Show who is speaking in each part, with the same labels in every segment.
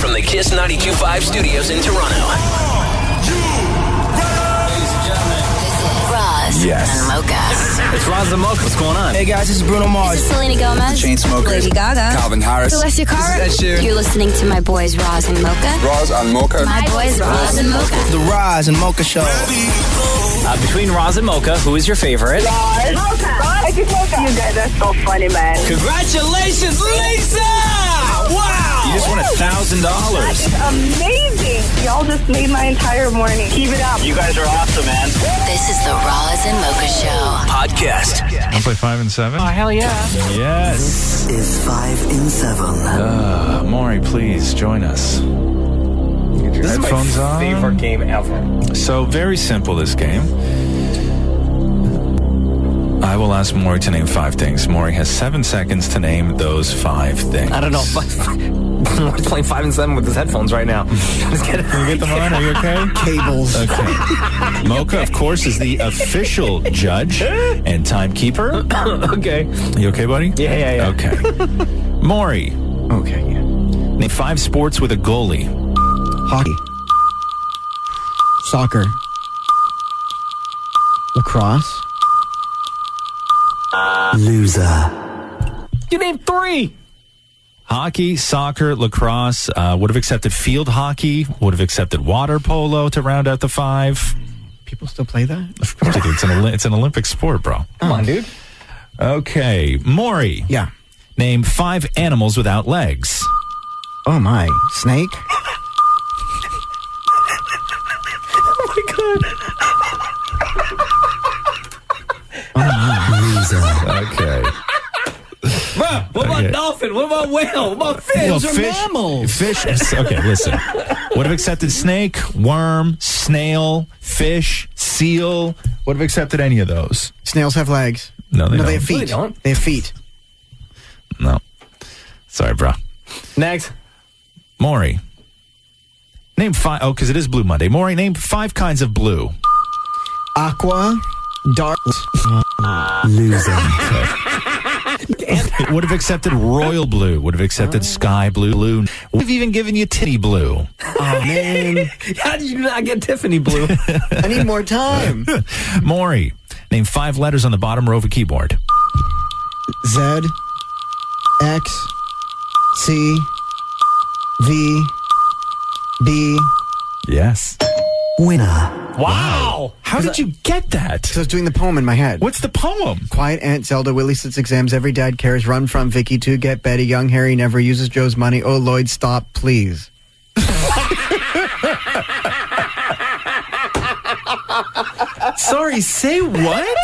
Speaker 1: from the Kiss 925 studios in Toronto.
Speaker 2: Roz
Speaker 3: Yes.
Speaker 2: and Mocha.
Speaker 1: It's Roz the Mocha. What's going on?
Speaker 4: Hey guys, this is Bruno Mars.
Speaker 2: Selena Gomez.
Speaker 3: Chainsmokers.
Speaker 2: Lady Gaga.
Speaker 3: Calvin Harris.
Speaker 2: Celestia Cara.
Speaker 4: This is Ed Sheeran.
Speaker 2: You're listening to my boys Roz and Mocha.
Speaker 3: Roz and Mocha.
Speaker 2: My boys Roz and Mocha.
Speaker 4: The Rise and Mocha Show.
Speaker 1: Uh, between Roz and Mocha, who is your favorite?
Speaker 5: I just woke up. You guys are so funny, man.
Speaker 1: Congratulations, Lisa! Wow!
Speaker 3: You just won a thousand dollars.
Speaker 5: Amazing. Y'all just made my entire morning. Keep it up.
Speaker 1: You guys are awesome, man.
Speaker 2: This is the Roz and Mocha Show.
Speaker 1: Podcast.
Speaker 6: Want to play five and seven? Oh hell yeah! Yes,
Speaker 7: is five in seven.
Speaker 6: uh, Maury, please join us.
Speaker 8: This
Speaker 6: Headphones
Speaker 8: is my
Speaker 6: on.
Speaker 8: favorite game ever.
Speaker 6: So very simple this game. I will ask Maury to name five things. Maury has seven seconds to name those five things.
Speaker 8: I don't know. I'm playing five and seven with his headphones right now. Let's get
Speaker 6: Can you get them on? Are you okay?
Speaker 4: Cables.
Speaker 6: Uh, Okay. Mocha, of course, is the official judge and timekeeper.
Speaker 8: okay.
Speaker 6: You okay, buddy?
Speaker 8: Yeah, yeah, yeah.
Speaker 6: Okay. Maury,
Speaker 8: Okay. Yeah.
Speaker 6: name five sports with a goalie.
Speaker 4: Hockey. Soccer. Lacrosse.
Speaker 7: Loser.
Speaker 8: You named three.
Speaker 6: Hockey, soccer, lacrosse. Uh, would have accepted field hockey. Would have accepted water polo to round out the five.
Speaker 4: People still play that?
Speaker 6: Of course, they do. it's an Oli- it's an Olympic sport, bro.
Speaker 8: Come on, dude.
Speaker 6: Okay, Maury.
Speaker 4: Yeah.
Speaker 6: Name five animals without legs.
Speaker 4: Oh my. Snake?
Speaker 7: Loser.
Speaker 6: Okay.
Speaker 8: What about
Speaker 6: Okay.
Speaker 8: dolphin? What about whale? What about fish?
Speaker 6: Well,
Speaker 4: Those are mammals.
Speaker 6: Fish. Okay, listen. Would have accepted snake, worm, snail, fish, seal. Would have accepted any of those.
Speaker 4: Snails have legs.
Speaker 6: No,
Speaker 4: no,
Speaker 6: they don't.
Speaker 4: they have
Speaker 8: No,
Speaker 4: feet.
Speaker 8: they don't.
Speaker 4: They have feet.
Speaker 6: No. Sorry, bro.
Speaker 8: Next.
Speaker 6: Maury. Name five. Oh, because it is Blue Monday. Maury, name five kinds of blue.
Speaker 4: Aqua. Dark.
Speaker 7: Loser.
Speaker 6: It would have accepted royal blue. Would have accepted sky blue. Blue. Would have even given you titty blue.
Speaker 4: Oh man.
Speaker 8: How did you not get Tiffany blue?
Speaker 4: I need more time.
Speaker 6: Maury, name five letters on the bottom row of a keyboard.
Speaker 4: Z. X. C. V. B.
Speaker 6: Yes.
Speaker 7: Winner.
Speaker 8: wow.
Speaker 6: How did you get that?
Speaker 4: So I was doing the poem in my head.
Speaker 6: What's the poem?
Speaker 4: Quiet Aunt Zelda, Willie sits exams, every dad cares, run from Vicky to get Betty, young Harry never uses Joe's money. Oh Lloyd, stop, please.
Speaker 8: Sorry, say what?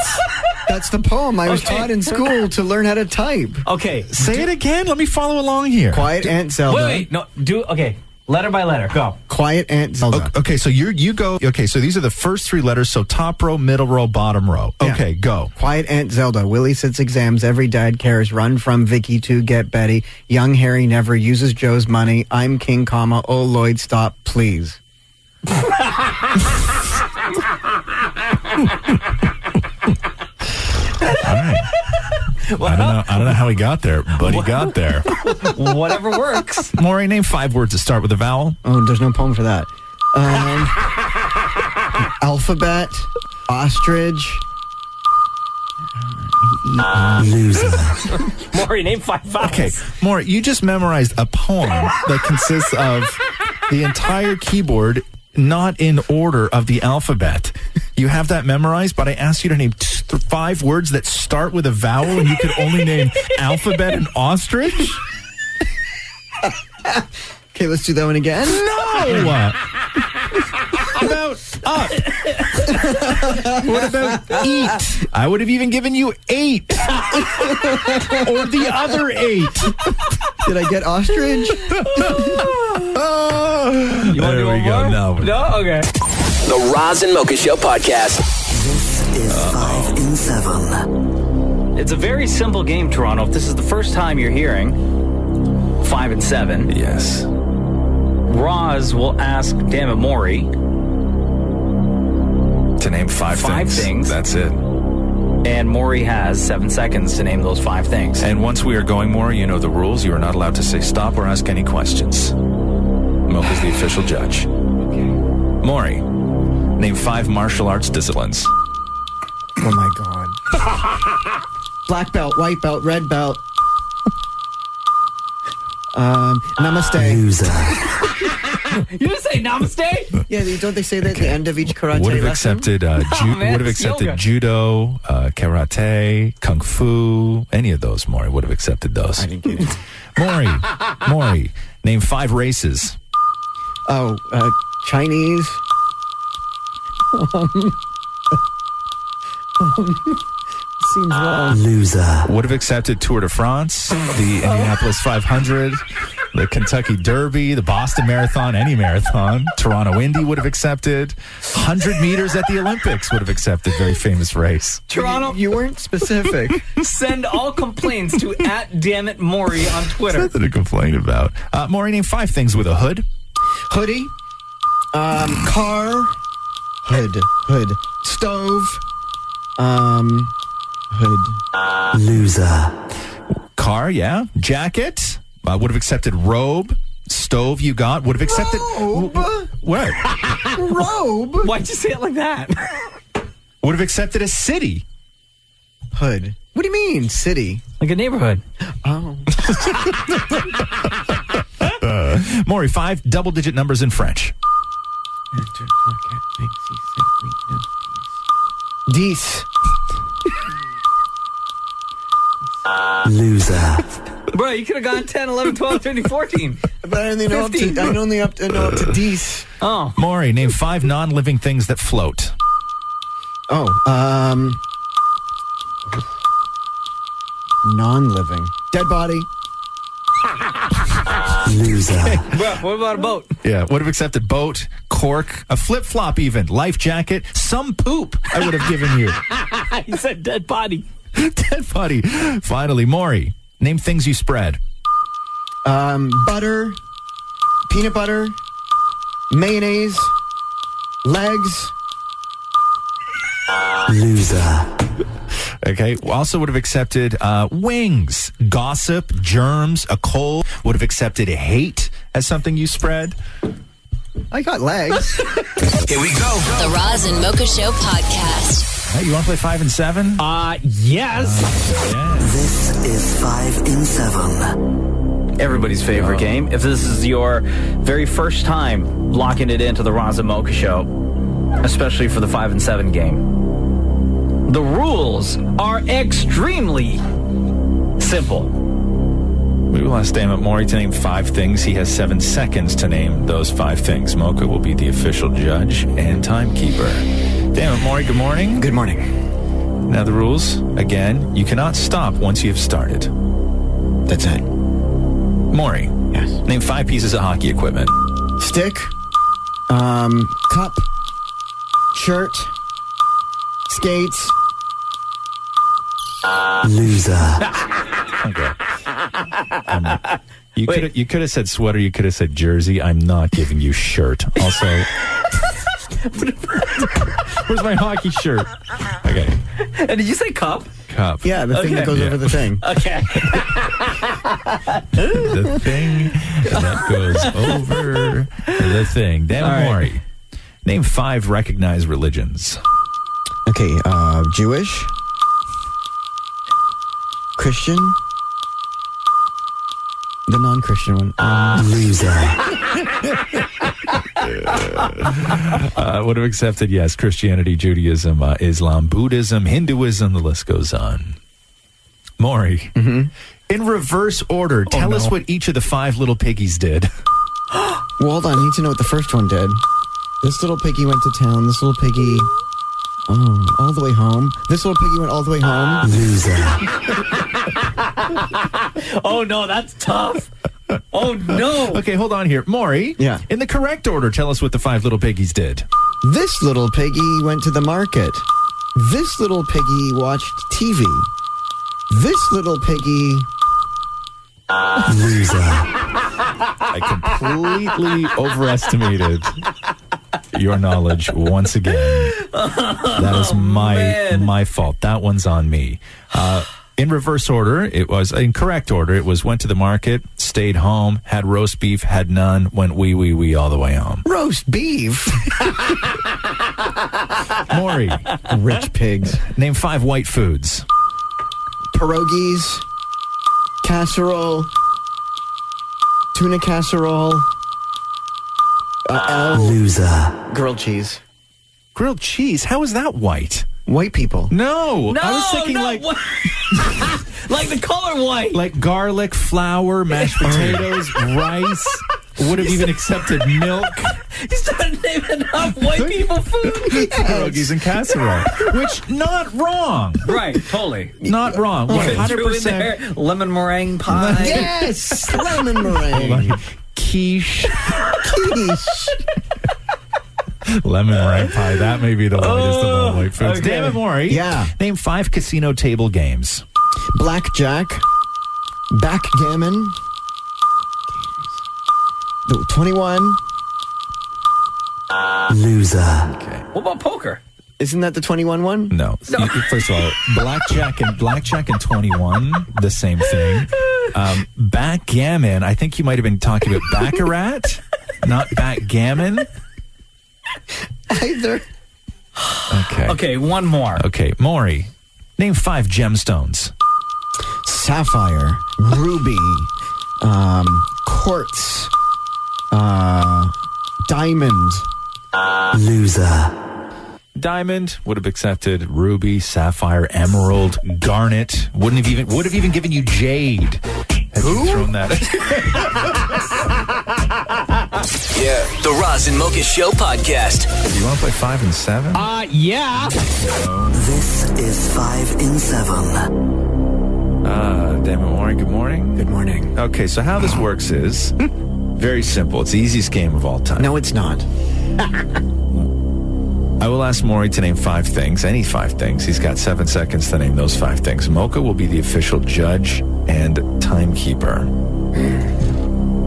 Speaker 4: That's the poem I was
Speaker 8: Okay.
Speaker 4: taught in school to learn how to type.
Speaker 8: okay.
Speaker 6: Say it again. Let me follow along here.
Speaker 4: Quiet Aunt Zelda.
Speaker 8: Wait, wait. No, do okay. Letter by letter. Go.
Speaker 4: Quiet Aunt Zelda.
Speaker 6: Okay, okay, so you you go. Okay, so these are the first three letters. So top row, middle row, bottom row.
Speaker 4: Yeah.
Speaker 6: Okay, go.
Speaker 4: Quiet Aunt Zelda, Willie sits exams, every dad cares, run from Vicky to get Betty, young Harry never uses Joe's money. I'm king, comma. Oh Lloyd, stop, please.
Speaker 6: All right. I don't know. I don't know how he got there, but he got there.
Speaker 8: Whatever works.
Speaker 6: Maury, name five words that start with a vowel.
Speaker 4: Oh, there's no poem for that. Um, alphabet, ostrich.
Speaker 7: Loser.
Speaker 8: Maury, name five vowels.
Speaker 6: Okay, Maury, you just memorized a poem that consists of the entire keyboard, not in order of the alphabet. You have that memorized, but I asked you to name t- th- five words that start with a vowel, and you could only name alphabet and ostrich.
Speaker 4: Okay, let's do that one again.
Speaker 6: No. What about up? what about eat? I would have even given you eight or the other eight.
Speaker 4: Did I get ostrich?
Speaker 8: You wanna
Speaker 6: there
Speaker 8: do
Speaker 6: we
Speaker 8: one
Speaker 6: go.
Speaker 8: more?
Speaker 6: No.
Speaker 8: No. Okay.
Speaker 1: The Roz and Mocha Show podcast.
Speaker 7: Is five in seven.
Speaker 8: It's a very simple game, Toronto. If this is the first time you're hearing five and seven,
Speaker 6: Yes.
Speaker 9: Oh
Speaker 8: Roz will ask Damn it, Maury,
Speaker 6: To name five,
Speaker 8: Five things.
Speaker 6: That's it.
Speaker 8: and Maury has seven seconds to name those five things.
Speaker 6: And once we are going more, you know the rules. You are not allowed to say stop or ask any questions. Mocha's the official judge. Maury, name five martial arts disciplines.
Speaker 4: Oh my god. Black belt, white belt, red belt. Um, namaste.
Speaker 7: Loser.
Speaker 8: You didn't say namaste?
Speaker 4: Yeah, they- don't they say that at the end of each karate
Speaker 6: Would have
Speaker 4: lesson?
Speaker 6: accepted, uh, ju-
Speaker 8: Oh, man,
Speaker 6: would have
Speaker 8: it's
Speaker 6: accepted
Speaker 8: yoga.
Speaker 6: judo, uh, karate, kung fu, any of those. Maury would have accepted those.
Speaker 4: I didn't get it.
Speaker 6: Maury, Maury, name five races.
Speaker 4: Oh, uh, Chinese. Um, um, seems wrong.
Speaker 7: Loser.
Speaker 6: Would have accepted Tour de France, the Indianapolis 500, the Kentucky Derby, the Boston Marathon, any marathon. Toronto Indy would have accepted. 100 meters at the Olympics would have accepted. Very famous race.
Speaker 8: Toronto,
Speaker 4: You weren't specific.
Speaker 8: send all complaints to at damn it Maury on Twitter.
Speaker 6: Nothing to complain about. Uh, Maury, name five things with a hood.
Speaker 4: Hoodie. Um, car. Hood. Hood. Stove. Um, hood.
Speaker 7: Loser.
Speaker 6: Car, yeah. Jacket, uh, would have accepted. Robe, stove, you got, would have accepted.
Speaker 4: Robe?
Speaker 6: Where?
Speaker 4: Robe.
Speaker 8: Why'd you say it like that?
Speaker 6: would have accepted a city.
Speaker 4: Hood. What do you mean, city?
Speaker 8: Like a neighborhood.
Speaker 4: Oh.
Speaker 6: Maury, five double digit numbers in French.
Speaker 4: Dees.
Speaker 7: Loser.
Speaker 8: Bro, you could have gone 10, 11, 12, 13, 14.
Speaker 4: But I only know up to
Speaker 8: 50.
Speaker 4: I only up to know up to Dees.
Speaker 8: Oh.
Speaker 6: Maury, name five non living things that float.
Speaker 4: Oh, um, non-living, dead body,
Speaker 7: Loser.
Speaker 8: Bro, what about a boat?
Speaker 6: Yeah, would have accepted boat, cork, a flip flop, even life jacket, some poop. I would have given you
Speaker 8: He said dead body.
Speaker 6: dead body. Finally, Maury, name things you spread.
Speaker 4: um, butter, peanut butter, mayonnaise, legs.
Speaker 7: Loser.
Speaker 6: Okay, also would have accepted uh, wings, gossip, germs, a cold. Would have accepted hate as something you spread.
Speaker 4: I got legs.
Speaker 3: Here we go.
Speaker 2: The Roz and Mocha Show podcast.
Speaker 6: Hey, you want to play five and seven?
Speaker 8: Uh, yes.
Speaker 7: This is five in seven.
Speaker 8: Everybody's favorite game. If this is your very first time locking it into the Raza Mocha Show, especially for the 5 and 7 game, the rules are extremely simple.
Speaker 6: We will ask Damon Maury to name five things. He has seven seconds to name those five things. Mocha will be the official judge and timekeeper. Damon Maury, good morning.
Speaker 4: Good morning.
Speaker 6: Now, the rules again, you cannot stop once you have started.
Speaker 4: That's it.
Speaker 6: Maury,
Speaker 4: Yes.
Speaker 6: name five pieces of hockey equipment.
Speaker 4: Stick, um, cup, shirt, skates.
Speaker 7: Loser.
Speaker 6: Okay. Um, you could you could have said sweater. You could have said jersey. I'm not giving you shirt. Also, where's my hockey shirt? Okay,
Speaker 8: And did you say cup?
Speaker 6: cup.
Speaker 4: Yeah, the thing
Speaker 8: Okay.
Speaker 4: that goes
Speaker 6: Yeah.
Speaker 4: over the thing.
Speaker 8: Okay.
Speaker 6: the thing that goes over the thing. Damn,
Speaker 8: right.
Speaker 6: Maury. Name five recognized religions.
Speaker 4: Okay, uh, Jewish, Christian, the non-Christian one. Um,
Speaker 7: Loser.
Speaker 6: Uh, would have accepted yes, Christianity, Judaism, uh, Islam, Buddhism, Hinduism. The list goes on. Maury, in reverse order, tell us what each of the five little piggies did.
Speaker 4: well, hold on. I need to know what the first one did. This little piggy went to town. This little piggy, oh, all the way home. This little piggy went all the way home.
Speaker 7: Loser.
Speaker 8: Oh no, that's tough. Oh no.
Speaker 6: Okay, hold on here, Maury.
Speaker 4: Yeah.
Speaker 6: in the correct order, tell us what the five little piggies did.
Speaker 4: This little piggy went to the market. This little piggy watched TV. This little piggy.
Speaker 7: Loser.
Speaker 6: I completely overestimated your knowledge once again. That is my
Speaker 8: Oh, man.
Speaker 6: my fault. That one's on me. Uh, in reverse order, it was in correct order. It was went to the market, stayed home, had roast beef, had none, went wee wee wee all the way home.
Speaker 4: Roast beef.
Speaker 6: Maury,
Speaker 4: Rich pigs.
Speaker 6: name five white foods.
Speaker 4: Pierogies. Casserole. Tuna casserole.
Speaker 7: Loser.
Speaker 4: Grilled cheese.
Speaker 6: Grilled cheese. How is that white?
Speaker 4: White people.
Speaker 6: No,
Speaker 8: No,
Speaker 6: I was thinking
Speaker 8: Oh, no,
Speaker 6: like
Speaker 8: what- like the color white.
Speaker 6: like garlic, flour, mashed potatoes, rice. Would have even accepted milk,
Speaker 8: You started naming up white people food.
Speaker 6: pierogies, and casserole. Which not wrong,
Speaker 8: right, totally.
Speaker 6: not wrong. One hundred
Speaker 8: Threw in
Speaker 6: percent.
Speaker 8: there lemon meringue pie.
Speaker 4: Yes! Lemon meringue.
Speaker 6: Quiche, lemon meringue pie. That may be the lightest of all white foods.
Speaker 8: Oh, okay.
Speaker 6: David Mori.
Speaker 4: Yeah.
Speaker 6: Name five casino table games.
Speaker 4: Blackjack. Backgammon. 21.
Speaker 7: Loser.
Speaker 8: What about poker?
Speaker 4: Isn't that the 21 one?
Speaker 6: No. You- you- First of all, blackjack and blackjack and twenty one, the same thing. Um, backgammon. I think you might have been talking about baccarat, not backgammon.
Speaker 4: Either.
Speaker 6: Okay. Okay.
Speaker 8: Okay, one more.
Speaker 6: Okay. Maury, name five gemstones.
Speaker 4: Sapphire. Ruby. Um, quartz. Uh, diamond.
Speaker 7: Loser.
Speaker 6: Diamond would have accepted ruby, sapphire, emerald, garnet. Wouldn't have even would have even given you jade. Had Who? Thrown that.
Speaker 3: Yeah.
Speaker 10: The Roz and Mocha Show podcast.
Speaker 6: Do you want to play five and seven?
Speaker 8: Uh, yeah.
Speaker 7: This is five in seven.
Speaker 6: Uh, Damon Warren, good morning.
Speaker 4: Good morning.
Speaker 6: Okay, so how this works is very simple. It's the easiest game of all time.
Speaker 4: No, it's not.
Speaker 6: I will ask Maury to name five things, any five things. He's got seven seconds to name those five things. Mocha will be the official judge and timekeeper.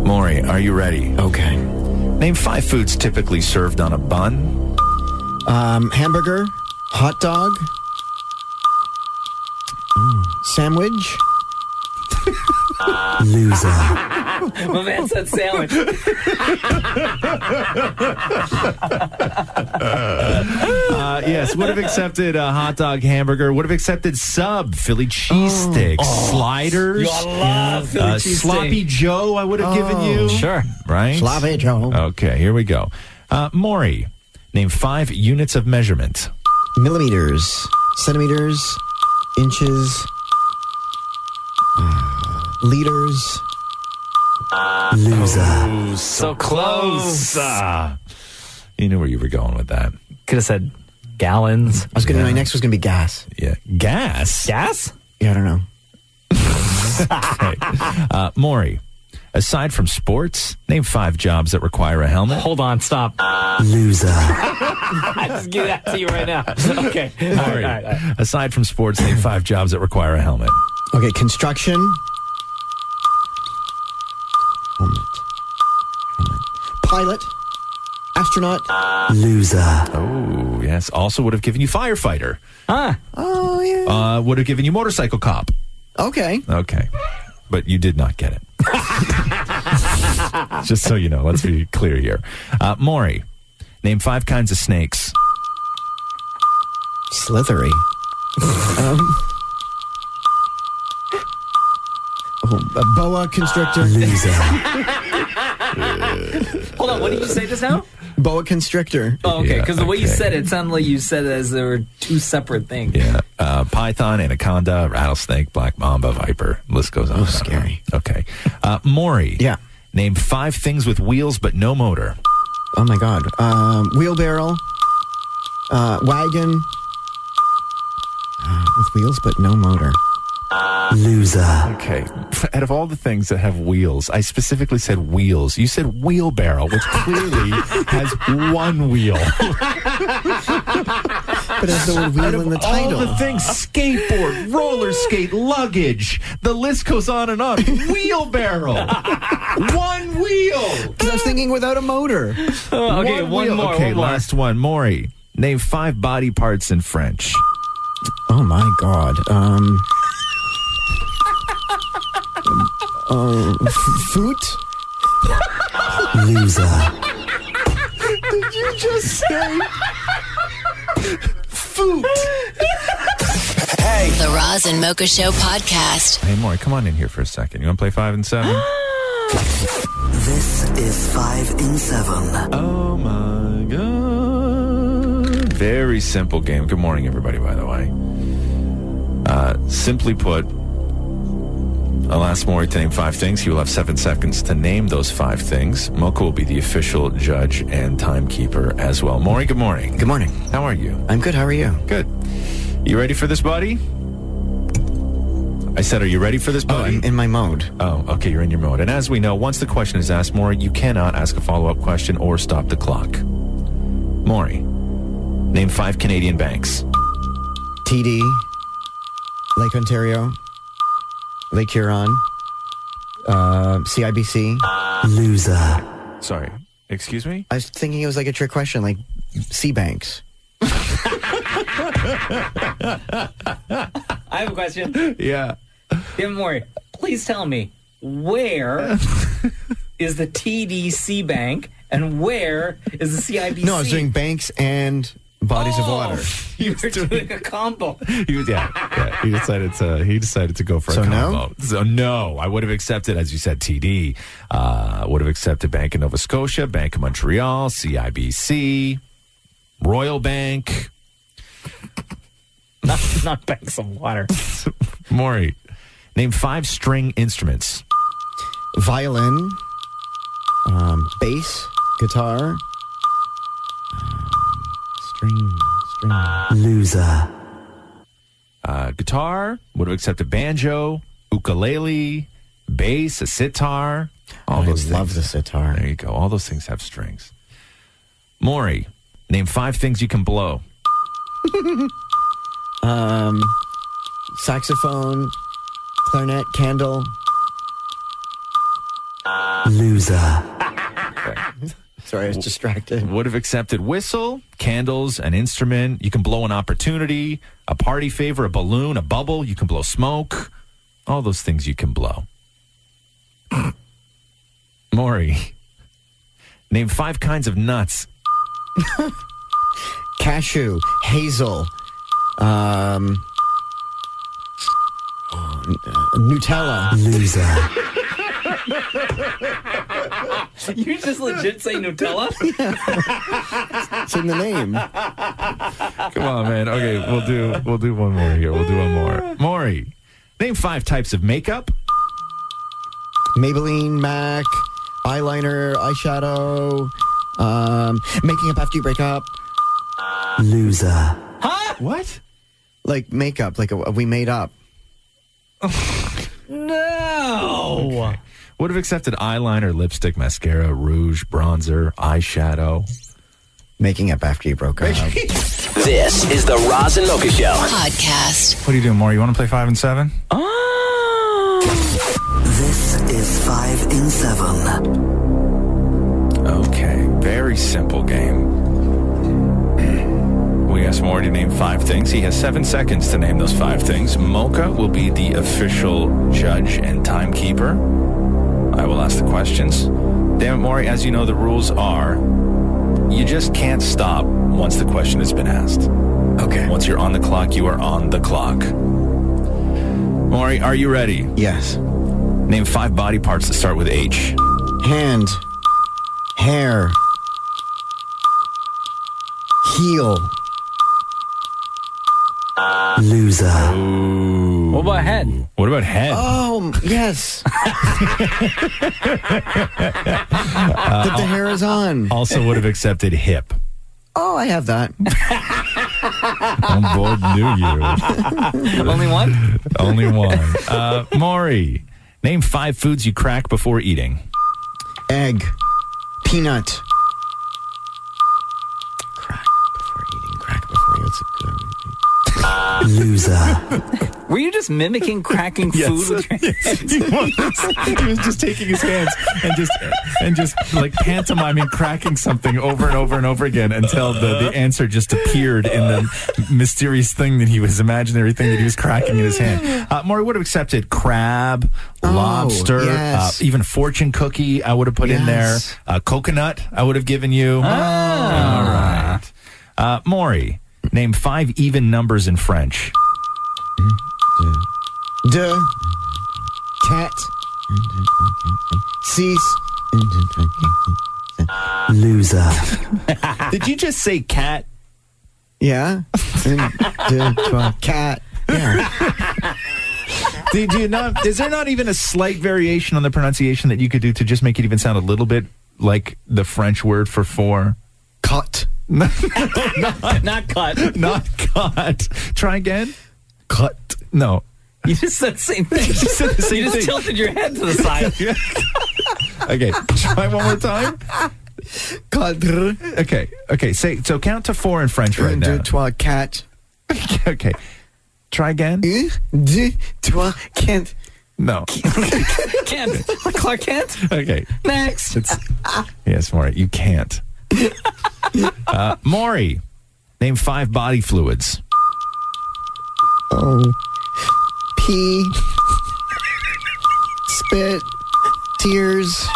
Speaker 6: Maury, are you ready?
Speaker 4: Okay.
Speaker 6: Name five foods typically served on a bun.
Speaker 4: Um, hamburger, hot dog, sandwich.
Speaker 7: Loser.
Speaker 8: My man said sandwich.
Speaker 6: Uh, yes, would have accepted a hot dog hamburger, would have accepted sub, Philly cheesesteaks, sliders,
Speaker 8: I love Philly
Speaker 6: uh,
Speaker 8: cheesesteak.
Speaker 6: sloppy Joe, I would have given you.
Speaker 8: Sure.
Speaker 6: Right?
Speaker 4: Sloppy Joe.
Speaker 6: Okay, here we go. Uh, Maury, name five units of measurement.
Speaker 4: Millimeters, centimeters, inches, Ah, liters.
Speaker 7: Loser.
Speaker 8: So close.
Speaker 6: Ah, you knew where you were going with that.
Speaker 8: Could have said gallons.
Speaker 4: I was gonna. My next was gonna be gas.
Speaker 6: Yeah. Gas.
Speaker 8: Gas?
Speaker 4: Yeah, I don't know.
Speaker 6: Uh, Maury, aside from sports, name five jobs that require a helmet.
Speaker 8: Hold on, stop.
Speaker 7: Loser.
Speaker 8: I just give that to you right now. Okay. All right, all
Speaker 6: Maury,
Speaker 8: right, all right.
Speaker 6: aside from sports, name five jobs that require a helmet.
Speaker 4: Okay, construction. Helmet. Helmet. Pilot, astronaut.
Speaker 7: Loser.
Speaker 6: Oh, yes. Also would have given you firefighter.
Speaker 8: Huh.
Speaker 4: Oh yeah.
Speaker 6: Uh, would have given you motorcycle cop.
Speaker 4: Okay.
Speaker 6: Okay. But you did not get it. Just so you know, let's be clear here. Uh, Maury, name five kinds of snakes.
Speaker 4: Slithery. um, oh, a boa constrictor.
Speaker 7: Loser.
Speaker 8: Hold on, what did you say just now?
Speaker 4: Boa constrictor.
Speaker 8: Oh, okay,
Speaker 6: Yeah,
Speaker 8: because the way you
Speaker 6: okay.
Speaker 8: said it, it sounded like you said it as there were two separate things.
Speaker 6: Yeah. Uh, python, anaconda, rattlesnake, black mamba, viper. List goes on. and on and on.
Speaker 4: scary.
Speaker 6: Okay. Uh, Maury.
Speaker 4: Yeah.
Speaker 6: Name five things with wheels but no motor.
Speaker 4: Oh my god. Um, wheelbarrow. Uh, wagon. Uh, with wheels but no motor.
Speaker 7: Loser.
Speaker 6: Okay. Out of all the things that have wheels, I specifically said wheels. You said wheelbarrow, which clearly has one wheel.
Speaker 4: But it has the word wheel in the
Speaker 6: All
Speaker 4: title.
Speaker 6: the things skateboard, roller skate, luggage. The list goes on and on. Wheelbarrow. one wheel.
Speaker 4: 'Cause I was thinking without a motor.
Speaker 8: Oh, okay, one,
Speaker 6: wheel.
Speaker 8: more.
Speaker 6: Okay,
Speaker 8: one more.
Speaker 6: last one. Maury, name five body parts in French.
Speaker 4: Oh my god. Um, Uh, f- foot?
Speaker 7: Loser.
Speaker 4: Did you just say foot?
Speaker 2: The Roz and Mocha Show podcast.
Speaker 6: Hey, Maury, come on in here for a second. You want to play five and seven?
Speaker 7: This is five in seven.
Speaker 6: oh my god! Very simple game. Good morning, everybody. By the way, uh, simply put, I'll ask Maury to name five things. He will have seven seconds to name those five things. Mocha will be the official judge and timekeeper as well. Maury, good morning.
Speaker 4: Good morning.
Speaker 6: How are you?
Speaker 4: I'm good. How are you?
Speaker 6: Good. You ready for this, buddy? I said, are you ready for this,
Speaker 4: Oh,
Speaker 6: buddy?
Speaker 4: I'm in my mode.
Speaker 6: Oh, okay, you're in your mode. And as we know, once the question is asked, Maury, you cannot ask a follow up question or stop the clock. Maury, name five Canadian banks.
Speaker 4: TD, Lake Ontario, Lake Huron, uh, CIBC.
Speaker 7: Loser.
Speaker 6: Sorry, excuse me?
Speaker 4: I was thinking it was like a trick question, like sea banks.
Speaker 8: I have a question.
Speaker 6: Yeah.
Speaker 8: Tim Mori, please tell me where is the TDC Bank and where is the CIBC?
Speaker 4: No, I was doing banks and bodies of
Speaker 8: Oh,
Speaker 4: water.
Speaker 8: You were doing a combo.
Speaker 6: He was, yeah, yeah, he decided to he decided to go for
Speaker 4: So
Speaker 6: a
Speaker 4: no?
Speaker 6: combo. So no, I would have accepted, as you said, TD. Uh, would have accepted Bank of Nova Scotia, Bank of Montreal, CIBC, Royal Bank.
Speaker 8: Not, not banks of water.
Speaker 6: Maury, name five string instruments.
Speaker 4: Violin, um, bass, guitar, um, string, string.
Speaker 7: Loser.
Speaker 6: uh, guitar, would have accepted banjo, ukulele, bass, a sitar, all
Speaker 4: I
Speaker 6: those things.
Speaker 4: love the sitar.
Speaker 6: There you go. All those things have strings. Maury, name five things you can blow.
Speaker 4: Um, saxophone, clarinet, candle.
Speaker 7: Loser.
Speaker 4: Sorry, I was distracted.
Speaker 6: Would have accepted whistle, candles, an instrument. You can blow an opportunity, a party favor, a balloon, a bubble. You can blow smoke. All those things you can blow. Maury, name five kinds of nuts.
Speaker 4: Cashew, hazel, um, oh, uh, Nutella.
Speaker 7: Loser.
Speaker 8: You just legit say Nutella?
Speaker 4: It's in the name.
Speaker 6: Come on, man. Okay, we'll do we'll do one more here. We'll do one more. Maury, name five types of makeup.
Speaker 4: Maybelline, MAC, eyeliner, eyeshadow, um, making up after you break up.
Speaker 7: Loser.
Speaker 6: What?
Speaker 4: Like makeup, like a, we made up.
Speaker 8: No.
Speaker 6: Would have accepted eyeliner, lipstick, mascara, rouge, bronzer, eyeshadow.
Speaker 4: Making up after you broke up.
Speaker 10: This is the Roz and Mocha Show.
Speaker 2: Podcast.
Speaker 6: What are you doing, Maury? You want to play five and seven?
Speaker 7: Oh! This is five in seven.
Speaker 6: Okay, very simple game. Hmm. We asked Maury to name five things. He has seven seconds to name those five things. Mocha will be the official judge and timekeeper. I will ask the questions. Damn it, Maury, as you know, the rules are you just can't stop once the question has been asked. Okay. Once you're on the clock, you are on the clock. Maury, are you ready?
Speaker 4: Yes.
Speaker 6: Name five body parts that start with H.
Speaker 4: Hand, hair, heel,
Speaker 7: Loser.
Speaker 8: What about head?
Speaker 6: What about head?
Speaker 4: Oh yes. that the hair is on.
Speaker 6: also would have accepted hip.
Speaker 4: Oh, I have that.
Speaker 6: On board knew
Speaker 8: Only one?
Speaker 6: you. Only one. Uh, Maury, name five foods you crack before eating.
Speaker 4: Egg, peanut. Crack before eating. Crack before eating. It's a good.
Speaker 7: Loser.
Speaker 11: Were you just mimicking cracking food with your
Speaker 6: Yes, he was. He was just taking his hands and just and just like pantomiming cracking something over and over and over again until the, the answer just appeared in the mysterious thing that he was imaginary thing that he was cracking in his hand. Uh, Maury would have accepted crab, lobster,
Speaker 12: Oh, yes.
Speaker 6: uh, even fortune cookie. I would have put in there
Speaker 12: Yes.
Speaker 6: uh, coconut. I would have given you. All right, uh, Maury. Name five even numbers in French.
Speaker 4: Deux. Quatre. Six.
Speaker 13: Loser.
Speaker 6: Did you just say cat?
Speaker 12: Yeah.
Speaker 4: Un, deux, trois, quatre.
Speaker 6: do, do you not? Is there not even a slight variation on the pronunciation that you could do to just make it even sound a little bit like the French word for four?
Speaker 4: Cut.
Speaker 11: not cut?
Speaker 6: Not cut. Try again. Cut. No.
Speaker 11: You just said the same thing. you
Speaker 6: said the same
Speaker 11: just
Speaker 6: thing.
Speaker 11: tilted your head to the side.
Speaker 6: Okay. Try one more time.
Speaker 4: Quatre.
Speaker 6: Okay. Okay. Say so. Count to four in French right
Speaker 4: Un, deux,
Speaker 6: now.
Speaker 4: trois, quatre.
Speaker 6: Okay. Try again.
Speaker 4: Un, deux, trois, quatre.
Speaker 6: No.
Speaker 11: Kent. Clark Kent.
Speaker 6: Okay.
Speaker 11: Next.
Speaker 6: It's yes, Maury. You can't. Uh, Maury, name five body fluids.
Speaker 4: Pee. Spit. Tears.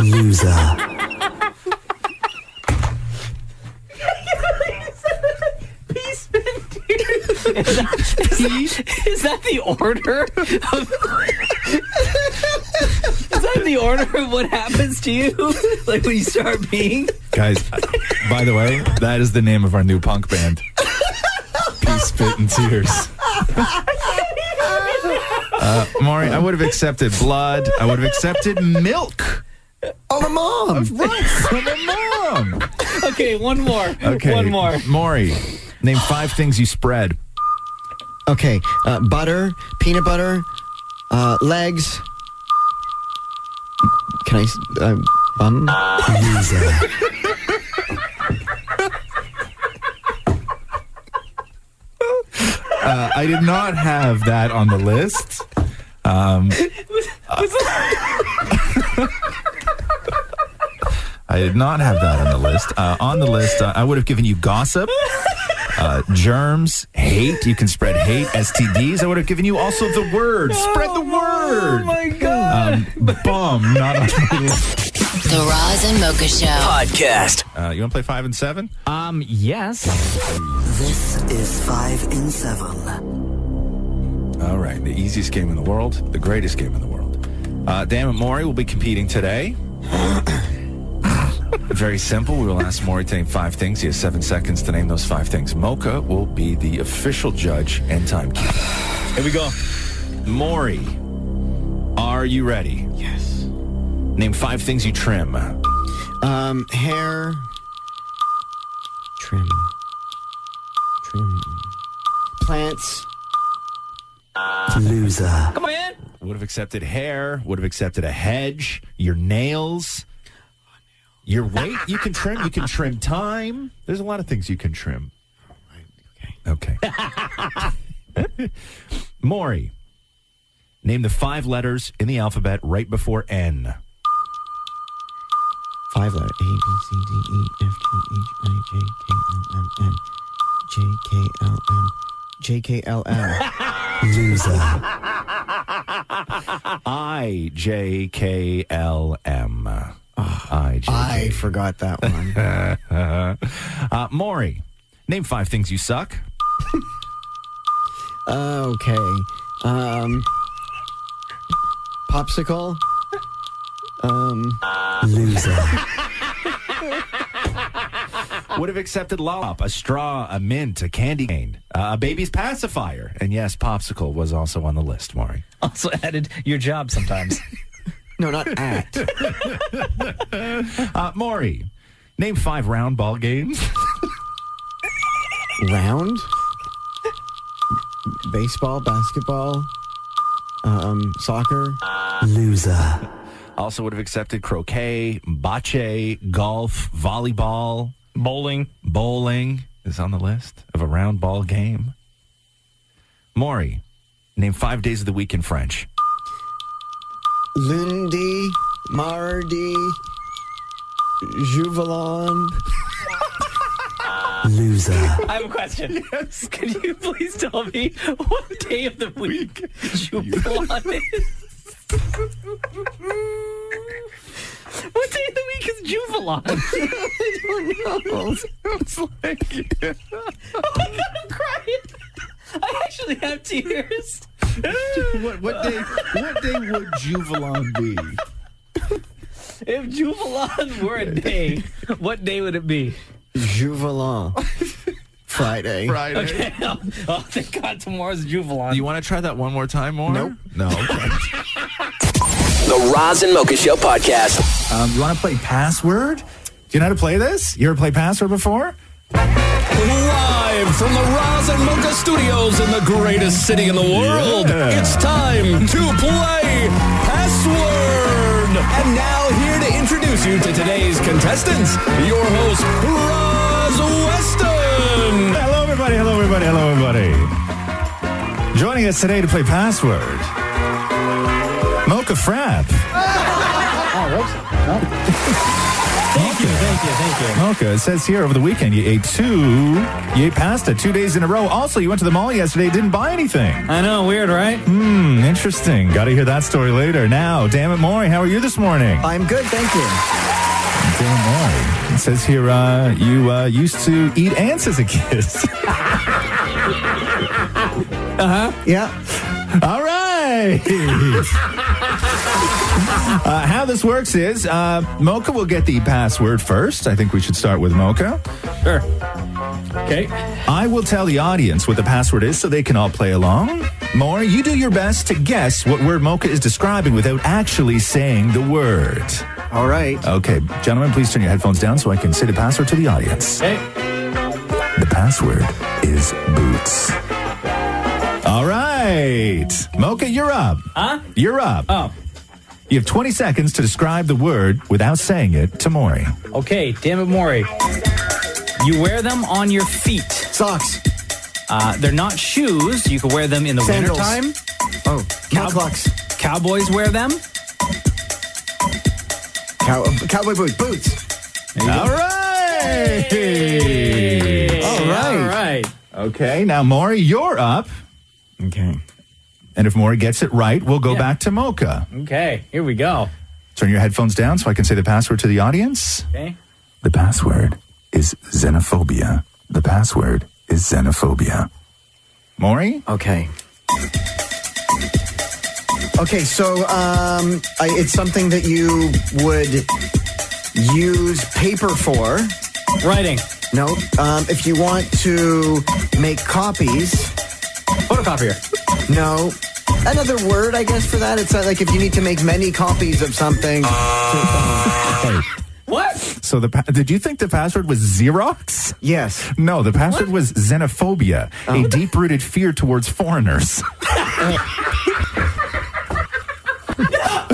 Speaker 13: Loser.
Speaker 11: Is that the order? Of, is that the order of what happens to you? Like when you start being?
Speaker 6: Guys, by the way, that is the name of our new punk band. Peace, spit, and tears. Uh, Maury, I would have accepted blood. I would have accepted milk.
Speaker 4: Oh, my mom.
Speaker 6: Right from a mom.
Speaker 11: Okay, one more.
Speaker 6: Okay.
Speaker 11: One more.
Speaker 6: Maury, name five things you spread.
Speaker 4: Okay. Uh, butter. Peanut butter. Uh, legs. Can I? s- Uh, bum.
Speaker 13: Loser.
Speaker 6: Uh, I did not have that on the list. Um, I did not have that on the list. Uh, on the list, uh, I would have given you gossip, uh, germs, hate. You can spread hate, STDs. I would have given you also the word. Spread the word. Oh my god. Um, bum. Not on the list.
Speaker 2: The Roz and Mocha Show.
Speaker 14: Podcast.
Speaker 6: Uh, you want to play five and seven?
Speaker 11: Um, yes.
Speaker 13: This is five in seven.
Speaker 6: All right, the easiest game in the world, the greatest game in the world. Uh, Dan and Maury will be competing today. Very simple. We will ask Maury to name five things. He has seven seconds to name those five things. Mocha will be the official judge and timekeeper. Here we go. Maury, are you ready? Yes. Name five things you trim.
Speaker 4: Um, hair. Trim. Trim. Plants.
Speaker 13: Loser.
Speaker 11: Come on in.
Speaker 6: Would have accepted hair, would have accepted a hedge, your nails, your weight. You can trim, you can trim time. There's a lot of things you can trim. Okay. Maury, name the five letters in the alphabet right before N.
Speaker 4: Five letter. A, B, C, D, E, F, G, H, I, J, K, L, M, N. J, K, L, M. J, K, L, M.
Speaker 13: Loser.
Speaker 6: I J K L M. I J
Speaker 12: I
Speaker 6: K.
Speaker 12: forgot that one.
Speaker 6: Uh, Maury, name five things you suck.
Speaker 12: okay. Um, popsicle.
Speaker 13: Loser.
Speaker 6: would have accepted lollipop, a straw, a mint, a candy cane, uh, a baby's pacifier, and yes, popsicle was also on the list. Maury,
Speaker 11: Also added your job sometimes.
Speaker 12: No, not act.
Speaker 6: uh, Maury, name five round ball games.
Speaker 12: Round. Baseball, basketball, um, soccer.
Speaker 13: Loser.
Speaker 6: also would have accepted croquet, bocce, golf, volleyball,
Speaker 11: Bowling.
Speaker 6: bowling is on the list of a round ball game. Maury, name five days of the week in French.
Speaker 4: Lundi, Mardi, Juvelon.
Speaker 15: Loser.
Speaker 11: I have a question. Yes. Can you please tell me what day of the week Jublon is? what day of the week is Juvelon? I don't know.
Speaker 6: It's like
Speaker 11: Oh my god, I'm crying. I actually have tears.
Speaker 6: what, what day? What day would Juvelon be?
Speaker 11: If Juvelon were a day, what day would it be?
Speaker 4: Juvelon. Friday.
Speaker 6: Friday.
Speaker 11: oh, thank God, tomorrow's Juvelon.
Speaker 6: You want to try that one more time, Maury?
Speaker 4: Nope.
Speaker 6: No.
Speaker 16: The Roz and Mocha Show podcast.
Speaker 6: um, you want to play password? Do you know how to play this? You ever play password before?
Speaker 17: Live from the Roz and Mocha Studios in the greatest city in the world,
Speaker 6: Yeah.
Speaker 17: it's time to play Password. And now here to introduce you to today's contestants, your host, Roz Weston.
Speaker 6: Hello, everybody. Hello, everybody. Hello, everybody. Joining us today to play password, Mocha Frapp. Thank you, thank you, thank you. Mocha, it says here over the weekend you ate two, you ate pasta two days in a row. Also, you went to the mall yesterday, didn't buy anything.
Speaker 11: I know, weird, right?
Speaker 6: Hmm, interesting. Got to hear that story later. Now, damn it, Maury, how are you this morning?
Speaker 4: I'm good, thank you.
Speaker 6: Damn Maury. It says here uh, you uh, used to eat ants as a kid.
Speaker 4: Yeah.
Speaker 6: All right. uh, how this works is uh, Mocha will get the password first. I think we should start with Mocha.
Speaker 11: Sure. Okay.
Speaker 6: I will tell the audience what the password is so they can all play along. More, you do your best to guess what word Mocha is describing without actually saying the word.
Speaker 4: All right.
Speaker 6: Okay, gentlemen, please turn your headphones down so I can say the password to the audience.
Speaker 11: Hey,
Speaker 6: The password is boots. All right. Mocha, you're up. Huh? You're up.
Speaker 11: Oh.
Speaker 6: You have 20 seconds to describe the word without saying it to Maury.
Speaker 11: okay, damn it, Maury. You wear them on your feet.
Speaker 4: Socks.
Speaker 11: Uh, they're not shoes. You can wear them in the
Speaker 4: Sandals.
Speaker 11: wintertime.
Speaker 4: Oh, cow clocks.
Speaker 11: Cowboys wear them.
Speaker 4: Cow, uh, cowboy boots. Boots.
Speaker 6: All right. Oh,
Speaker 4: All right.
Speaker 11: All right.
Speaker 6: Okay, now Maury, you're up.
Speaker 4: Okay.
Speaker 6: And if Maury gets it right, we'll go
Speaker 11: Yeah.
Speaker 6: back to Mocha.
Speaker 11: Okay, here we go.
Speaker 6: Turn your headphones down so I can say the password to the audience.
Speaker 11: Okay.
Speaker 6: The password is xenophobia. The password is xenophobia. Maury?
Speaker 4: Okay. Okay, so um, I, it's something that you would use paper for.
Speaker 11: Writing.
Speaker 4: No, um, if you want to make copies.
Speaker 11: Photocopier.
Speaker 4: No, another word, I guess, for that. It's uh, like if you need to make many copies of something.
Speaker 11: What?
Speaker 6: So the pa- did you think the password was Xerox?
Speaker 4: yes.
Speaker 6: No, the password was xenophobia,
Speaker 11: Oh.
Speaker 6: a deep-rooted fear towards foreigners.
Speaker 3: Uh,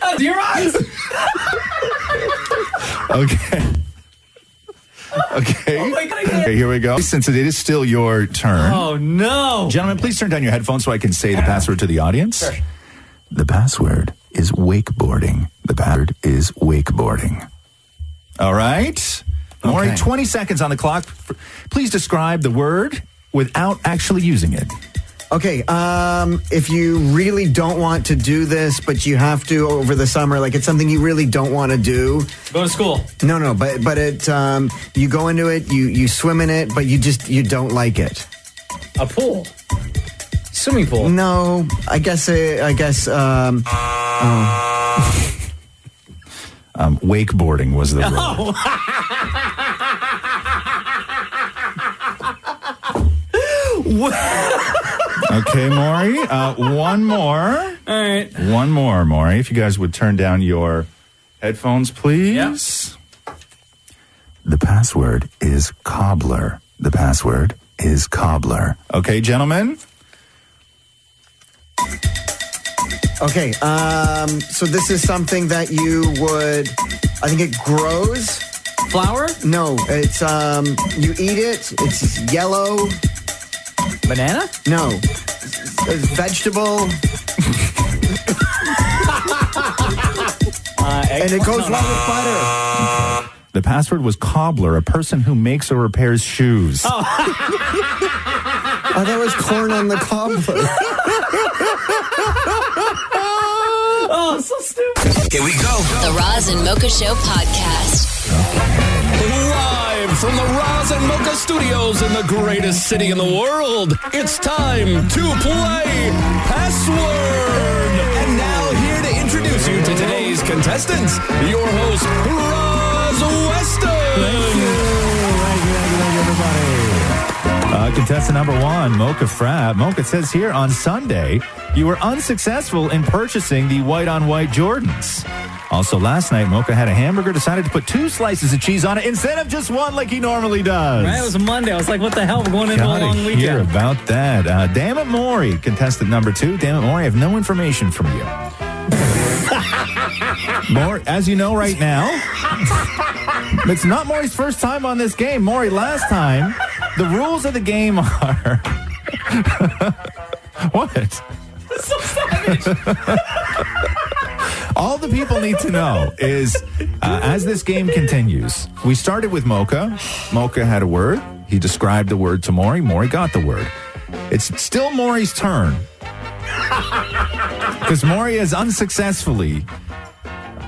Speaker 11: That's your eyes.
Speaker 6: Okay. Okay.
Speaker 11: Oh my God, I can't.
Speaker 6: okay, here we go. Since it is still your turn.
Speaker 11: Oh no.
Speaker 6: Gentlemen, please turn down your headphones so I can say the password to the audience. The password is wakeboarding. The password is wakeboarding. All right. Maury,
Speaker 4: Okay.
Speaker 6: 20 seconds on the clock. Please describe the word without actually using it.
Speaker 4: Okay, um, if you really don't want to do this, but you have to over the summer, like it's something you really don't want to do.
Speaker 11: Go to school.
Speaker 4: No, no, but but it um, you go into it, you you swim in it, but you just you don't like it.
Speaker 11: A pool. Swimming pool.
Speaker 3: Mm.
Speaker 4: No, I guess uh, I guess um,
Speaker 6: Um, wakeboarding was the word. okay, Maury. Uh, one more.
Speaker 11: All right.
Speaker 6: One more, Maury. If you guys would turn down your headphones, please. The password is cobbler. The password is cobbler. Okay, gentlemen.
Speaker 4: okay. Um, so this is something that you would, I think it grows.
Speaker 11: Flower.
Speaker 4: No, it's um, you eat it. It's yellow.
Speaker 8: Banana?
Speaker 4: No. There's vegetable.
Speaker 3: Uh,
Speaker 4: and it goes well with butter.
Speaker 6: The password was cobbler, a person who makes or repairs shoes.
Speaker 4: Oh, that was corn on the cobbler.
Speaker 8: Oh, so stupid.
Speaker 10: Here we go.
Speaker 2: The Roz and Mocha Show podcast.
Speaker 3: Live from the Roz and Mocha Studios in the greatest city in the world, it's time to play Password. And now here to introduce you to today's contestants, your host, Roz Weston.
Speaker 6: Uh, contestant number one, Mocha Frab. Mocha says here on Sunday, you were unsuccessful in purchasing the white on white Jordans. Also, last night, Mocha had a hamburger, decided to put two slices of cheese on it instead of just one like he normally does.
Speaker 8: That was Monday. I was like, what the hell? We're going into a
Speaker 6: Gotta
Speaker 8: long
Speaker 6: hear
Speaker 8: weekend.
Speaker 6: about that. Uh, Damn it, Maury, contestant number two. Damn it, Maury, I have no information from you. Maury, as you know right now, it's not Maury's first time on this game. Maury, last time, the rules of the game are. what? All the people need to know is uh, as this game continues, we started with Mocha. Mocha had a word. He described the word to Maury. Maury got the word. It's still Maury's turn. Because Maury has unsuccessfully.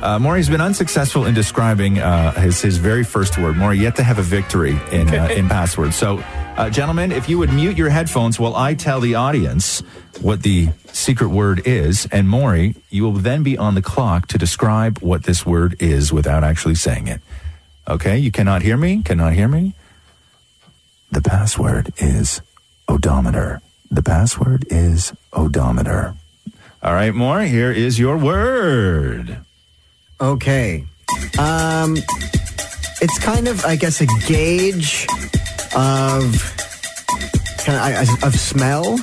Speaker 6: Uh, Maury's been unsuccessful in describing uh, his, his very first word. Maury yet to have a victory in, uh, in password. So, uh, gentlemen, if you would mute your headphones while I tell the audience what the secret word is, and Maury, you will then be on the clock to describe what this word is without actually saying it. Okay, you cannot hear me? Cannot hear me? The password is odometer. The password is odometer. All right, Maury, here is your word.
Speaker 4: Okay. Um, it's kind of, I guess, a gauge of kind of, I- I- of smell.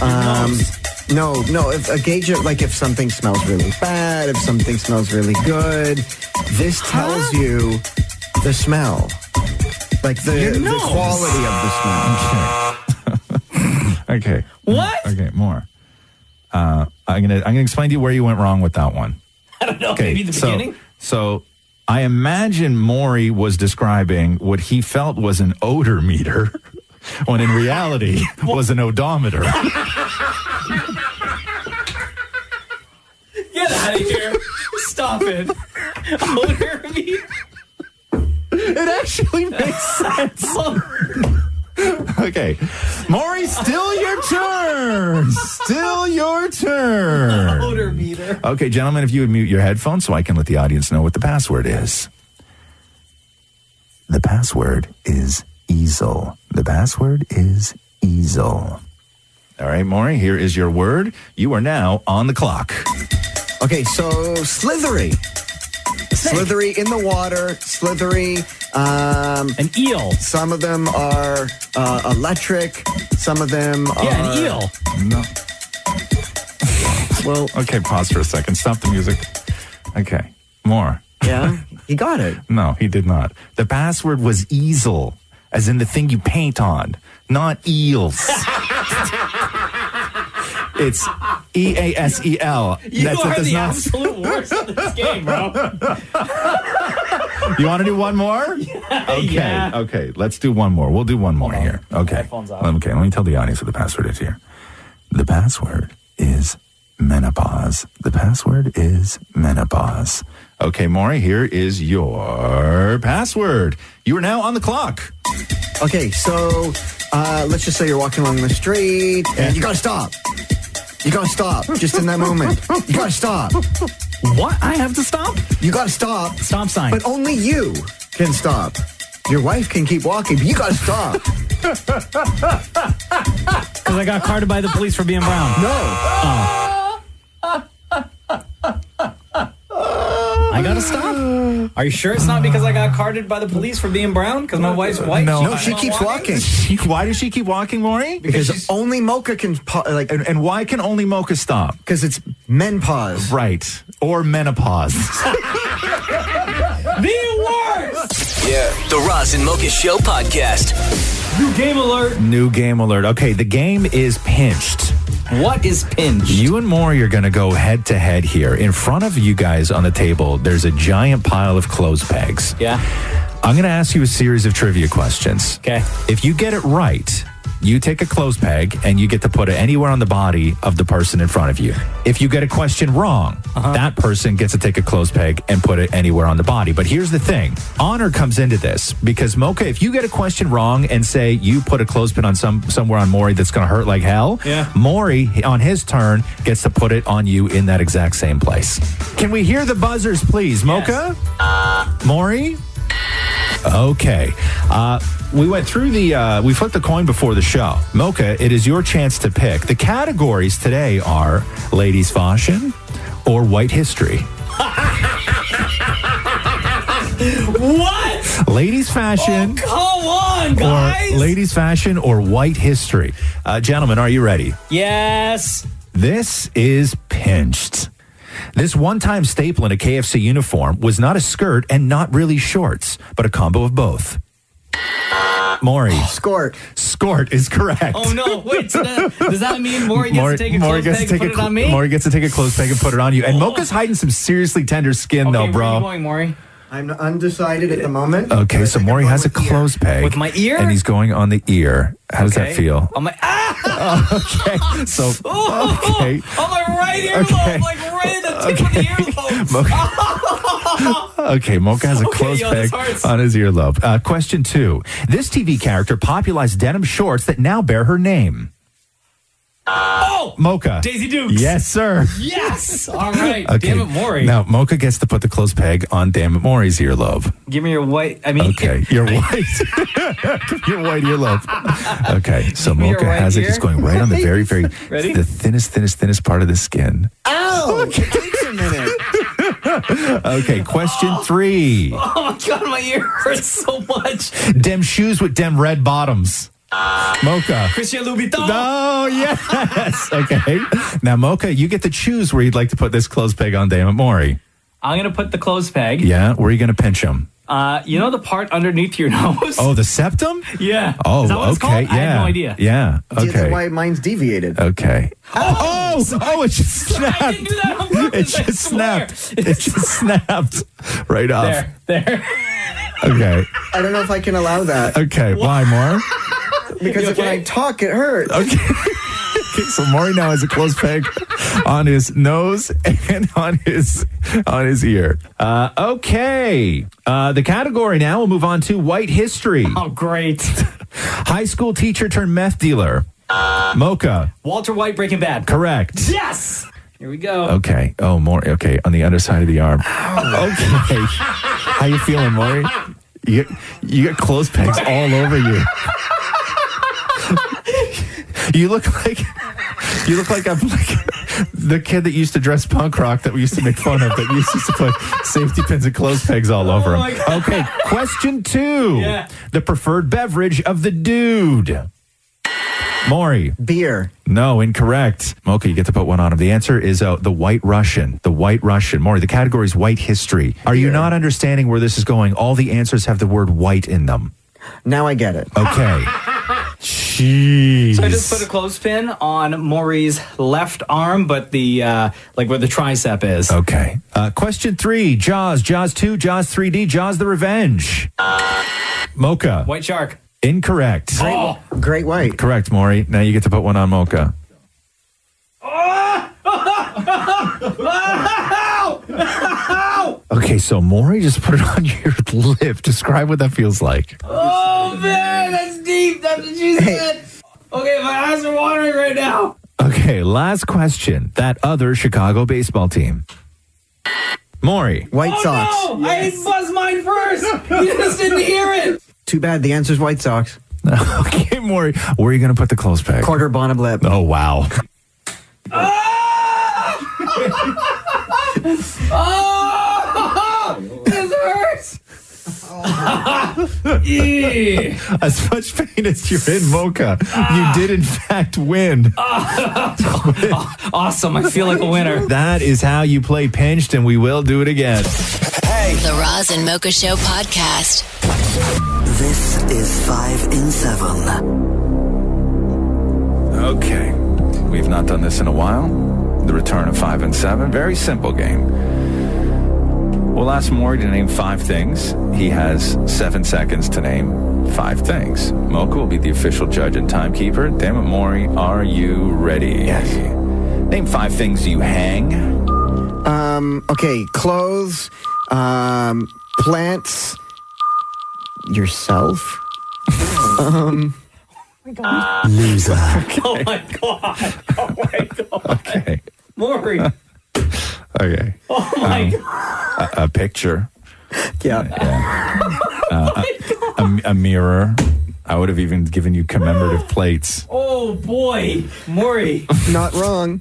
Speaker 4: Um, no, no, if a gauge of like if something smells really bad, if something smells really good. This tells you the smell, like the, the quality of the smell.
Speaker 6: Okay.
Speaker 8: What?
Speaker 6: Okay, more. Uh, I'm gonna I'm gonna explain to you where you went wrong with that one.
Speaker 8: I don't know.
Speaker 6: Okay,
Speaker 8: Maybe the
Speaker 6: so,
Speaker 8: beginning?
Speaker 6: So I imagine Maury was describing what he felt was an odor meter, when in reality was an odometer.
Speaker 8: Get out of here. Stop it. Odor me.
Speaker 6: it actually makes sense. Okay, Maury, still your turn. Still your turn.
Speaker 8: Odor meter.
Speaker 6: Okay, gentlemen, if you would mute your headphones so I can let the audience know what the password is. The password is easel. The password is easel. All right, Maury, here is your word. You are now on the clock.
Speaker 4: Okay, so slithery, slithery in the water, slithery. Um,
Speaker 8: An eel.
Speaker 4: Some of them are uh, electric. Some of them are.
Speaker 8: Yeah, an eel.
Speaker 6: No. well, Oh, okay, pause for a second. Stop the music. Okay, more.
Speaker 4: Yeah, he got it.
Speaker 6: No, he did not. The password was easel, as in the thing you paint on, not eels. it's E A S E L.
Speaker 8: You are the absolute worst at this game, bro.
Speaker 6: You want to do one more? Okay.
Speaker 8: Yeah.
Speaker 6: Okay. Let's do one more. We'll do one more here. Okay.
Speaker 8: Headphones off.
Speaker 6: Okay. Let me tell the audience what the password is here. The password is menopause. The password is menopause. Okay, Maury, here is your password. You are now on the clock.
Speaker 4: Okay, so uh, let's just say you're walking along the street and you gotta stop. You gotta stop just in that moment. You gotta stop.
Speaker 8: What? I have to stop?
Speaker 4: You gotta stop.
Speaker 8: Stop sign.
Speaker 4: But only you can stop. Your wife can keep walking, but you gotta stop.
Speaker 8: Because I got carded by the police for being brown.
Speaker 4: No.
Speaker 8: I gotta stop. Are you sure it's not because I got carded by the police for being brown? Because my wife's white?
Speaker 6: No.
Speaker 4: No, she
Speaker 8: not
Speaker 4: keeps walking.
Speaker 6: She- why does she keep walking, Maury?
Speaker 4: Because only mocha can, pa- like,
Speaker 6: And, and why can only mocha stop?
Speaker 4: because it's men pause.
Speaker 6: Right. Or menopause.
Speaker 8: The worst!
Speaker 10: Yeah. The Roz and Mocha Show podcast.
Speaker 11: New game alert.
Speaker 6: New game alert. Okay, the game is pinched.
Speaker 11: What is pinched?
Speaker 6: You and Maury are going to go head to head here. In front of you guys on the table, there's a giant pile of clothes pegs.
Speaker 11: Yeah.
Speaker 6: I'm going to ask you a series of trivia questions.
Speaker 11: Okay.
Speaker 6: If you get it right, you take a clothes peg and you get to put it anywhere on the body of the person in front of you. If you get a question wrong, that person gets to take a clothes peg and put it anywhere on the body. But here's the thing honor comes into this because Mocha, if you get a question wrong and say you put a clothespin on some somewhere on Maury that's going to hurt like hell,
Speaker 11: Yeah.
Speaker 6: Maury on his turn gets to put it on you in that exact same place. Can we hear the buzzers, please, Mocha? Maury? Okay. Uh, we went through the, uh, we flipped the coin before the show. Mocha, it is your chance to pick. The categories today are ladies' fashion or white history.
Speaker 11: What?
Speaker 6: Ladies'
Speaker 8: Oh,
Speaker 6: fashion
Speaker 11: Oh, Come on, guys.
Speaker 6: or ladies' fashion or white history. Uh, gentlemen, are you ready?
Speaker 11: yes.
Speaker 6: This is pinched. This one time staple in a KFC uniform was not a skirt and not really shorts, but a combo of both. Maury,
Speaker 4: Squirt.
Speaker 6: skort is correct.
Speaker 11: Oh no! Wait. So that, does that mean Maury gets to take a
Speaker 6: Maury
Speaker 11: clothes peg and put it
Speaker 6: cl-
Speaker 11: on me? Oh.
Speaker 6: Maury gets to take a clothes peg and put it on you. And Mocha's hiding some seriously tender skin,
Speaker 11: okay,
Speaker 6: though,
Speaker 11: Where are you
Speaker 6: bro.
Speaker 11: going, Maury?
Speaker 4: I'm undecided at the moment.
Speaker 6: Okay, so Maury has a
Speaker 4: close.
Speaker 6: clothes peg.
Speaker 11: With my ear?
Speaker 6: And he's going on the ear. How does that
Speaker 11: Okay.
Speaker 6: feel?
Speaker 11: On my ah!
Speaker 6: Okay, so.
Speaker 11: Oh.
Speaker 6: Okay.
Speaker 11: On my right earlobe,
Speaker 6: Okay.
Speaker 11: like right at the tip of the earlobe.
Speaker 6: Mocha. okay, Mocha has a
Speaker 11: Okay,
Speaker 6: clothes
Speaker 11: yo, this
Speaker 6: peg
Speaker 11: hurts.
Speaker 6: on his earlobe. Uh, question two. This TV character popularized denim shorts that now bear her name.
Speaker 11: Oh,
Speaker 6: Mocha.
Speaker 11: Daisy Dukes.
Speaker 6: Yes, sir.
Speaker 11: Yes. All right. Damn it, Maury.
Speaker 6: Now, Mocha gets to put the clothes peg on Damn it, Maury's earlobe.
Speaker 11: Give me your white. I mean,
Speaker 6: Okay, you're white. you're white earlobe. Okay, so
Speaker 11: me your
Speaker 6: Mocha
Speaker 11: right
Speaker 6: has it.
Speaker 11: ear.
Speaker 6: It's going right on the very, very,
Speaker 11: Ready?
Speaker 6: the thinnest, thinnest, thinnest part of the skin.
Speaker 4: Ow! It takes a minute.
Speaker 6: Okay, question three.
Speaker 11: Oh my god, my ear hurts so much.
Speaker 6: Dem shoes with dem red bottoms. Mocha.
Speaker 11: Christian Louboutin.
Speaker 6: Oh, yes. Okay. Now, Mocha, you get to choose where you'd like to put this clothes peg on Damn it, Maury.
Speaker 11: I'm gonna put the clothes peg.
Speaker 6: Yeah, where are you going to pinch him?
Speaker 11: Uh, you know the part underneath your nose?
Speaker 6: Oh, the septum?
Speaker 11: yeah.
Speaker 6: Oh,
Speaker 11: Is that what
Speaker 6: okay.
Speaker 11: It's called?
Speaker 6: Yeah.
Speaker 11: I have no idea.
Speaker 6: Yeah.
Speaker 4: See, That's
Speaker 6: Okay.
Speaker 4: why mine's deviated.
Speaker 6: Okay. Oh, oh, it just snapped.
Speaker 11: I didn't do that on purpose.
Speaker 6: It
Speaker 11: I
Speaker 6: just
Speaker 11: swear.
Speaker 6: snapped. It just snapped right off.
Speaker 11: There, there.
Speaker 6: Okay.
Speaker 4: I don't know if I can allow that
Speaker 6: Okay. Why, more?
Speaker 4: because
Speaker 11: You
Speaker 4: when
Speaker 11: okay?
Speaker 4: I talk, it hurts.
Speaker 6: Okay. Okay, So Maury now has a clothes peg on his nose and on his on his ear. Uh, okay, uh, the category now we'll move on to white history.
Speaker 11: Oh, great.
Speaker 6: High school teacher turned meth dealer. Mocha,
Speaker 11: Walter White, Breaking Bad.
Speaker 6: correct.
Speaker 11: Yes. Here we go.
Speaker 6: Okay. Oh, Maury. Okay, on the underside of the arm. Okay. How you feeling, Maury? You you got clothes pegs all over you. You look like you look like I'm like the kid that used to dress punk rock that we used to make fun of that used to put safety pins and clothes pegs all over
Speaker 11: Oh my
Speaker 6: him.
Speaker 11: God.
Speaker 6: Okay, question two:
Speaker 11: Yeah.
Speaker 6: the preferred beverage of the dude. Maury.
Speaker 4: Beer.
Speaker 6: No, incorrect. Mocha, you get to put one on him. The answer is uh, the White Russian. The White Russian. Maury, the category is white history. Are you not understanding where this is going? All the answers have the word white in them.
Speaker 4: Now I get it.
Speaker 6: Okay. Jeez.
Speaker 11: So I just put a clothespin on Maury's left arm, but the uh, like where the tricep is.
Speaker 6: okay. Uh, question three Jaws, Jaws 2, Jaws 3D, Jaws the Revenge.
Speaker 11: Uh,
Speaker 6: Mocha.
Speaker 11: White shark.
Speaker 6: Incorrect.
Speaker 11: Oh,
Speaker 4: Great white.
Speaker 6: Correct, Maury. Now you get to put one on Mocha. okay, so Maury just put it on your lip. Describe what that feels like.
Speaker 11: oh man, that's deep. That's what you said. Okay, my eyes are watering right now.
Speaker 6: Okay, last question. That other Chicago baseball team. Maury.
Speaker 4: White Sox.
Speaker 11: Oh, No, I buzzed mine first. You just didn't hear it.
Speaker 4: Too bad. The answer's White Sox.
Speaker 6: okay, Maury. Where are you going to put the clothes peg?
Speaker 4: Quarter bottom lip.
Speaker 6: Oh, wow.
Speaker 11: This hurts. Eee.
Speaker 6: As much pain as you're in, Mocha, you did in fact win.
Speaker 11: awesome. I feel like a winner.
Speaker 6: That is how you play pinched, and we will do it again.
Speaker 2: The Roz and Mocha Show podcast.
Speaker 7: This is five in seven.
Speaker 9: Okay. We've not done this in a while. The return of five and seven. Very simple game. We'll ask Maury to name five things. He has seven seconds to name five things. Mocha will be the official judge and timekeeper. Damn it, Maury, are you ready? Yes. Name five things you hang.
Speaker 4: Um, okay, clothes, um, plants, yourself. um,
Speaker 7: loser.
Speaker 11: Oh my god. Oh my god.
Speaker 9: Okay.
Speaker 11: Maury.
Speaker 9: Okay.
Speaker 11: Oh my
Speaker 9: Um,
Speaker 11: god.
Speaker 9: A, a picture.
Speaker 4: yeah.
Speaker 9: a, a mirror. I would have even given you commemorative plates.
Speaker 11: Oh boy. Maury.
Speaker 4: Not wrong.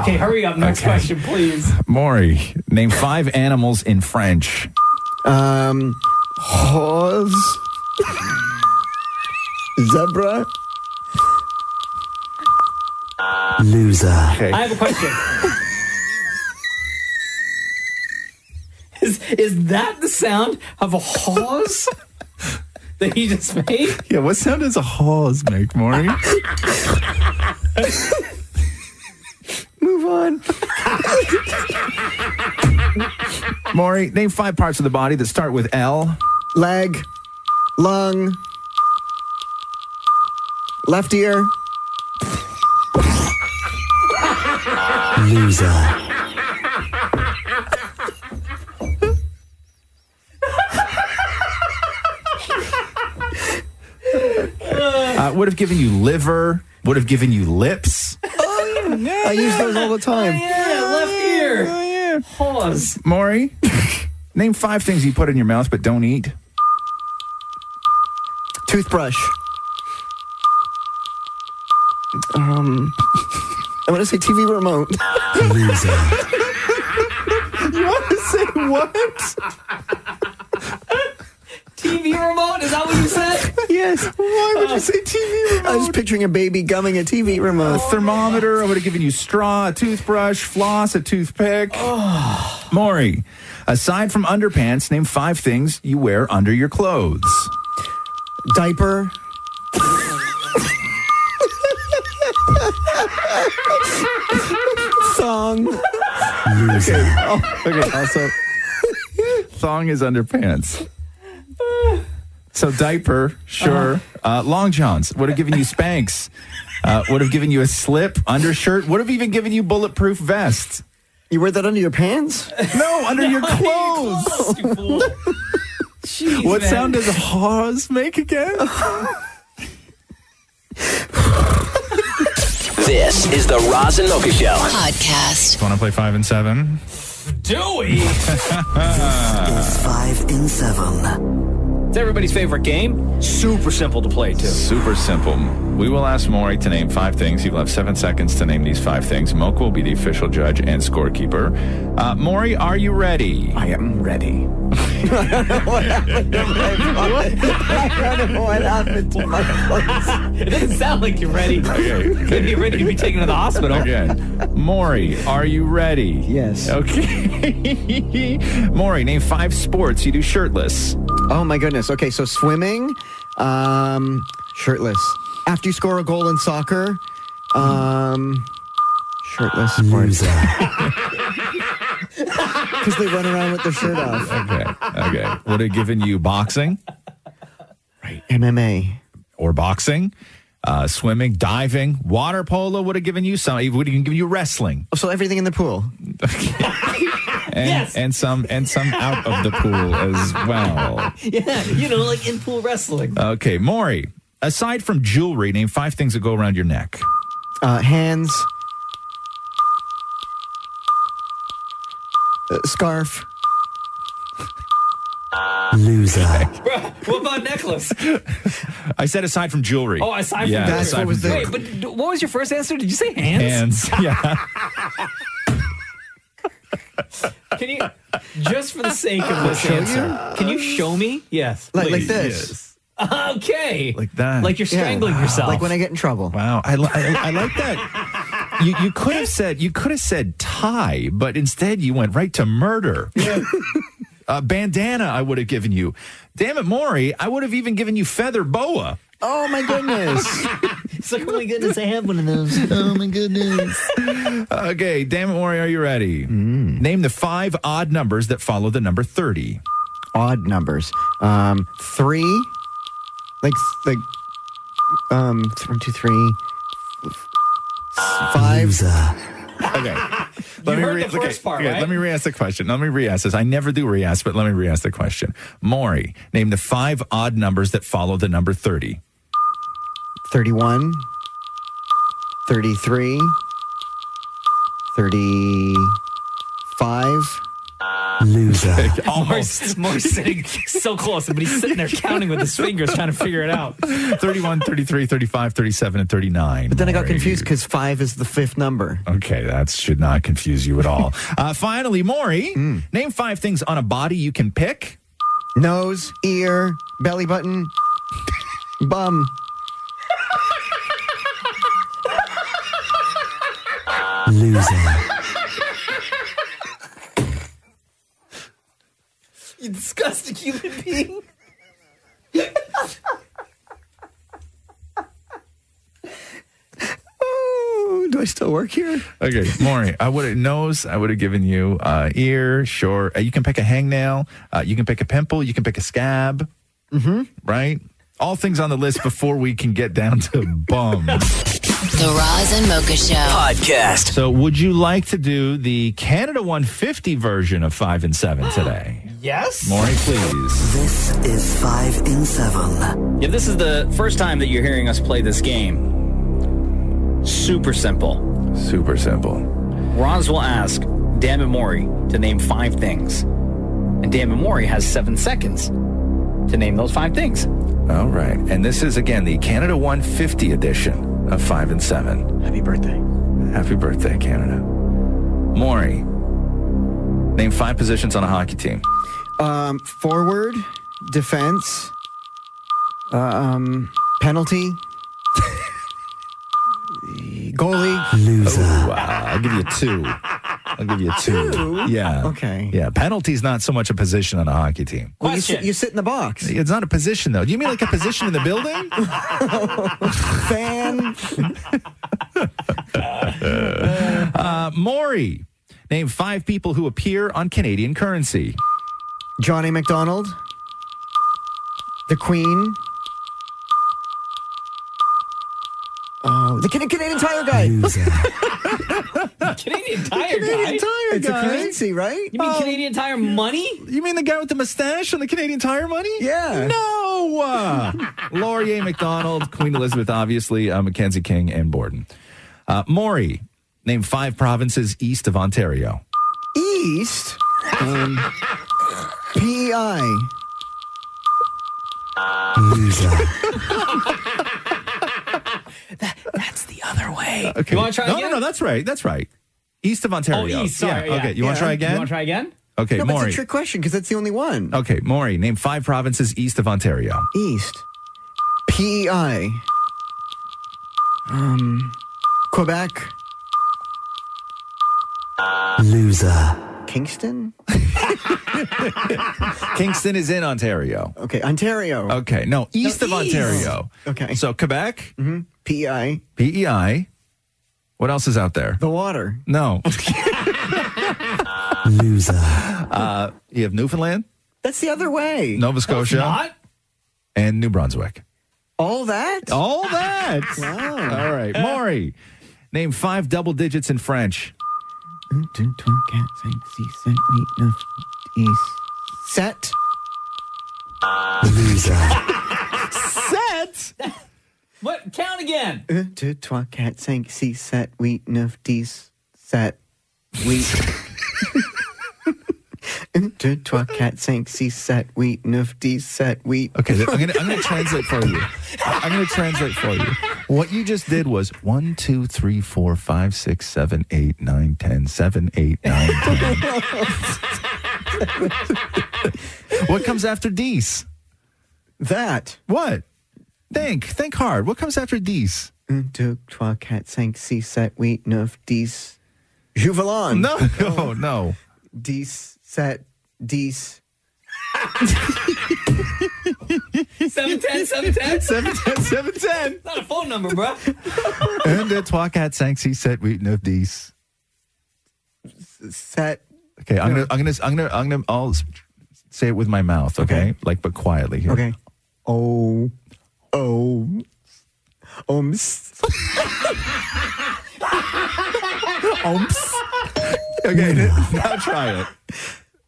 Speaker 11: Okay, hurry up. Next
Speaker 9: Okay.
Speaker 11: question, please.
Speaker 9: Maury, name five animals in French.
Speaker 4: Um, horse, zebra.
Speaker 7: Loser.
Speaker 11: I have a question. is is that the sound of a horse that he just made?
Speaker 6: Yeah, what sound does a hawes make, Maury?
Speaker 4: Move on.
Speaker 9: Maury, name five parts of the body that start with L.
Speaker 4: Leg, lung, left ear.
Speaker 7: Loser.
Speaker 9: Uh, would have given you liver, would have given you lips.
Speaker 4: I use those
Speaker 11: Oh,
Speaker 4: all the time.
Speaker 11: Yeah, left ear.
Speaker 9: yeah.
Speaker 11: Horse.
Speaker 9: Maury, name five things you put in your mouth but don't eat.
Speaker 4: Toothbrush. Um, I want to say TV remote.
Speaker 7: Loser.
Speaker 11: TV remote? Is that what you said?
Speaker 4: yes. Why would you say TV remote? I was picturing a baby gumming a TV remote.
Speaker 9: Thermometer, I would have given you straw, a toothbrush, floss, a toothpick. Maury, aside from underpants, name five things you wear under your clothes.
Speaker 4: Diaper. Song.
Speaker 9: Okay, also, thong is underpants. So diaper, sure. Uh, long johns would have given you Spanx. Uh, would have given you a slip, undershirt. Would have even given you bulletproof vests.
Speaker 4: You wear that under your pants?
Speaker 9: No, under your clothes.
Speaker 11: You fool. Jeez,
Speaker 9: What
Speaker 11: man.
Speaker 9: sound does haws make again?
Speaker 10: This is the Roz and Mocha Show.
Speaker 2: Podcast.
Speaker 6: Want to play five and seven?
Speaker 11: Dewey? It's
Speaker 7: It's five in seven.
Speaker 11: everybody's favorite game. Super simple to play too.
Speaker 9: Super simple. We will ask Maury to name five things. You'll have seven seconds to name these five things. Moke will be the official judge and scorekeeper. Uh, Maury, are you ready?
Speaker 18: I am ready.
Speaker 4: what happened to my
Speaker 11: It doesn't sound like you're ready. Maybe you're ready to be taken to the hospital.
Speaker 9: Again. Maury, are you ready?
Speaker 4: Yes.
Speaker 9: Okay. Maury, name five sports you do shirtless.
Speaker 4: Oh my goodness. Okay, so swimming, um, shirtless. After you score a goal in soccer, um, shirtless sports.
Speaker 7: Loser.
Speaker 4: Because they run around with their shirt off.
Speaker 9: Okay. Okay. Would have given you boxing
Speaker 4: MMA.
Speaker 9: or boxing, uh, swimming, diving, water polo would have given you some. Would have even given you wrestling.
Speaker 4: Oh, so everything in the pool.
Speaker 9: and, and some and some out of the pool as well.
Speaker 11: Yeah, you know, like in pool wrestling.
Speaker 9: Okay, Maury. Aside from jewelry, name five things that go around your neck.
Speaker 4: Uh, hands. Uh, scarf.
Speaker 7: Loser.
Speaker 11: What about necklace?
Speaker 9: I said aside from jewelry.
Speaker 11: Oh, aside
Speaker 9: Yeah,
Speaker 11: from
Speaker 9: That's
Speaker 4: aside what was from
Speaker 11: Wait,
Speaker 4: the-
Speaker 11: but d- what was your first answer? Did you say hands?
Speaker 9: hands. Yeah.
Speaker 11: Can you, just for the sake of this answer, can you show me? Yes.
Speaker 4: Like, like
Speaker 11: please.
Speaker 4: this.
Speaker 11: Okay.
Speaker 9: Like that.
Speaker 11: Like you're
Speaker 4: Yeah.
Speaker 11: strangling yourself.
Speaker 4: Like when I get in trouble.
Speaker 9: Wow. I, li- I, I like that. You, you could have said you could have said tie, but instead you went right to murder.
Speaker 6: Uh, bandana, I would have given you. Damn it, Maury, I would have even given you feather boa.
Speaker 4: Oh my goodness.
Speaker 19: It's like, oh my goodness, I have one of those. Oh my goodness.
Speaker 6: okay, damn it, Maury, are you ready? Name the five odd numbers that follow the number 30.
Speaker 4: Odd numbers. Um, three, like, like, um, th- one, two, three, f- five.
Speaker 6: Okay. Let
Speaker 4: You
Speaker 6: me
Speaker 4: heard
Speaker 6: re-
Speaker 4: the first part, right?
Speaker 6: Let me re-ask the question. Let me re-ask this. I never do re-ask, but let me re-ask the question. Maury, name the five odd numbers that follow the number 30.
Speaker 4: 31, 33, 35. Loser.
Speaker 11: Oh.
Speaker 1: Almost. More sitting so close, but he's sitting there counting with his fingers trying to figure it out.
Speaker 6: 31, 33, 35, 37, and 39.
Speaker 4: But then I got confused because five is the fifth number.
Speaker 6: Okay, that should not confuse you at all. uh, finally, Maury,
Speaker 4: Hmm.
Speaker 6: name five things on a body you can pick.
Speaker 4: Nose, ear, belly button, bum.
Speaker 19: Loser.
Speaker 11: You disgusting human being.
Speaker 4: Oh, do I still work here?
Speaker 6: Okay, Maury, I would have nose. I would have given you uh, ear. Sure, uh, you can pick a hangnail. Uh, you can pick a pimple. You can pick a scab. Mm-hmm. Right. All things on the list before we can get down to bum.
Speaker 2: The Roz and Mocha Show podcast.
Speaker 6: So, would you like to do the Canada 150 version of five and seven today,
Speaker 1: Yes.
Speaker 6: Maury? Please.
Speaker 7: This is five in seven.
Speaker 8: If this is the first time that you're hearing us play this game, super simple.
Speaker 9: Super simple.
Speaker 8: Roz will ask Dan and Maury to name five things. And Dan and Maury has seven seconds to name those five things.
Speaker 9: All right. And this is, again, the Canada 150 edition of 5 and 7. Happy birthday. Happy birthday, Canada. Maury, name five positions on a hockey team.
Speaker 4: Um, forward, defense, um, penalty, goalie.
Speaker 6: Loser. wow. I'll give you a two. I'll give you a two.
Speaker 4: Two?
Speaker 6: Yeah.
Speaker 4: Okay.
Speaker 6: Yeah. Penalty's not so much a position on a hockey team.
Speaker 4: Well, you, sit, you sit in the box.
Speaker 6: It's not a position though. Do you mean like a position in the building?
Speaker 4: Fan.
Speaker 6: Uh, Maury, name five people who appear on Canadian currency.
Speaker 4: Johnny McDonald, the Queen. Oh, the Can- Canadian Tire guy.
Speaker 11: Canadian Tire
Speaker 4: Canadian
Speaker 11: guy.
Speaker 4: Tire
Speaker 6: It's a
Speaker 4: guy.
Speaker 6: currency,
Speaker 4: right?
Speaker 11: You mean Canadian Tire money?
Speaker 6: You mean the guy with the mustache on the Canadian Tire money?
Speaker 4: Yeah.
Speaker 6: No. Uh, Laurier McDonald, Queen Elizabeth, obviously, uh, Mackenzie King, and Borden. Uh, Maury, name five provinces east of Ontario.
Speaker 4: East. Um, PEI.
Speaker 11: That's the other way.
Speaker 6: Okay.
Speaker 11: You want to try
Speaker 6: no,
Speaker 11: again?
Speaker 6: No, no, that's right. That's right. East of Ontario.
Speaker 11: Oh, east. Sorry.
Speaker 6: yeah. Okay. You want to try again?
Speaker 11: You want to try again?
Speaker 6: okay,
Speaker 4: no, but
Speaker 6: Maury.
Speaker 4: it's a trick question because that's the only one.
Speaker 6: Okay, Maury, name five provinces east of Ontario.
Speaker 4: East. PEI. Um, Quebec.
Speaker 7: Loser.
Speaker 4: Kingston?
Speaker 6: Kingston is in Ontario.
Speaker 4: Okay, Ontario.
Speaker 6: Okay, no, east of
Speaker 4: east.
Speaker 6: Ontario.
Speaker 4: Okay. E
Speaker 6: So Quebec,
Speaker 4: PEI.
Speaker 6: PEI. E What else is out there?
Speaker 4: The water.
Speaker 6: No.
Speaker 7: Loser.
Speaker 6: Uh, you have Newfoundland,
Speaker 4: That's the other way.
Speaker 6: Nova Scotia, and New Brunswick.
Speaker 4: All that?
Speaker 6: All that. All right, Maury, name five double digits in French.
Speaker 4: Uh, Set.
Speaker 6: Set.
Speaker 11: What? Count again.
Speaker 4: Un, deux, trois, quatre, cinq, six, sept, huit, neuf, dix, sept, huit. Un, deux, trois, quatre, cinq, six, sept, huit, neuf, dix, sept, huit.
Speaker 6: Okay, th- I'm gonna I'm gonna translate for you. I- I'm gonna translate for you. What you just did was one, two, three, four, five, six, seven, eight, nine, ten, seven, eight, nine, ten. what comes after these?
Speaker 4: That.
Speaker 6: What? Think, think hard. What comes after these?
Speaker 4: Un, deux, trois, quatre, cinq, six, sept, huit, neuf, dix. Juvelon.
Speaker 6: No, no, no.
Speaker 4: Dix, sept, dix,
Speaker 11: 710, 710?
Speaker 20: 710, 710.
Speaker 11: Not a phone number, bro.
Speaker 20: and the Twakat Sanksi set wheaten of these.
Speaker 4: Set.
Speaker 20: Okay, I'm gonna, I'm gonna, I'm gonna, I'm gonna, I'll s- say it with my mouth. Okay, like but quietly here.
Speaker 4: Okay. Oh, oh, ums. ums.
Speaker 20: Okay, now try it.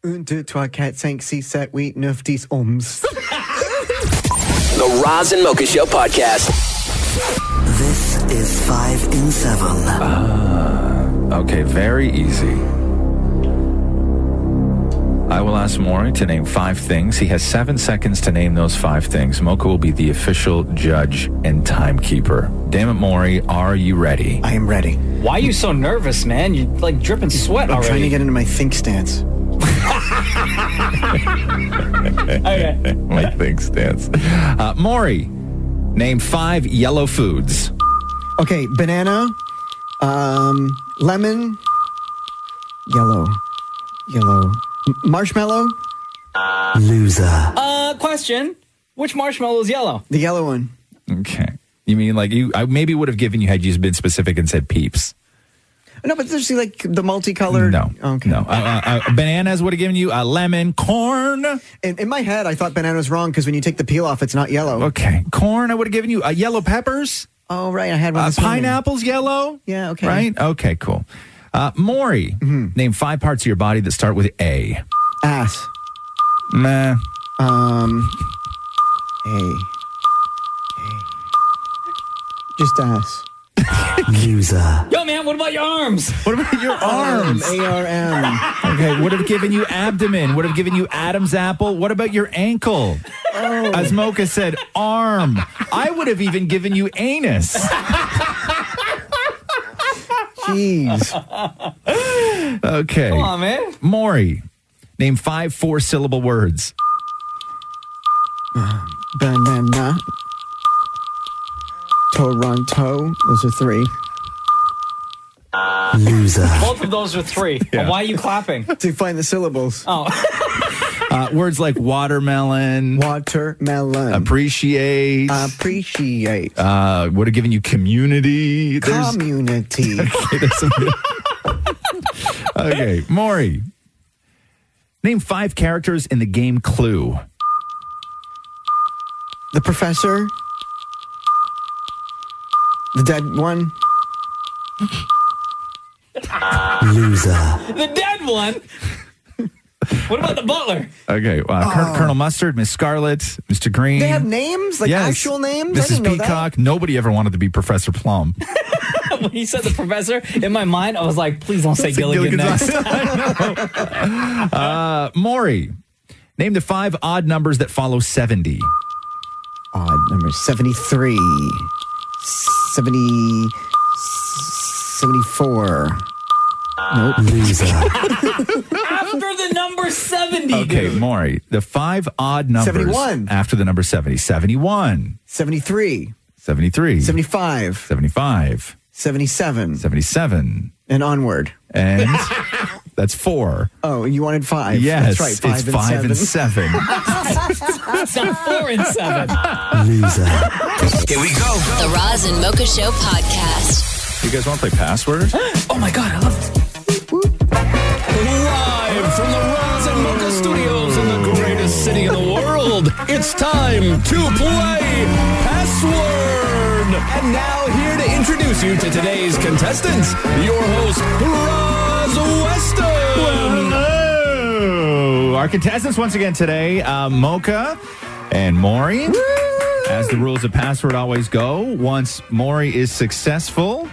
Speaker 4: Un, deux, trois, quatre, cinq, six, sept, huit, neuf, dix, ums.
Speaker 10: The Roz and Mocha Show podcast.
Speaker 7: This is five in seven.
Speaker 6: Okay, very easy. I will ask Maury to name five things. He has seven seconds to name those five things. Mocha will be the official judge and timekeeper. Damn it, Maury, are you ready?
Speaker 4: I am ready.
Speaker 21: Why are you so nervous, man? You're like dripping sweat
Speaker 4: I'm
Speaker 21: already.
Speaker 4: trying to get into my think stance.
Speaker 6: okay. My thing stands. Uh, Maury, name five yellow foods.
Speaker 4: Okay, banana, um, lemon, yellow, yellow, m- marshmallow,
Speaker 7: loser.
Speaker 11: Uh, question. Which marshmallow is yellow?
Speaker 4: the yellow one.
Speaker 6: Okay. You mean like you? I maybe would have given you had you been specific and said peeps.
Speaker 4: No, but there's like the multicolored.
Speaker 6: No.
Speaker 4: Okay.
Speaker 6: No. Uh, uh, uh, bananas would have given you a lemon, corn.
Speaker 4: In, in my head, I thought banana was wrong because when you take the peel off, it's not yellow.
Speaker 6: Okay. Corn, I would have given you uh, yellow peppers.
Speaker 4: Oh, right. I had one.
Speaker 6: Uh,
Speaker 4: this morning.
Speaker 6: pineapples yellow.
Speaker 4: Yeah, okay. Mm-hmm.
Speaker 6: Right? Okay, cool. Uh, Maury, name five parts of your body that start with A.
Speaker 4: Ass.
Speaker 6: Meh.
Speaker 4: Um, hey. Just ass.
Speaker 7: Loser.
Speaker 11: Yo, man, what about your arms?
Speaker 6: What about your
Speaker 4: Oh,
Speaker 6: arms?
Speaker 4: ARM.
Speaker 6: okay, would have given you abdomen, would have given you Adam's apple. What about your ankle? As Mocha said, arm. I would have even given you anus.
Speaker 4: Jeez.
Speaker 6: Okay.
Speaker 11: Come on, man.
Speaker 6: Maury, name five four syllable words.
Speaker 4: Banana. Toronto. Those are three.
Speaker 7: Loser.
Speaker 11: Both of those are three. Why are you clapping?
Speaker 4: To find the syllables.
Speaker 6: Uh, words like watermelon,
Speaker 4: Watermelon.
Speaker 6: appreciate, uh,
Speaker 4: Appreciate.
Speaker 6: would have given you community. Uh, There's-
Speaker 4: Community.
Speaker 6: okay, Maury, name five characters in the game Clue.
Speaker 4: the professor. The dead one.
Speaker 7: Loser.
Speaker 11: The dead one. What about the butler?
Speaker 6: Okay, uh, Col- Colonel Mustard, Miss Scarlet, Mr. Green.
Speaker 4: They have names? Like
Speaker 6: Yes.
Speaker 4: actual names? I
Speaker 6: Mrs.
Speaker 4: didn't know that.
Speaker 6: Peacock. Nobody ever wanted to be Professor Plum.
Speaker 11: When he said the professor, in my mind, I was like, please don't say Gilligan, next.
Speaker 6: uh, Maury, name the five odd numbers that follow 70.
Speaker 4: odd number 73 70 74
Speaker 7: Loser.
Speaker 11: After the number 70,
Speaker 4: Oh,
Speaker 6: Okay,
Speaker 11: dude.
Speaker 6: Maury, the five odd numbers
Speaker 4: 71.
Speaker 6: after the number 70. 71,
Speaker 4: 73
Speaker 6: 73,
Speaker 4: 75
Speaker 6: 75,
Speaker 4: 77
Speaker 6: 77,
Speaker 4: and onward
Speaker 6: and that's four.
Speaker 4: oh you wanted five
Speaker 6: yes,
Speaker 4: that's right five
Speaker 6: it's
Speaker 4: and
Speaker 6: five
Speaker 4: seven
Speaker 6: and seven.
Speaker 11: It's not four and seven.
Speaker 7: Loser.
Speaker 10: Here we go.
Speaker 2: The Roz and Mocha Show podcast.
Speaker 6: you guys want to play password?
Speaker 11: Oh my God, I love it.
Speaker 22: Live from the Roz and Mocha Studios in the greatest city in the world, it's time to play Password. And now here to introduce you to today's contestants, your host, Roz Weston.
Speaker 6: Hello. Our contestants once again today, uh, Mocha and Maury. As the rules of password always go, once Maury is successful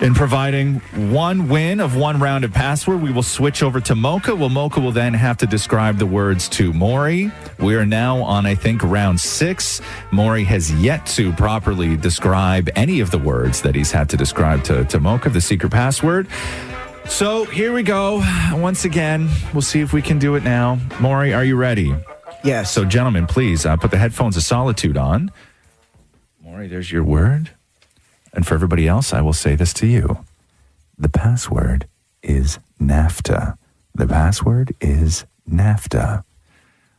Speaker 6: in providing one win of one round of password, we will switch over to Mocha. Well, Mocha will then have to describe the words to Maury. We are now on, I think, round six. Maury has yet to properly describe any of the words that he's had to describe to, to Mocha, the secret password. So here we go. Once again, we'll see if we can do it now. Maury, are you ready?
Speaker 4: yes
Speaker 6: So, gentlemen, please uh, put the headphones of solitude on. Maury, there's your word. And for everybody else, I will say this to you the password is NAFTA. The password is NAFTA.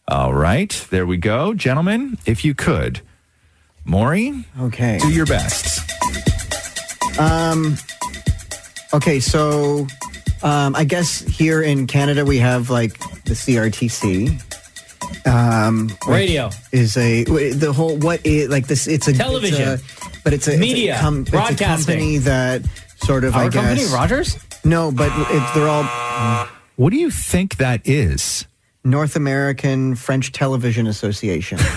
Speaker 6: All right, there we go. Gentlemen, if you could, Maury,
Speaker 4: Okay.
Speaker 6: do your best.
Speaker 4: Um. Okay, so um, I guess here in Canada we have like the CRTC. Um, which
Speaker 11: Radio.
Speaker 4: is a w- the whole what is like this. It's a it's
Speaker 11: Television.
Speaker 4: a- but it's a
Speaker 11: Media.
Speaker 4: It's a, com- it's a
Speaker 11: Broadcasting.
Speaker 4: company that sort of.
Speaker 11: Our
Speaker 4: I guess
Speaker 11: company, Rogers.
Speaker 4: No, but it, they're all.
Speaker 6: What do you think that is?
Speaker 4: North American French Television Association.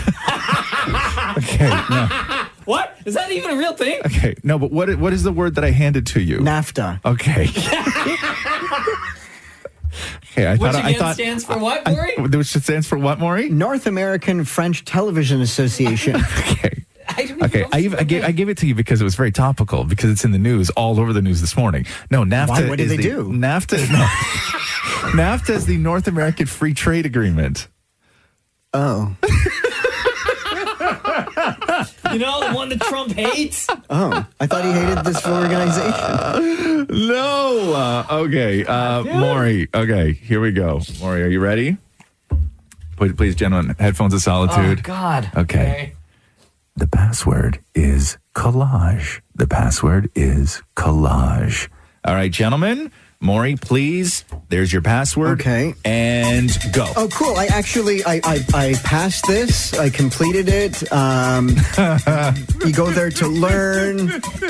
Speaker 6: Okay, no,
Speaker 11: What is that even a real thing?
Speaker 6: okay, no, but what what is the word that I handed to you?
Speaker 4: NAFTA.
Speaker 6: Okay. okay, I
Speaker 11: Which
Speaker 6: thought I
Speaker 11: again
Speaker 6: thought
Speaker 11: stands for what, Maury?
Speaker 6: I, which stands for what, Maury?
Speaker 4: North American French Television Association.
Speaker 6: Okay, I, even- I, gave, I gave it to you because it was very topical because it's in the news all over the news this morning. No, NAFTA.
Speaker 4: Why? What did
Speaker 6: is
Speaker 4: they
Speaker 6: the-
Speaker 4: do?
Speaker 6: NAFTA. No, NAFTA is the North American Free Trade Agreement.
Speaker 4: Oh,
Speaker 11: You know the one that Trump hates.
Speaker 4: oh! I thought he hated this organization.
Speaker 6: No. Uh, okay, uh, Maury. Okay, here we go. Maury, are you ready? Please, please gentlemen, headphones of solitude.
Speaker 11: Oh, God.
Speaker 6: Okay. The password is collage. The password is collage. All right, gentlemen. Maury, please. There's your password.
Speaker 4: Okay.
Speaker 6: And go.
Speaker 4: Oh, cool! I actually I, I, I passed this. I completed it. Um, you go there to learn.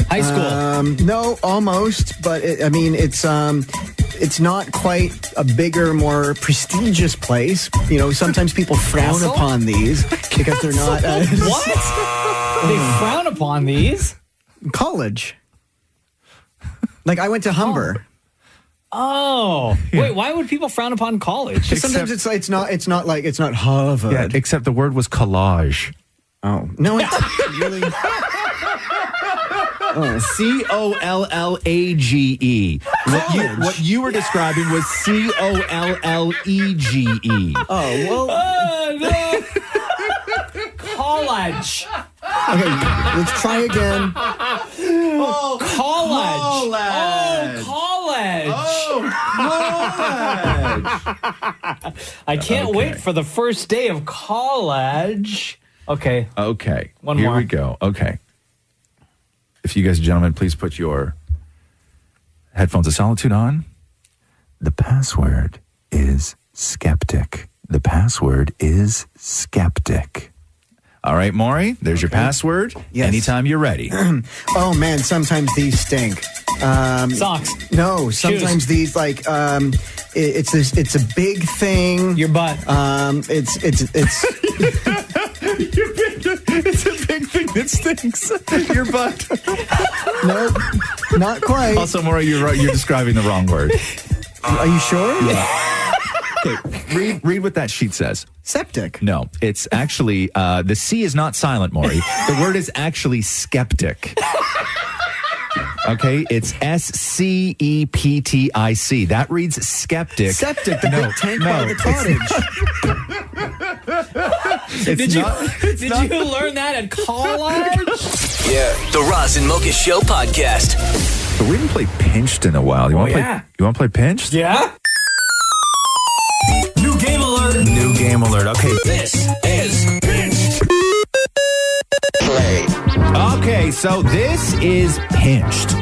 Speaker 11: High school.
Speaker 4: Um, no, almost, but it, I mean it's um, it's not quite a bigger, more prestigious place. You know, sometimes people frown
Speaker 11: Castle?
Speaker 4: upon these because they're not uh,
Speaker 11: What? they frown upon these.
Speaker 4: college. Like I went to Humber.
Speaker 11: Oh, wait. Why would people frown upon college?
Speaker 4: 'Cause sometimes it's it's not it's not like it's not Harvard.
Speaker 6: Yeah, except the word was collage.
Speaker 4: Oh no, it's really.
Speaker 6: C O L L A G E. What you, what you were describing was C O L L E G E.
Speaker 4: Oh well.
Speaker 11: Oh, no. college.
Speaker 4: Okay, let's try again.
Speaker 11: Oh, college. Oh, college. Oh, I can't wait for the first day of college. Okay.
Speaker 6: Okay.
Speaker 11: One
Speaker 6: Here
Speaker 11: more.
Speaker 6: we go. Okay. If you guys, and gentlemen, please put your headphones of solitude on. The password is skeptic. The password is skeptic. All right, Maury, there's your password.
Speaker 4: Yes.
Speaker 6: Anytime you're ready.
Speaker 4: Oh man, sometimes these stink. Um,
Speaker 11: Socks.
Speaker 4: no, sometimes these like um, i it's this, it's a big thing.
Speaker 11: Your butt.
Speaker 4: Um, it's it's it's
Speaker 6: it's a big thing that stinks. your butt.
Speaker 4: no, not quite.
Speaker 6: Also, Maury, you're, right- you're describing the wrong word.
Speaker 4: Are you sure?
Speaker 6: Okay, read, read what that sheet says.
Speaker 4: Septic.
Speaker 6: No, it's actually uh, the C is not silent, Maury. the word is actually skeptic. Okay, it's S C E P T I C. That reads skeptic.
Speaker 4: Septic, the big tank by
Speaker 6: no,
Speaker 4: the
Speaker 6: it's
Speaker 4: cottage.
Speaker 6: It's
Speaker 11: Did you
Speaker 6: not-
Speaker 11: did you learn that at college?
Speaker 10: Yeah. The Roz and Mocha Show podcast.
Speaker 6: But we haven't played pinched in a while. You want to
Speaker 11: Oh,
Speaker 6: play?
Speaker 11: yeah.
Speaker 6: You want to play pinched?
Speaker 11: yeah.
Speaker 6: New game alert. New game alert. Okay.
Speaker 10: This is Pinched. Play.
Speaker 6: Okay, so this is Pinched.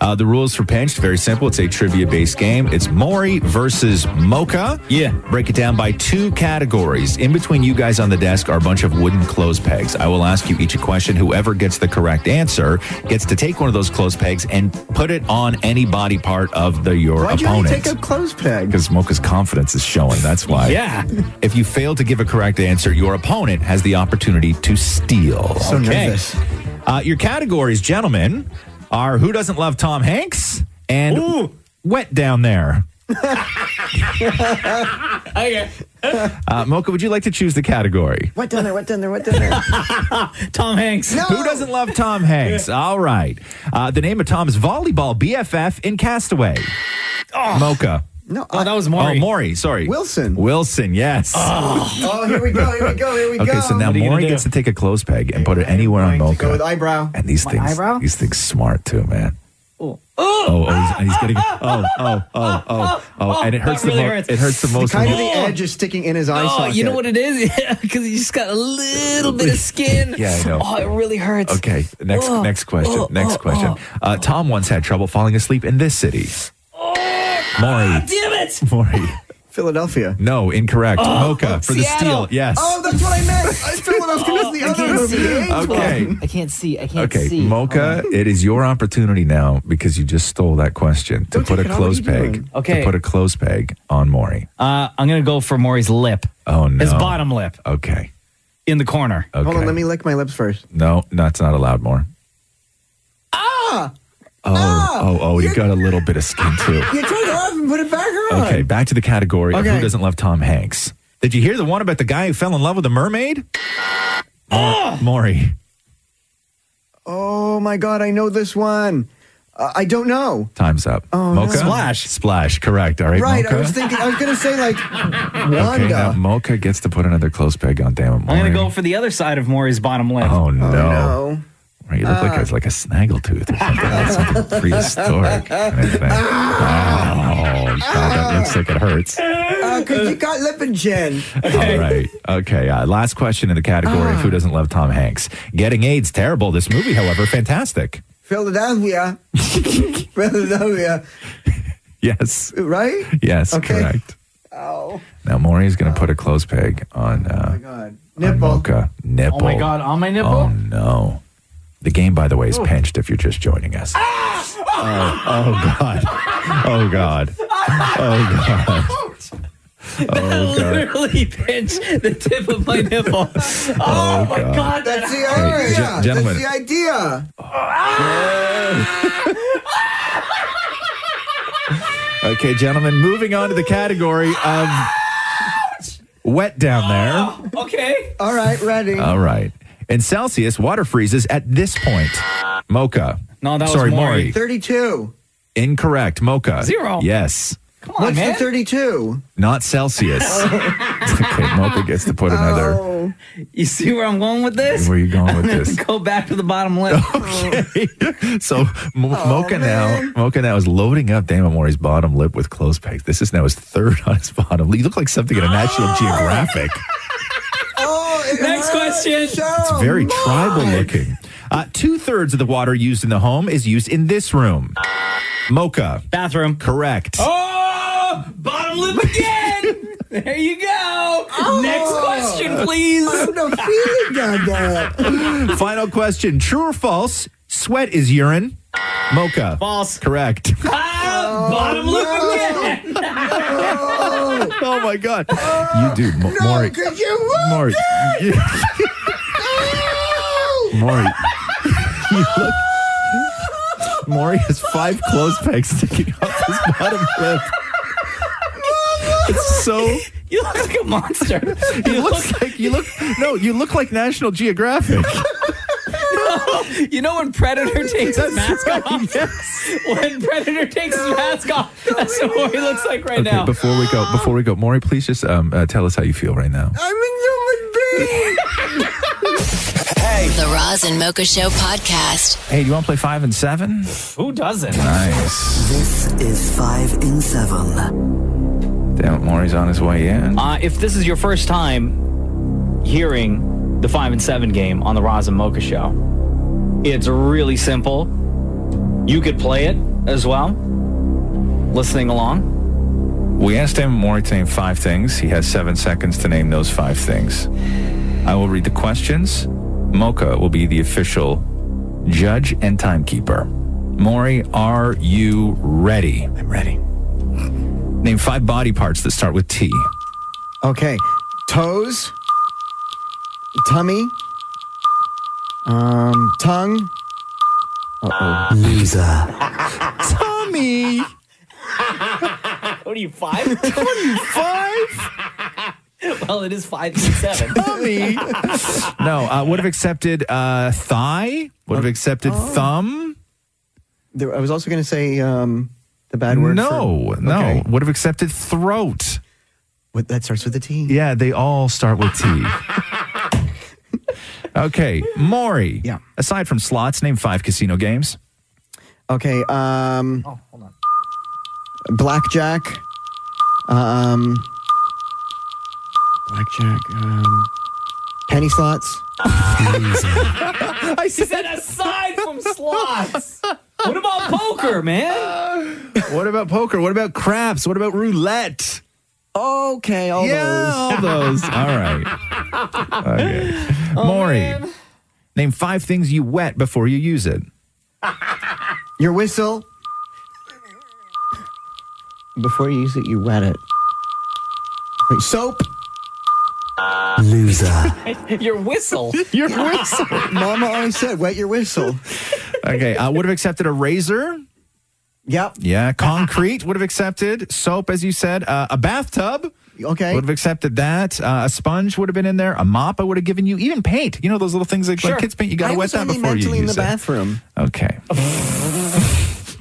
Speaker 6: Uh, the rules for Pinched, very simple. It's a trivia based game. It's Maury versus Mocha.
Speaker 11: Yeah.
Speaker 6: Break it down by two categories. In between you guys on the desk are a bunch of wooden clothes pegs. I will ask you each a question. Whoever gets the correct answer gets to take one of those clothes pegs and put it on any body part of the your
Speaker 4: Why'd you only
Speaker 6: opponent.
Speaker 4: take a clothes peg?
Speaker 6: because Mocha's confidence is showing. That's why.
Speaker 11: Yeah.
Speaker 6: If you fail to give a correct answer, your opponent has the opportunity to steal.
Speaker 4: So nervous.
Speaker 6: Uh, your categories, gentlemen, are who doesn't love Tom Hanks and wet down there.
Speaker 11: Okay.
Speaker 6: Uh, Mocha, would you like to choose the category?
Speaker 4: What down there? What down there? What down there?
Speaker 11: Tom Hanks.
Speaker 4: No.
Speaker 6: Who doesn't love Tom Hanks? All right. Uh, the name of Tom's volleyball BFF in Castaway. Mocha.
Speaker 4: No.
Speaker 11: Oh, that was
Speaker 6: Oh,
Speaker 11: Maury.
Speaker 6: Maury. Sorry.
Speaker 4: Wilson.
Speaker 6: Wilson. Yes.
Speaker 4: oh, here we go. Here we go. Here we go.
Speaker 6: okay. So now
Speaker 11: What are you gonna
Speaker 6: Maury
Speaker 11: do?
Speaker 6: gets to take a clothes peg and put it anywhere
Speaker 4: Going
Speaker 6: on
Speaker 4: to
Speaker 6: Mocha.
Speaker 4: go with eyebrow.
Speaker 6: and these
Speaker 11: My
Speaker 6: things,
Speaker 11: eyebrow?
Speaker 6: these things smart too, man.
Speaker 11: Oh.
Speaker 6: Oh, oh, he's, he's getting. Oh, oh, oh, oh, oh, and it hurts
Speaker 11: That really
Speaker 6: the most.
Speaker 11: hurts.
Speaker 6: It hurts the most.
Speaker 4: kind
Speaker 6: of
Speaker 4: of the
Speaker 6: all.
Speaker 4: edge is sticking in his eye
Speaker 11: Oh,
Speaker 4: socket.
Speaker 11: you know what it is? Because you just got a little bit of skin.
Speaker 6: Yeah, I know.
Speaker 11: Oh, it really hurts.
Speaker 6: Okay, next
Speaker 11: Oh,
Speaker 6: next question.
Speaker 11: oh,
Speaker 6: next
Speaker 11: oh,
Speaker 6: question. Uh, Tom once had trouble falling asleep in this city. Maury.
Speaker 11: Damn it!
Speaker 6: Maury.
Speaker 4: Philadelphia.
Speaker 6: No, incorrect.
Speaker 4: Oh,
Speaker 6: Mocha for the steal. Yes.
Speaker 4: Oh, that's what I meant. I- Philadelphia is the
Speaker 11: I
Speaker 4: other
Speaker 11: can't
Speaker 4: of the
Speaker 11: see.
Speaker 4: games.
Speaker 6: Okay.
Speaker 11: I can't see. I can't
Speaker 6: Okay,
Speaker 11: see.
Speaker 6: Mocha, it is your opportunity now because you just stole that question to put a
Speaker 11: take it out. What are
Speaker 6: clothes
Speaker 11: you
Speaker 6: peg.
Speaker 11: doing? Okay.
Speaker 6: To put a clothes peg on Maury.
Speaker 11: Uh, I'm gonna go for Maury's lip.
Speaker 6: Oh no.
Speaker 11: His bottom lip
Speaker 6: Okay.
Speaker 11: in the corner.
Speaker 6: Okay.
Speaker 4: Hold on, let me lick my lips first.
Speaker 6: No, that's not allowed, more.
Speaker 4: Ah!
Speaker 6: Oh, oh, oh, you got a little bit of skin too.
Speaker 4: You took it off and put it back on.
Speaker 6: Okay, back to the category of
Speaker 4: Okay.
Speaker 6: who doesn't love Tom Hanks. Did you hear the one about the guy who fell in love with a mermaid? Maury. Maury.
Speaker 4: Oh my god, I know this one. Uh, I don't know.
Speaker 6: Time's up.
Speaker 4: Oh,
Speaker 6: Mocha?
Speaker 4: no.
Speaker 6: Splash. Splash, correct. All right,
Speaker 4: Right,
Speaker 6: Mocha.
Speaker 4: I was thinking. I was gonna say like
Speaker 6: Okay, now
Speaker 4: Wanda.
Speaker 6: Mocha gets to put another clothes peg on. Damn it,
Speaker 11: I'm
Speaker 6: Maury.
Speaker 11: gonna go for the other side of Maury's bottom lip.
Speaker 6: Oh, no.
Speaker 4: no. Uh.
Speaker 6: Maury, you look like, a, like a snaggletooth or something, like something prehistoric. kind of thing.
Speaker 4: Ah.
Speaker 6: Oh, God, that looks like it hurts.
Speaker 4: Uh, Cause you got Lipigen.
Speaker 6: All right. Okay. Uh, last question in the category
Speaker 4: Ah.
Speaker 6: of who doesn't love Tom Hanks. Getting AIDS, terrible. This movie, however, fantastic.
Speaker 4: Philadelphia. Philadelphia.
Speaker 6: Yes.
Speaker 4: Right?
Speaker 6: Yes.
Speaker 4: Okay.
Speaker 6: Correct.
Speaker 4: Oh.
Speaker 6: Now Maury is going to put a clothes peg on uh,
Speaker 4: God.
Speaker 6: on
Speaker 4: Nipple.
Speaker 6: Mocha nipple.
Speaker 23: Oh my god, on my nipple?
Speaker 6: Oh no. The game, by the way, is pinched. If you're just joining us. Oh, oh god. Oh god. Oh god. Oh god.
Speaker 11: Literally pinch the tip of my nipple. Oh, my god,
Speaker 4: That's the
Speaker 6: Hey,
Speaker 4: idea.
Speaker 6: gen- gentlemen.
Speaker 4: That's the idea.
Speaker 6: Okay, gentlemen. Moving on to the category of wet down there.
Speaker 11: Okay.
Speaker 4: All right, ready.
Speaker 6: All right. In Celsius, water freezes at this point. Mocha.
Speaker 11: No, that was
Speaker 6: Sorry,
Speaker 11: Maury.
Speaker 6: Maury.
Speaker 4: Thirty-two.
Speaker 6: Incorrect. Mocha.
Speaker 11: Zero.
Speaker 6: Yes.
Speaker 11: Come on,
Speaker 4: What's
Speaker 11: man.
Speaker 4: the thirty-two?
Speaker 6: Not Celsius. okay, Mocha gets to put another.
Speaker 4: Oh.
Speaker 11: you see where I'm going with this?
Speaker 6: Where are you going with
Speaker 11: I'm
Speaker 6: this?
Speaker 11: gonna go back to the bottom lip.
Speaker 6: Okay. so Mo- Mocha now, Mocha now is loading up Damon Maury's bottom lip with clothes pegs. This is now his third on his bottom. lip. You look like something in a National Geographic.
Speaker 4: Oh, it
Speaker 11: Next
Speaker 4: hurts
Speaker 11: question.
Speaker 4: so
Speaker 6: It's very
Speaker 4: much.
Speaker 6: tribal looking. Uh, Two thirds of the water used in the home is used in this room. Mocha.
Speaker 11: Bathroom.
Speaker 6: Correct.
Speaker 11: Oh, bottom lip again. there you go. Oh, Next question, please.
Speaker 4: I have no feeling on that.
Speaker 6: Final question: True or false? Sweat is urine. Mocha.
Speaker 11: False.
Speaker 6: Correct.
Speaker 11: Ah, bottom lip again.
Speaker 6: oh my god! You do, Mo-
Speaker 4: No, Oh,
Speaker 6: Maury.
Speaker 4: could you look?
Speaker 6: Maury. You, Maury. You look. Maury has five clothes pegs sticking off his bottom lip. It's so.
Speaker 11: You look like a monster.
Speaker 6: You look like you look. No, you look like National Geographic.
Speaker 11: You know when Predator takes his mask off?
Speaker 6: Yes.
Speaker 11: When Predator takes his mask off, that's what he looks like right
Speaker 6: Okay,
Speaker 11: now.
Speaker 6: before we go, before we go, Maury, please just um, uh, tell us how you feel right now.
Speaker 4: I'm a human being.
Speaker 2: The Roz and Mocha Show podcast.
Speaker 6: Hey, do you want to play five and seven?
Speaker 11: Who doesn't?
Speaker 6: Nice.
Speaker 7: This is five in seven.
Speaker 9: Damn it, Maury's on his way in.
Speaker 24: Uh, if this is your first time hearing the five and seven game on the Roz and Mocha show, it's really simple. You could play it as well, listening along.
Speaker 9: We asked him, Maury, to name five things. He has seven seconds to name those five things. I will read the questions. Mocha will be the official judge and timekeeper. Maury, are you ready?
Speaker 4: I'm ready.
Speaker 9: Name five body parts that start with T.
Speaker 4: Okay. Toes. Tummy. Um, tongue.
Speaker 7: Loser.
Speaker 6: Tommy,
Speaker 11: What are you, five?
Speaker 6: five.
Speaker 11: well, it is five and seven.
Speaker 6: Tommy. no, uh, would have accepted uh, thigh. Would have accepted thumb.
Speaker 4: There, I was also going to say um, the bad word.
Speaker 6: No,
Speaker 4: for-
Speaker 6: no.
Speaker 4: Okay.
Speaker 6: Would have accepted throat.
Speaker 4: What, that starts with a T.
Speaker 6: Yeah, they all start with T. okay, Maury.
Speaker 4: Yeah.
Speaker 6: Aside from slots, name five casino games.
Speaker 4: Okay. Um, oh, hold on. Blackjack. Um, blackjack. Um, penny slots.
Speaker 11: I said aside from slots. What about poker, man?
Speaker 6: What about poker? What about craps? What about roulette?
Speaker 4: Okay, all
Speaker 6: yeah,
Speaker 4: those.
Speaker 6: all those. All right. Okay. Maury, name five things you wet before you use it.
Speaker 4: Your whistle. Before you use it, you wet it. Wait, soap.
Speaker 7: Loser.
Speaker 11: Your whistle.
Speaker 6: your whistle.
Speaker 4: Mama always said, wet your whistle.
Speaker 6: Okay. I would have accepted a razor.
Speaker 4: Yep.
Speaker 6: Yeah. Concrete would have accepted. Soap, as you said. Uh, a bathtub.
Speaker 4: Okay.
Speaker 6: Would have accepted that. Uh, a sponge would have been in there. A mop I would have given you. Even paint. You know those little things like, like
Speaker 11: Sure.
Speaker 6: kids paint. You got
Speaker 4: I
Speaker 6: to wet
Speaker 4: was
Speaker 6: that
Speaker 4: only
Speaker 6: before you
Speaker 4: mentally
Speaker 6: use
Speaker 4: in the
Speaker 6: it.
Speaker 4: bathroom.
Speaker 6: Okay.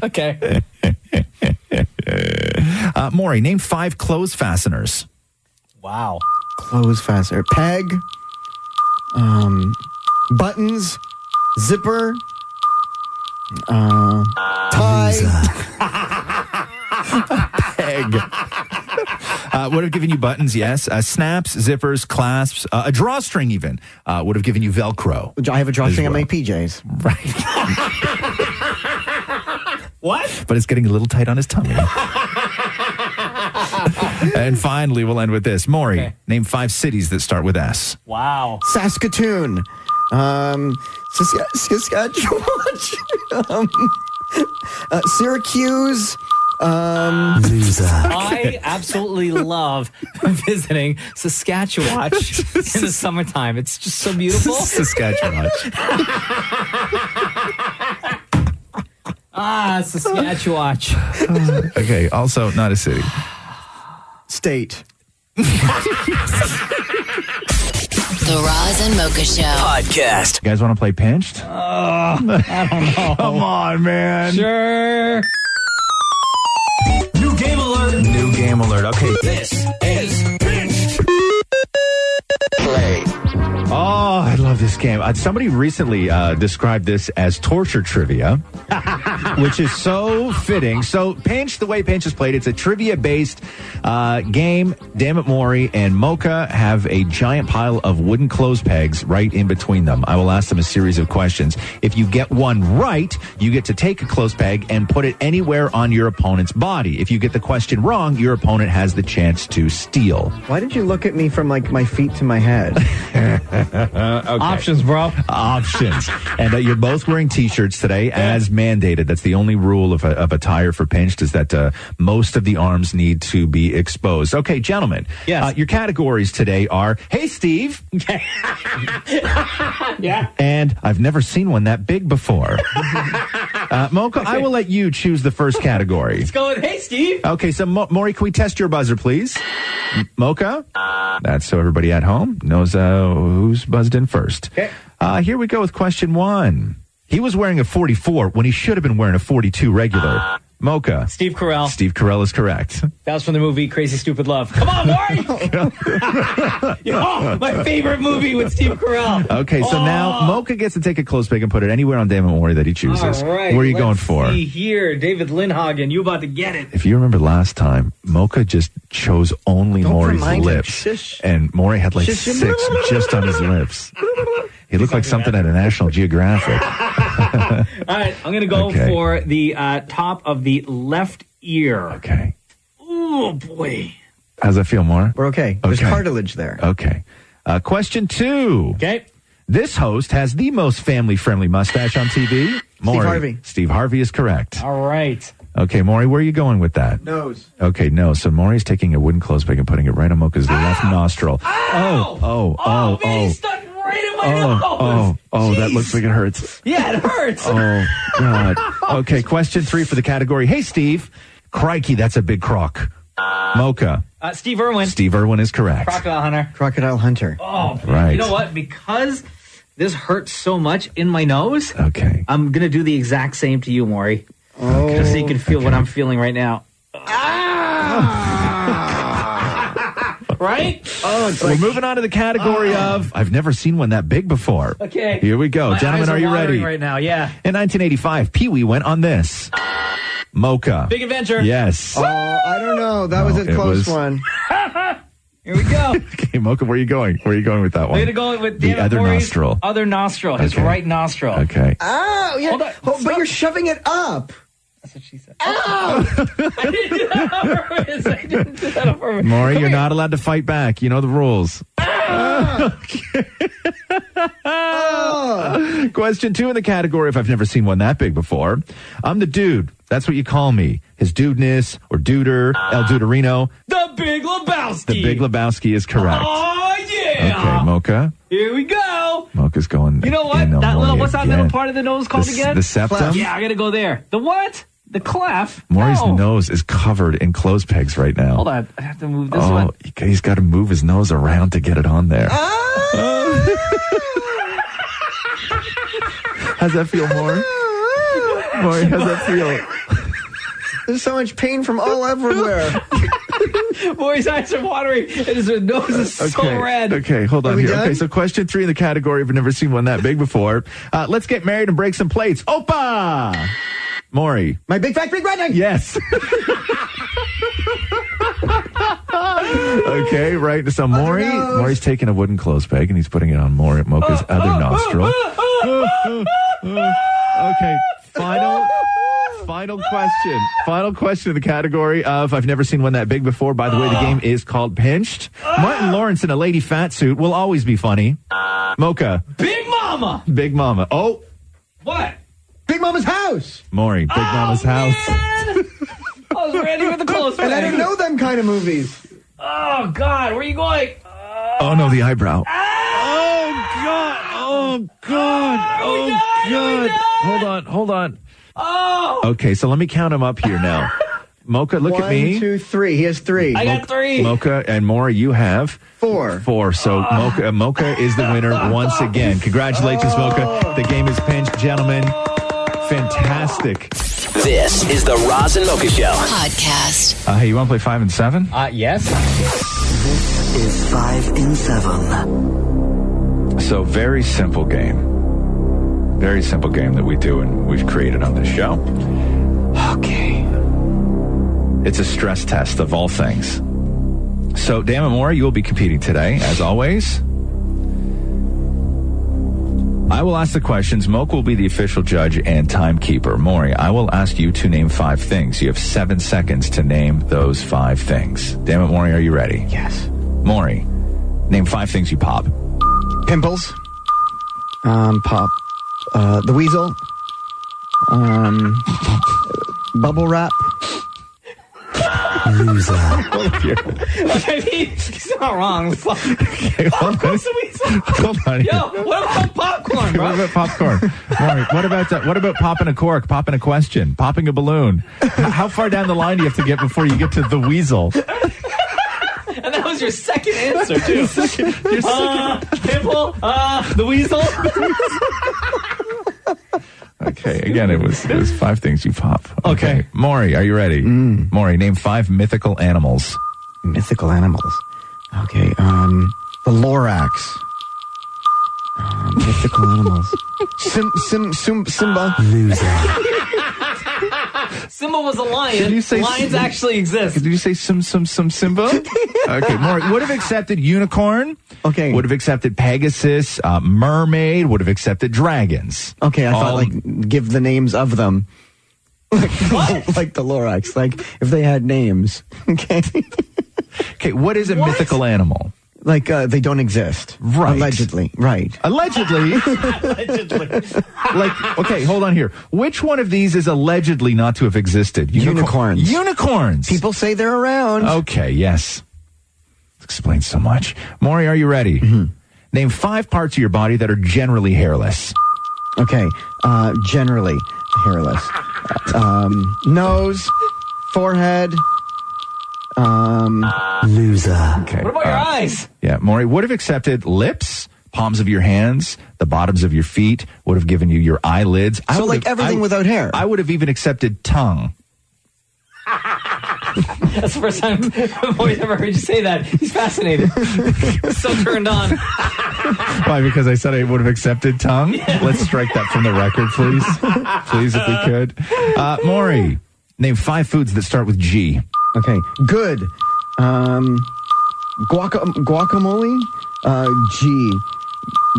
Speaker 11: Okay.
Speaker 6: Uh, Maury, name five clothes fasteners.
Speaker 11: Wow.
Speaker 4: Clothes fastener. Peg. Um, buttons. Zipper. Uh, tie.
Speaker 6: Peg. Uh, would have given you buttons, yes. Uh, snaps, zippers, clasps, uh, a drawstring, even uh, would have given you Velcro.
Speaker 4: I have a drawstring on
Speaker 6: well.
Speaker 4: my PJs.
Speaker 6: Right.
Speaker 11: What?
Speaker 6: But it's getting a little tight on his tummy. and finally, we'll end with this. Maury, name five cities that start with S.
Speaker 11: Wow.
Speaker 4: Saskatoon. Um, Sask- Saskatchewan. um, uh, Syracuse. Um,
Speaker 7: Loser.
Speaker 11: I absolutely love visiting Saskatchewan in the summertime. It's just so beautiful.
Speaker 6: Saskatchewan.
Speaker 11: Ah, Saskatchewan.
Speaker 6: okay, also not a city.
Speaker 4: state.
Speaker 2: The Roz and Mocha Show podcast.
Speaker 6: You guys want to play pinched? Come on, man.
Speaker 11: Sure.
Speaker 1: New game alert.
Speaker 6: New game alert. Okay.
Speaker 1: This is pinched. Play.
Speaker 6: Oh, I love this game. Uh, somebody recently uh, described this as torture trivia, which is so fitting. So, Pinch, the way Pinch is played, it's a trivia based uh, game. Dammit Maury and Mocha have a giant pile of wooden clothes pegs right in between them. I will ask them a series of questions. If you get one right, you get to take a clothes peg and put it anywhere on your opponent's body. If you get the question wrong, your opponent has the chance to steal.
Speaker 4: Why did you look at me from like my feet to my head?
Speaker 11: Options, bro.
Speaker 6: options. and uh, you're both wearing t-shirts today as mandated. That's the only rule of a, of a tire for pinched is that uh, most of the arms need to be exposed. Okay, gentlemen.
Speaker 11: Yes.
Speaker 6: Uh, your categories today are, hey, Steve.
Speaker 11: Yeah.
Speaker 6: And I've never seen one that big before. uh, Mocha, I will let you choose the first category.
Speaker 11: Let's go with, hey, Steve.
Speaker 6: Okay, so Mo- Maury, can we test your buzzer, please? M- Mocha? That's so everybody at home knows uh, who's buzzed in first.
Speaker 11: Okay.
Speaker 6: Uh, here we go with question one. He was wearing a 44 when he should have been wearing a 42 regular. Mocha.
Speaker 11: Steve Carell.
Speaker 6: Steve Carell is correct.
Speaker 11: That was from the movie Crazy Stupid Love. Come on, Maury. oh, my favorite movie with Steve Carell.
Speaker 6: Okay, so
Speaker 11: Oh!
Speaker 6: now Mocha gets to take a close pick and put it anywhere on Damon Maury that he chooses.
Speaker 11: All right,
Speaker 6: Where are you
Speaker 11: let's
Speaker 6: going for?
Speaker 11: See here, David Lindhagen. You about to get it?
Speaker 6: If you remember last time, Mocha just chose only
Speaker 4: Don't
Speaker 6: Maury's
Speaker 4: remind him.
Speaker 6: lips.
Speaker 4: Shush.
Speaker 6: And Maury had like
Speaker 4: Shush him.
Speaker 6: six just on his lips. He looked like something out of National Geographic.
Speaker 11: All right, I'm gonna go
Speaker 6: Okay.
Speaker 11: for the uh, top of the left ear.
Speaker 6: Okay.
Speaker 11: Oh boy.
Speaker 6: How's that feel, Maury?
Speaker 4: We're okay. There's
Speaker 6: Okay.
Speaker 4: cartilage there.
Speaker 6: Okay. Uh, question two.
Speaker 11: Okay.
Speaker 6: This host has the most family friendly mustache on TV. Maury.
Speaker 4: Harvey.
Speaker 6: Steve Harvey is correct.
Speaker 11: All right.
Speaker 6: Okay, Maury, where are you going with that?
Speaker 4: Nose.
Speaker 6: Okay, no. So Maury's taking a wooden clothespin and putting it right on Mocha's
Speaker 4: Ah!
Speaker 6: left nostril. Oh, oh, oh,
Speaker 11: man, he
Speaker 6: oh.
Speaker 11: stuck right in my
Speaker 6: Oh,
Speaker 11: nose.
Speaker 6: oh, oh, that
Speaker 11: Jeez.
Speaker 6: looks like it hurts.
Speaker 11: Yeah, it hurts.
Speaker 6: Oh, God. Okay, question three for the category. Hey, Steve. Crikey, that's a big croc. Mocha.
Speaker 11: Uh, Steve Irwin,
Speaker 6: Steve Irwin is correct.
Speaker 11: Crocodile Hunter.
Speaker 4: Crocodile Hunter.
Speaker 11: Oh,
Speaker 6: Right.
Speaker 11: you know what? Because this hurts so much in my nose,
Speaker 6: Okay.
Speaker 11: I'm gonna do the exact same to you, Maury,
Speaker 4: Oh.
Speaker 11: just so
Speaker 6: Ah!
Speaker 11: you can feel what I'm feeling right now.
Speaker 1: Right?
Speaker 6: Oh,
Speaker 1: it's
Speaker 6: We're
Speaker 1: like-
Speaker 6: moving on to the category
Speaker 1: Ah.
Speaker 6: of I've never seen one that big before.
Speaker 1: Okay.
Speaker 6: Here we go.
Speaker 1: My
Speaker 6: Gentlemen,
Speaker 1: eyes
Speaker 6: are,
Speaker 1: are
Speaker 6: you
Speaker 1: watering
Speaker 6: ready?
Speaker 1: right now, yeah.
Speaker 6: In 1985, Pee Wee went on this Mocha.
Speaker 1: Big Adventure.
Speaker 6: Yes.
Speaker 4: Oh, I don't know. That was
Speaker 6: No,
Speaker 4: a
Speaker 6: it
Speaker 4: close
Speaker 6: was-
Speaker 4: one.
Speaker 11: Here we go.
Speaker 6: Okay, Mocha, where are you going? Where are you going with that
Speaker 11: Way
Speaker 6: one?
Speaker 11: to go with
Speaker 6: the
Speaker 11: David
Speaker 6: other
Speaker 11: Morey's
Speaker 6: nostril.
Speaker 11: Other nostril. His
Speaker 6: Okay.
Speaker 11: right nostril.
Speaker 6: Okay.
Speaker 4: Oh, yeah. Oh, but you're shoving it up.
Speaker 6: Oh!
Speaker 1: I didn't do that on purpose. I didn't do that on purpose.
Speaker 6: Maury, you're not allowed to fight back. You know the rules.
Speaker 11: Ah!
Speaker 6: Question two in the category if I've never seen one that big before. I'm the dude. That's what you call me. His dudeness or duder,
Speaker 11: Ah.
Speaker 6: El Duderino.
Speaker 1: The Big Lebowski.
Speaker 6: The Big Lebowski is correct.
Speaker 1: Oh, yeah.
Speaker 6: Okay, Mocha.
Speaker 1: Here we go.
Speaker 6: Mocha's going.
Speaker 11: You know what?
Speaker 6: in on
Speaker 11: that little
Speaker 6: Maury
Speaker 11: what's that
Speaker 6: again.
Speaker 11: little part of the nose called
Speaker 6: The s-
Speaker 11: again?
Speaker 6: the septum?
Speaker 11: Yeah, I gotta go there. The what? The clef.
Speaker 6: Maury's
Speaker 11: no.
Speaker 6: nose is covered in clothes pegs right now.
Speaker 11: Hold on. I have to move this Ah.
Speaker 6: oh,
Speaker 11: one.
Speaker 6: he's got to move his nose around to get it on there.
Speaker 4: Oh!
Speaker 6: How's that feel, Maury? Maury, how's that feel?
Speaker 4: There's so much pain from all everywhere.
Speaker 11: Boy's eyes are watering and his nose is
Speaker 6: Oh. okay.
Speaker 11: so red.
Speaker 6: Okay, hold
Speaker 4: Are
Speaker 6: on
Speaker 4: we
Speaker 6: here.
Speaker 4: done?
Speaker 6: Okay, so question three in the category of never seen one that big before. Uh, let's get married and break some plates. Opa! Maury.
Speaker 4: My big fat big redneck.
Speaker 6: Yes. okay, right. So Maury,
Speaker 4: nose.
Speaker 6: Maury's taking a wooden clothes peg and he's putting it on Maury, Mocha's other
Speaker 11: Oh,
Speaker 6: nostril. okay, final final question. Final question in the category of I've never seen one that big before. By the way, the game is called Pinched. Martin Lawrence in a lady fat suit will always be funny. Mocha,
Speaker 1: Big Mama.
Speaker 6: Big Mama. Oh,
Speaker 1: What?
Speaker 4: Big Mama's house.
Speaker 6: Maury, Big Mama's house.
Speaker 11: Oh, I was ready with the clothes.
Speaker 4: And I didn't know them kind of movies.
Speaker 11: Oh God, where are you going?
Speaker 6: Oh no, the eyebrow. Oh god. Oh god. Oh god. Hold on. Hold on.
Speaker 11: Oh,
Speaker 6: Okay, so let me count them up here now. Mocha, look at
Speaker 4: One,
Speaker 6: me.
Speaker 4: two, three. He has three.
Speaker 11: I got three.
Speaker 6: Mocha and Maury, you have
Speaker 4: Four.
Speaker 6: four. So Mocha, uh, Mocha is the winner once again. Congratulations, Mocha. The game is pinched, gentlemen. Fantastic.
Speaker 10: This is the Roz and Mocha Show.
Speaker 2: Podcast.
Speaker 6: Uh, hey, you want to play five and seven?
Speaker 11: Uh, yes.
Speaker 7: is five in seven.
Speaker 9: So, very simple game. Very simple game that we do and we've created on this show. Okay. It's a stress test of all things. So, Dan and Maury, you will be competing today, as always. I will ask the questions. Moke will be the official judge and timekeeper. Maury, I will ask you to name five things. You have seven seconds to name those five things. Damn it, Maury, are you ready?
Speaker 19: Yes.
Speaker 9: Maury, name five things you pop.
Speaker 4: Pimples. Um, pop. Uh, the weasel. Um, bubble wrap.
Speaker 11: I mean, he's not wrong. Popcorn's the weasel.
Speaker 6: Hold on. here.
Speaker 11: Yo, what about popcorn,
Speaker 6: What
Speaker 11: bro?
Speaker 6: about popcorn? Maury, what about that? What about popping a cork, popping a question, popping a balloon? H- How far down the line do you have to get before you get to the weasel?
Speaker 11: And that was your second answer too.
Speaker 6: You're so-
Speaker 11: Uh, pimple, uh, the weasel.
Speaker 6: Okay, again, it was it was five things you pop.
Speaker 11: Okay.
Speaker 6: Maury, are you ready? Mm. Maury, name five mythical animals.
Speaker 19: Mythical animals. Okay, um,
Speaker 4: The Lorax. um,
Speaker 19: uh, mythical animals.
Speaker 4: Sim, sim, sim, Simba.
Speaker 11: Simba was a lion.
Speaker 6: Did you say
Speaker 11: Lions
Speaker 6: Simba?
Speaker 11: actually exist.
Speaker 6: Did you say some some some Simba? okay, Maury would have accepted unicorn.
Speaker 4: Okay.
Speaker 6: would have accepted Pegasus, uh, mermaid. Would have accepted dragons.
Speaker 4: Okay, I
Speaker 6: All-
Speaker 4: thought like give the names of them. Like, like the Lorax. Like if they had names. Okay.
Speaker 6: Okay, what is a mythical animal?
Speaker 4: like uh, they don't exist.
Speaker 6: Right.
Speaker 4: Allegedly. Right.
Speaker 6: Allegedly, like okay, hold on here. Which one of these is allegedly not to have existed? Unicorn-
Speaker 4: Unicorns.
Speaker 6: Unicorns.
Speaker 4: People say they're around.
Speaker 6: Okay, yes. Explains so much. Maury, are you ready?
Speaker 4: Mm-hmm.
Speaker 6: Name five parts of your body that are generally hairless.
Speaker 4: Okay. Uh, generally hairless. Um, nose, forehead. Um,
Speaker 7: Loser.
Speaker 6: Okay.
Speaker 11: What about your eyes?
Speaker 6: Yeah, Maury would have accepted lips, palms of your hands, the bottoms of your feet, would have given you your eyelids. I
Speaker 4: So,
Speaker 6: would
Speaker 4: like,
Speaker 6: have-
Speaker 4: everything
Speaker 6: I-
Speaker 4: without hair.
Speaker 6: I would have even accepted tongue.
Speaker 11: That's the first time I've always ever heard you say that. He's fascinated. so turned on.
Speaker 6: Why? Because I said I would have accepted tongue. Let's strike that from the record, please. please, if we could. Uh, Maury, name five foods that start with G.
Speaker 4: Okay. Good. Um, guaca- guacamole. Uh, G.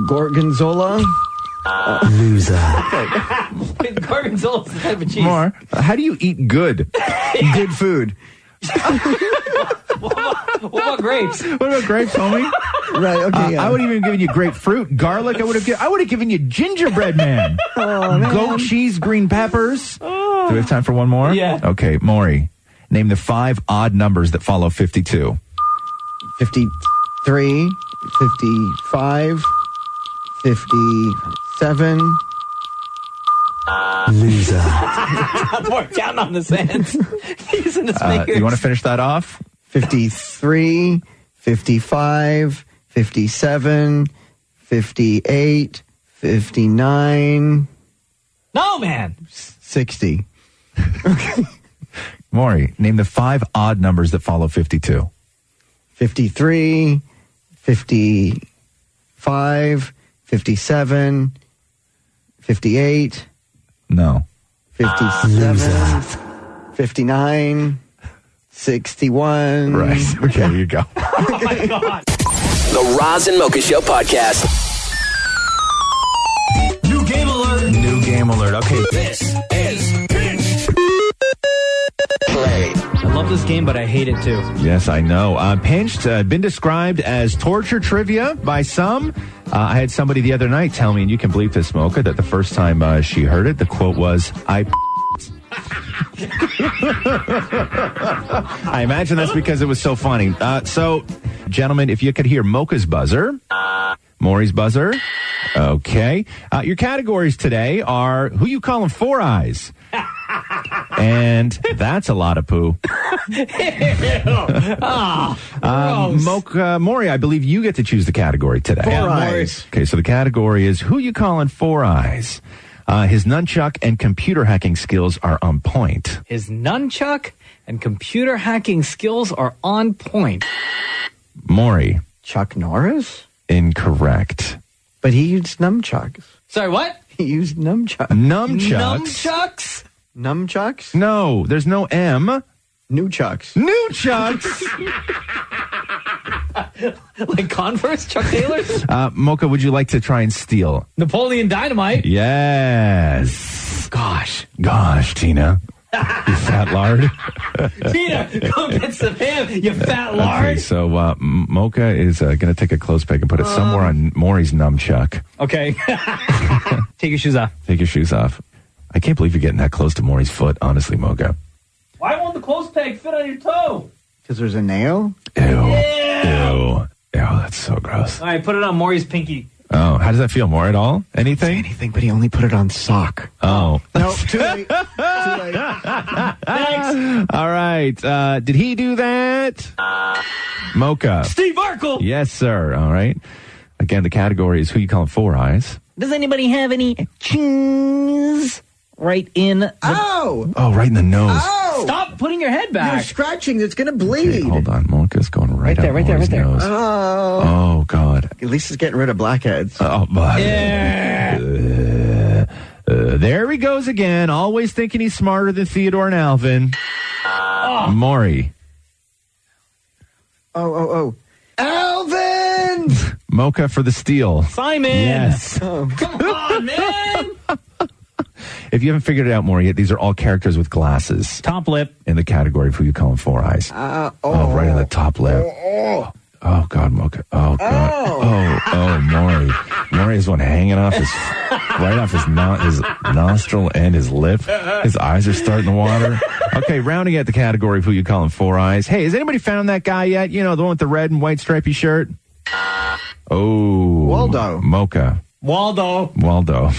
Speaker 4: Gorgonzola. Uh,
Speaker 7: Loser.
Speaker 11: Gorgonzola's the type of cheese.
Speaker 6: More. How do you eat good?
Speaker 4: good food.
Speaker 11: What about grapes?
Speaker 6: What about grapes, homie?
Speaker 4: Right. Okay.
Speaker 6: Uh,
Speaker 4: yeah.
Speaker 6: I would have even given you grapefruit, garlic. I would have. Gi- I would have given you gingerbread man, goat cheese, green peppers. Do we have time for one more?
Speaker 11: Yeah.
Speaker 6: Okay, Maury, name the five odd numbers that follow fifty-two.
Speaker 4: 53, 55, 57.
Speaker 7: Loser.
Speaker 11: More down on his hands. He's in his
Speaker 6: Uh,
Speaker 11: fingers.
Speaker 6: you want to finish that off?
Speaker 4: 53, 55, 57, 58, 59,
Speaker 11: no, man.
Speaker 4: 60.
Speaker 6: Maury, name the five odd numbers that follow fifty-two.
Speaker 4: 53, 55, 57, 58,
Speaker 6: No.
Speaker 4: 57, 59, 61.
Speaker 6: Right. Okay. There you go.
Speaker 10: The Roz and Mocha Show podcast.
Speaker 11: New game alert.
Speaker 6: New game alert. Okay.
Speaker 11: This is Pinch. I love this game, but I hate it too.
Speaker 6: Yes, I know. Uh, pinched, uh, been described as torture trivia by some. Uh, I had somebody the other night tell me, and you can believe this, Mocha, that the first time uh, she heard it, the quote was, I. I imagine that's because it was so funny. Uh, so, gentlemen, if you could hear Mocha's buzzer, Maury's buzzer. Okay. Uh, your categories today are who you calling four eyes. And that's a lot of poo. Um, Moke, uh, Maury, I believe you get to choose the category today.
Speaker 4: Four Yeah, Eyes. Maury's.
Speaker 6: Okay, so the category is who you calling Four Eyes. Uh, his nunchuck and computer hacking skills are on point.
Speaker 11: His nunchuck and computer hacking skills are on point.
Speaker 6: Maury,
Speaker 4: Chuck Norris?
Speaker 6: incorrect.
Speaker 4: But he used nunchucks.
Speaker 11: Sorry, what?
Speaker 4: He used nunchucks.
Speaker 6: Nunchucks?
Speaker 11: Nunchucks?
Speaker 4: Nunchucks?
Speaker 6: no, there's no M.
Speaker 4: New chucks.
Speaker 6: New chucks.
Speaker 11: Like Converse, Chuck Taylors,
Speaker 6: uh, Mocha, would you like to try and steal?
Speaker 11: Napoleon Dynamite.
Speaker 6: Yes.
Speaker 11: Gosh,
Speaker 6: Gosh, Tina. You fat lard.
Speaker 11: Tina, go get some ham, you fat
Speaker 6: Okay,
Speaker 11: lard.
Speaker 6: so uh, M- Mocha is uh, going to take a clothes peg and put it
Speaker 4: Um.
Speaker 6: somewhere on Maury's nunchuck.
Speaker 11: Okay, take your shoes off.
Speaker 6: Take your shoes off. I can't believe you're getting that close to Maury's foot, honestly, Mocha.
Speaker 1: Why won't the clothes peg fit on your toe?
Speaker 4: Because there's a nail?
Speaker 6: Ew. Ew. Ew, that's so gross.
Speaker 11: All right, put it on Maury's pinky.
Speaker 6: Oh, how does that feel, Maury, at all? Anything?
Speaker 4: Anything, but he only put it on sock.
Speaker 6: Oh.
Speaker 4: No, too late. too late.
Speaker 6: All right. Uh, did he do that? Mocha.
Speaker 11: Steve Arkle.
Speaker 6: Yes, sir. All right. Again, the category is who you calling four eyes.
Speaker 11: Does anybody have any chings right in? The-
Speaker 4: Oh!
Speaker 6: Oh, right in the nose.
Speaker 4: Oh!
Speaker 11: Stop putting your head
Speaker 4: You're
Speaker 11: back.
Speaker 4: scratching. It's going to
Speaker 6: Okay,
Speaker 4: bleed.
Speaker 6: hold on. Mocha's going
Speaker 11: Right
Speaker 6: right,
Speaker 11: there,
Speaker 6: up
Speaker 11: right there,
Speaker 6: Maury's
Speaker 11: right there.
Speaker 6: nose.
Speaker 4: Oh.
Speaker 6: Oh, God.
Speaker 4: At least it's getting rid of blackheads.
Speaker 6: Oh, but. Uh, there he goes again, always thinking he's smarter than Theodore and Alvin. Maury.
Speaker 4: Oh, oh, oh. Alvin!
Speaker 6: Mocha for the steal.
Speaker 11: Simon.
Speaker 6: Yes.
Speaker 11: Come on, man.
Speaker 6: If you haven't figured it out, Maury, yet, these are all characters with glasses
Speaker 11: Top lip.
Speaker 6: in the category of who you call them four eyes.
Speaker 4: Uh,
Speaker 6: Oh,
Speaker 4: oh.
Speaker 6: right on the top lip. Oh, God, Mocha. Oh, God. Oh, oh, Maury. Maury has one hanging off his, right off his, no, his nostril and his lip. His eyes are starting to water. Okay, rounding out the category of who you call him four eyes. Hey, has anybody found that guy yet? You know, the one with the red and white stripy shirt? Oh.
Speaker 4: Waldo.
Speaker 6: Mocha.
Speaker 11: Waldo.
Speaker 6: Waldo.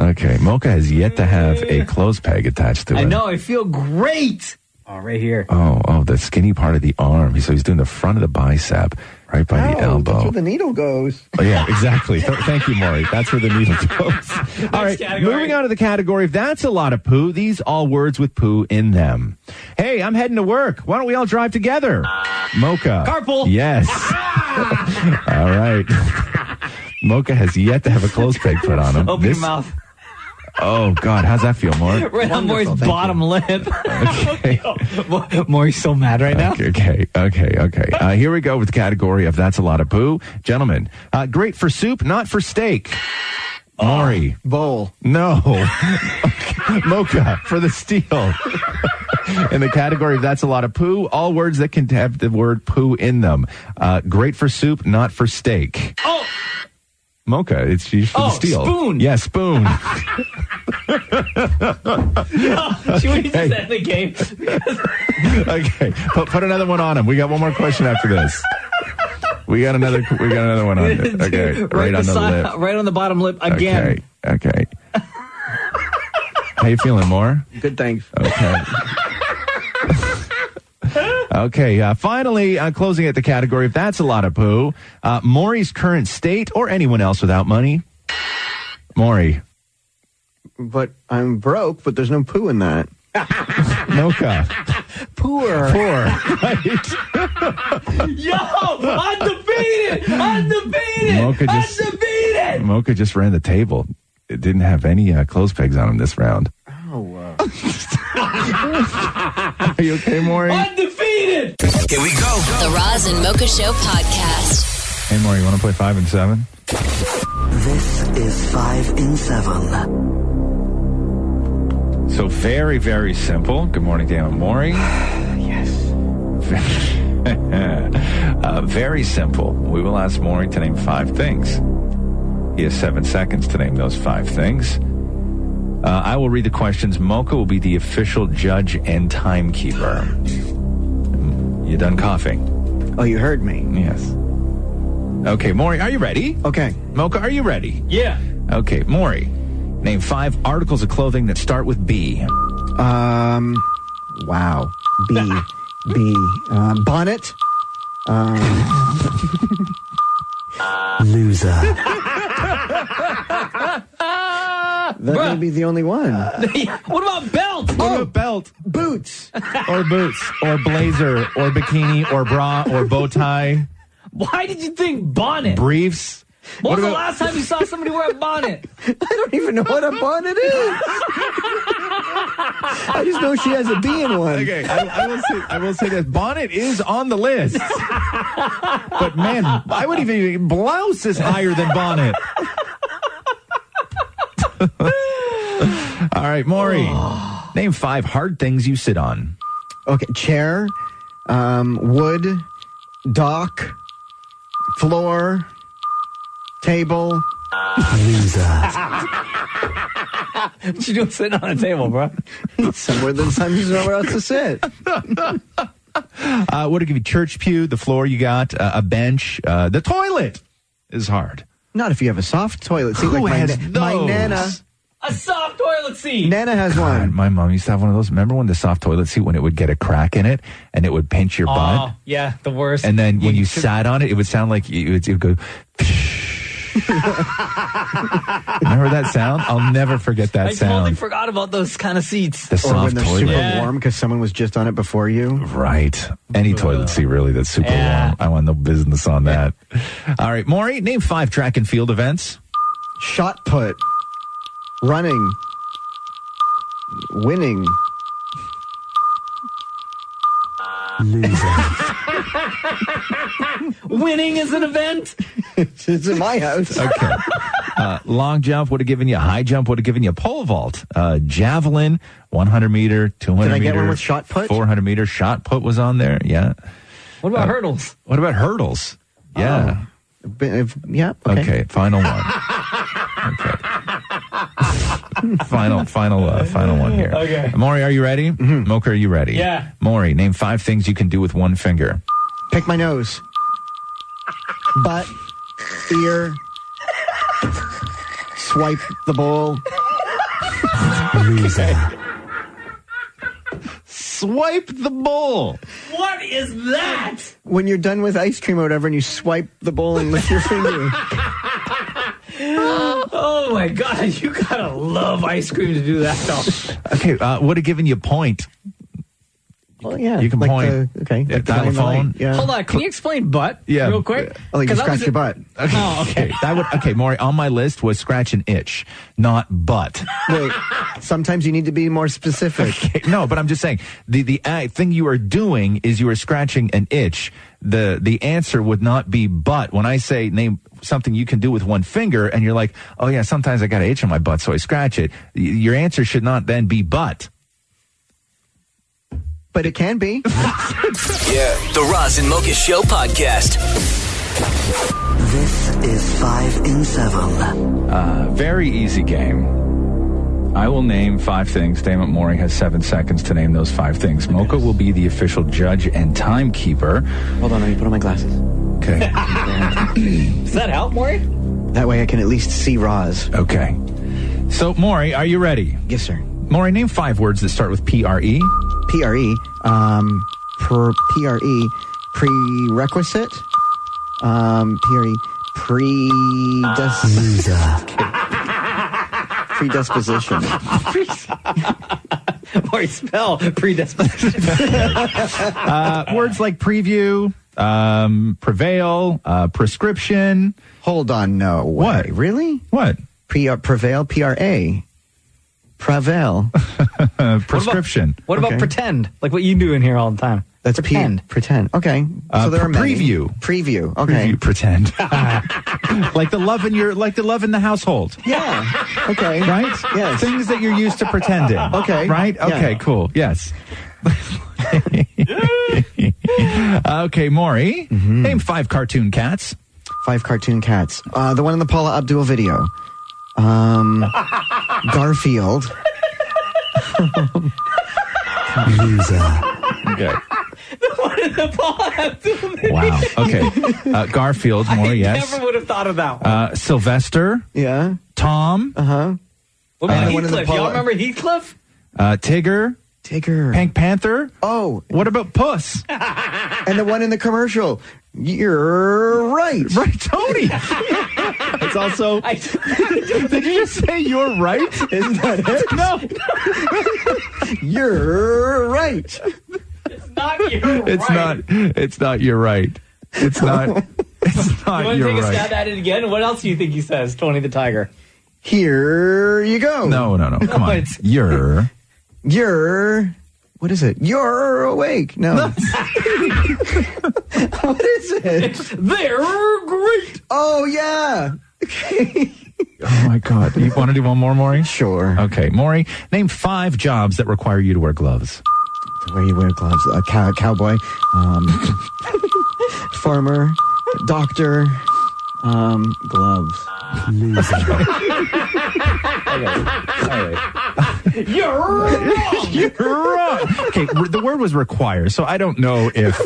Speaker 6: okay, Mocha has yet to have a clothes peg attached to it.
Speaker 11: I know. I feel great. Oh, right here.
Speaker 6: Oh, oh, the skinny part of the arm. So he's doing the front of the bicep. right by the
Speaker 4: Oh,
Speaker 6: elbow.
Speaker 4: That's where the needle goes.
Speaker 6: Oh, yeah, exactly. Th- thank you, Maury. That's where the needle goes. all right, moving on to the category of that's a lot of poo. These all words with poo in them. Hey, I'm heading to work. Why don't we all drive together? Mocha.
Speaker 11: Carpool.
Speaker 6: Yes. all right. Mocha has yet to have a clothes peg put on him.
Speaker 11: Open
Speaker 6: This-
Speaker 11: your mouth.
Speaker 6: Oh God, how's that feel, Maury?
Speaker 11: Right on Maury's
Speaker 6: Wonderful,
Speaker 11: bottom lip.
Speaker 6: thank you.
Speaker 11: Okay. Maury's so mad right now.
Speaker 6: Okay, okay, okay. okay. Uh, here we go with the category of that's a lot of poo. Gentlemen, uh, great for soup, not for steak.
Speaker 11: Oh.
Speaker 6: Maury. bowl. No. Mocha for the steal. in the category of that's a lot of poo, all words that can have the word poo in them. Uh, great for soup, not for steak.
Speaker 11: Oh.
Speaker 6: Mocha, it's she's
Speaker 11: Oh,
Speaker 6: for the steal.
Speaker 11: spoon.
Speaker 6: Yeah, spoon.
Speaker 11: Should we just
Speaker 6: Hey.
Speaker 11: end the game?
Speaker 6: okay, put, put another one on him. We got one more question after this. We got another. We got another one on. it. Okay, right, on the
Speaker 11: beside-
Speaker 6: lip.
Speaker 11: Right on the bottom lip again.
Speaker 6: Okay. Okay. How you feeling, more?
Speaker 4: Good, thanks.
Speaker 6: Okay. okay. Uh, finally, uh, closing at the category. If that's a lot of poo, uh, Maury's current state or anyone else without money. Maury,
Speaker 4: But I'm broke, but there's no poo in that.
Speaker 6: Mocha.
Speaker 4: Poor.
Speaker 6: Poor.
Speaker 25: Yo, undefeated, undefeated,
Speaker 6: Mocha just-
Speaker 25: undefeated.
Speaker 6: Mocha just ran the table. It didn't have any uh, clothes pegs on him this round. Are you okay, Maury?
Speaker 25: Undefeated.
Speaker 2: Here we go. The Roz and Mocha Show podcast.
Speaker 6: Hey, Maury, you want to play five and seven?
Speaker 7: This is five in seven.
Speaker 26: So very, very simple. Good morning, Dan and Maury. yes. uh, very simple. We will ask Maury to name five things. He has seven seconds to name those five things. Uh, I will read the questions. Mocha will be the official judge and timekeeper. You done coughing?
Speaker 4: Oh, you heard me.
Speaker 26: Yes. Okay, Maury, are you ready?
Speaker 4: Okay.
Speaker 26: Mocha, are you ready?
Speaker 11: Yeah.
Speaker 26: Okay, Maury, name five articles of clothing that start with B.
Speaker 4: Um, wow. B. B. Uh, bonnet. Um,
Speaker 7: Loser.
Speaker 4: that may be the only one.
Speaker 11: what about belt?
Speaker 6: Oh, belt.
Speaker 4: Boots.
Speaker 6: or boots, or blazer, or bikini, or bra, or bow tie,
Speaker 11: Why did you think bonnet?
Speaker 6: briefs.
Speaker 11: When
Speaker 6: What
Speaker 11: was the
Speaker 6: about-
Speaker 11: last time you saw somebody wear a bonnet?
Speaker 4: I don't even know what a bonnet is. I just know she has a B in one.
Speaker 6: Okay, I, I will say I will say this. Bonnet is on the list, but man, I would even blouse is higher than bonnet. All right, Maury, name five hard things you sit on.
Speaker 4: Okay, chair, um, wood, dock, floor, table.
Speaker 11: what you doing sitting on a table, bro?
Speaker 4: Somewhere that sometimes nowhere else to sit.
Speaker 6: Uh, what would give you? Church pew, the floor you got, uh, a bench, uh, the toilet is hard.
Speaker 4: Not if you have a soft toilet seat
Speaker 6: Who
Speaker 4: like my,
Speaker 6: has
Speaker 4: na- my
Speaker 6: those?
Speaker 4: nana.
Speaker 11: A soft toilet seat.
Speaker 4: Nana has
Speaker 6: God,
Speaker 4: one.
Speaker 6: My mom used to have one of those. Remember when the soft toilet seat when it would get a crack in it and it would pinch your
Speaker 11: Oh,
Speaker 6: butt,
Speaker 11: yeah, the worst.
Speaker 6: and then when you sat on it, it would sound like you- it would, it would go. Remember that sound? I'll never forget that
Speaker 11: I totally
Speaker 6: sound.
Speaker 11: forgot about those kind of seats.
Speaker 6: the
Speaker 4: Or when
Speaker 6: soft
Speaker 4: they're
Speaker 6: toilet,
Speaker 4: super
Speaker 11: Yeah.
Speaker 4: warm because someone was just on it before you.
Speaker 6: right? Any toilet seat really that's super
Speaker 11: Yeah.
Speaker 6: warm. I want no business on that. All right, Maury, name five track and field events.
Speaker 4: Shot put, running, winning.
Speaker 11: Winning is an event.
Speaker 4: It's in my house.
Speaker 6: Okay. Uh, long jump would have given you high jump would have given you pole vault uh, javelin 100 meter 200
Speaker 4: Did I get
Speaker 6: meter
Speaker 4: one with shot put?
Speaker 6: 400 meter shot put was on there yeah
Speaker 11: What
Speaker 6: Uh,
Speaker 11: about hurdles?
Speaker 6: what about hurdles yeah
Speaker 4: But if- yeah.
Speaker 6: okay.
Speaker 4: Oh, Okay.
Speaker 6: final one okay final final uh, final one here
Speaker 11: Okay.
Speaker 6: Maury are you ready
Speaker 4: Mm-hmm.
Speaker 6: Mocha are you ready
Speaker 11: Yeah.
Speaker 6: Maury name five things you can do with one finger
Speaker 4: Pick my nose, butt, ear, swipe the bowl.
Speaker 6: Swipe the bowl.
Speaker 27: What is that?
Speaker 4: When you're done with ice cream or whatever, and you swipe the bowl and lift your finger.
Speaker 27: oh my god, you gotta love ice cream to do that though.
Speaker 6: Okay, uh, would have given you a point.
Speaker 4: Well, yeah,
Speaker 6: You can
Speaker 4: like
Speaker 6: point.
Speaker 4: the- okay,
Speaker 6: Yeah,
Speaker 4: like the guy in the
Speaker 6: telephone.
Speaker 4: light, yeah.
Speaker 11: Hold on, can you explain butt?
Speaker 6: Yeah.
Speaker 11: real quick.
Speaker 6: Oh, you
Speaker 11: 'Cause
Speaker 6: just
Speaker 11: I was-
Speaker 6: scratch your butt. Okay.
Speaker 11: Oh, okay.
Speaker 6: that would okay, Maury. On my list was scratch an itch, not butt.
Speaker 4: Wait, sometimes you need to be more specific.
Speaker 6: Okay, no, but I'm just saying the the act, thing you are doing is you are scratching an itch. The the answer would not be butt. When I say name something you can do with one finger, and you're like, oh yeah, sometimes I got an itch on my butt, so I scratch it. Y- Your answer should not then be butt.
Speaker 4: But it can be.
Speaker 10: Yeah. The Roz and Mocha Show podcast.
Speaker 7: This is five in seven.
Speaker 9: Uh, very easy game. I will name five things. Damon Mori has seven seconds to name those five things. Mocha will be the official judge and timekeeper. Hold on, let me put on my glasses. Okay.
Speaker 11: Does that help, Maury?
Speaker 9: that way I can at least see Roz. Okay. So, Maury, are you ready?
Speaker 4: Yes, sir.
Speaker 6: Maury, name five words that start with P R E.
Speaker 4: P R E. Um, per P R E. Prerequisite. Um, P R E. Predis- Predisposition.
Speaker 11: Maury, spell predisposition.
Speaker 6: uh, words like preview, um, prevail, uh, prescription.
Speaker 4: Hold on, no. Way.
Speaker 6: What?
Speaker 4: Really?
Speaker 6: What?
Speaker 4: P R prevail. P R A. Prevail.
Speaker 6: prescription.
Speaker 11: What about
Speaker 4: Okay.
Speaker 11: pretend? Like what you do in here all the time.
Speaker 4: That's P-
Speaker 11: pretend.
Speaker 4: pretend. Okay.
Speaker 6: Uh,
Speaker 4: so there are many.
Speaker 6: preview.
Speaker 4: Preview. Okay.
Speaker 6: Preview, pretend. like the love in your, like the love in the household.
Speaker 4: Yeah. Okay.
Speaker 6: Right?
Speaker 4: Yes.
Speaker 6: Things that you're used to pretending.
Speaker 4: Okay.
Speaker 6: Right?
Speaker 4: Yeah.
Speaker 6: Okay, cool. Yes. okay, Maury.
Speaker 4: Mm-hmm.
Speaker 6: Name five cartoon cats.
Speaker 4: Five cartoon cats. Uh, the one in the Paula Abdul video. Um, Garfield.
Speaker 6: Okay.
Speaker 27: What
Speaker 6: Oh.
Speaker 27: in the Paul Abdul
Speaker 6: Wow. Okay. Uh, Garfield,
Speaker 27: I
Speaker 6: Maury, yes.
Speaker 27: never would have thought of that one.
Speaker 6: Uh, Sylvester.
Speaker 4: Yeah.
Speaker 6: Tom.
Speaker 4: Uh-huh.
Speaker 11: What about
Speaker 6: Uh,
Speaker 4: one of the
Speaker 11: Heathcliff? Y'all
Speaker 4: poli-
Speaker 11: remember Heathcliff?
Speaker 6: Uh, Tigger.
Speaker 4: Tigger.
Speaker 6: Pink Panther.
Speaker 4: Oh,
Speaker 6: What about Puss?
Speaker 4: and the one in the commercial. You're right.
Speaker 6: Right, Tony. it's also.
Speaker 11: I,
Speaker 6: Did you just say you're right?
Speaker 4: Isn't that it?
Speaker 6: No,
Speaker 4: You're right.
Speaker 11: not you.
Speaker 6: it's
Speaker 11: right.
Speaker 6: not. It's not. You're right. It's not. It's
Speaker 11: You
Speaker 6: not.
Speaker 11: want to
Speaker 6: You're
Speaker 11: take a stab
Speaker 6: right.
Speaker 11: at it again? What else do you think he says, Tony the Tiger?
Speaker 4: Here you go.
Speaker 6: No, no, no. Come on.
Speaker 11: it's-
Speaker 6: You're.
Speaker 4: You're. What is it? You're awake. No. what is it?
Speaker 11: They're great.
Speaker 4: Oh, yeah. Okay.
Speaker 6: Oh my God. Uh, You want to do one more, Maury?
Speaker 4: Sure.
Speaker 6: Okay, Maury. Name five jobs that require you to wear gloves.
Speaker 4: Where you wear gloves? A cow- cowboy, um, farmer, doctor, um, gloves.
Speaker 11: You're
Speaker 6: You're wrong. Okay, re- the word was require, so I don't know if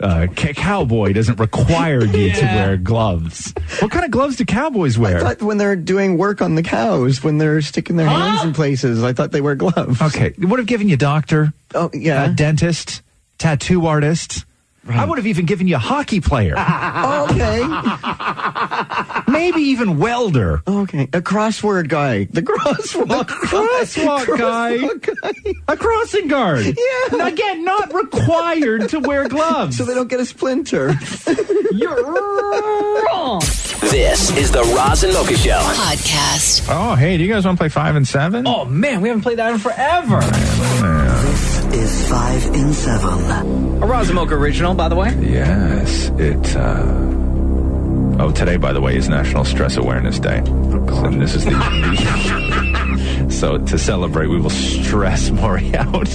Speaker 6: uh, ca- cowboy doesn't require you to wear gloves. What kind of gloves do cowboys
Speaker 4: I
Speaker 6: wear?
Speaker 4: thought when they're doing work on the cows, when they're sticking their hands in places, I thought they wear gloves.
Speaker 6: okay, it would have given you doctor,
Speaker 4: Oh
Speaker 6: uh,
Speaker 4: yeah.
Speaker 6: dentist, tattoo artist. I would have even given you hockey player,
Speaker 4: Ah. okay.
Speaker 6: maybe even welder.
Speaker 4: Okay. A crossword guy. The crossword. The
Speaker 6: crosswalk
Speaker 4: guy.
Speaker 6: A crossing guard.
Speaker 4: Yeah.
Speaker 6: And Again, not required to wear gloves.
Speaker 4: So they don't get a splinter.
Speaker 11: wrong.
Speaker 10: This is the Roz and Mocha Show.
Speaker 2: Podcast.
Speaker 6: oh, hey, do you guys want to play five and seven?
Speaker 11: Oh man, we haven't played that in forever.
Speaker 7: This is five in seven.
Speaker 11: A Razumoke original, by the way.
Speaker 9: Yes, it. Uh... Oh, today, by the way, is National Stress Awareness Day.
Speaker 6: Oh,
Speaker 9: And this is the. so to celebrate, we will stress Maury out.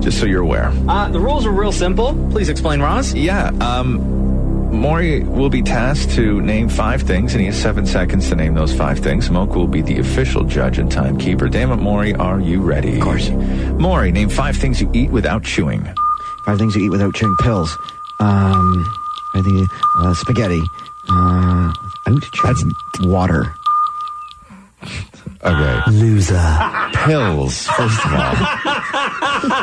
Speaker 9: Just so you're aware.
Speaker 11: Uh, the rules are real simple. Please explain, Roz.
Speaker 9: Yeah. Um, Maury will be tasked to name five things, and he has seven seconds to name those five things. Moke will be the official judge and timekeeper. Damn it, Maury, are you ready? Of course. Maury, name five things you eat without chewing.
Speaker 4: Five things you eat without chewing pills. Um, I think uh, spaghetti. Uh, without chewing. That's water.
Speaker 6: Okay.
Speaker 7: Loser.
Speaker 6: Pills, first of all.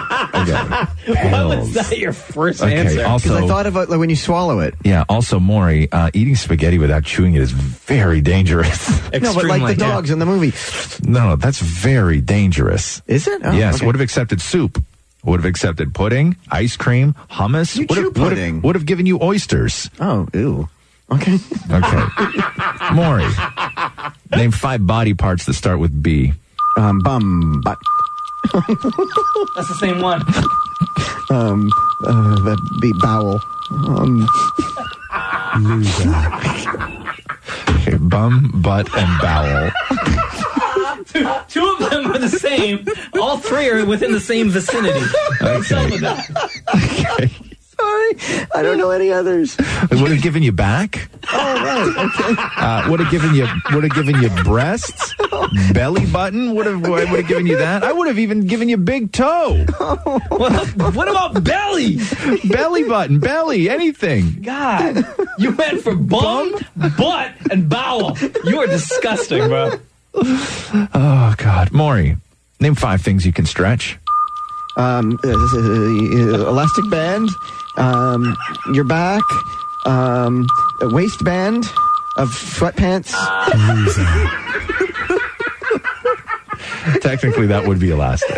Speaker 6: Okay.
Speaker 28: Why was
Speaker 6: Pills.
Speaker 28: that your first
Speaker 6: Okay,
Speaker 28: answer?
Speaker 6: also-
Speaker 4: I thought of it like when you swallow it.
Speaker 6: Yeah, also, Maury, uh, eating spaghetti without chewing it is very dangerous.
Speaker 4: no, but like the dogs in the movie.
Speaker 6: No, that's very dangerous.
Speaker 4: Is it? Oh,
Speaker 6: yes.
Speaker 4: okay.
Speaker 6: Would have accepted soup. Would have accepted pudding, ice cream, hummus.
Speaker 4: You chew
Speaker 6: would have, would have-
Speaker 4: pudding.
Speaker 6: Would have given you oysters.
Speaker 4: Oh, ew. Okay.
Speaker 6: Okay. Maury, name five body parts that start with B.
Speaker 4: Um, bum, butt.
Speaker 11: That's the same one.
Speaker 4: Um, uh, that'd be bowel. Um, loser.
Speaker 6: Okay, bum, butt, and bowel.
Speaker 11: two, two of them are the same. All three are within the same vicinity. What's up with that?
Speaker 4: Sorry, I don't know any others.
Speaker 6: Would have given you back.
Speaker 4: Oh, right. Okay.
Speaker 6: Uh, would have given you. Would have given you breasts, belly button. Would have. Would have given you that. I would have even given you big toe.
Speaker 11: what, what about belly?
Speaker 6: belly button, belly, anything.
Speaker 11: God, you went for bum, butt, and bowel. You are disgusting, bro.
Speaker 6: Oh God, Maury, name five things you can stretch.
Speaker 4: Um, uh, uh, elastic band, um, your back, um, a waistband of sweatpants.
Speaker 6: Technically, that would be elastic.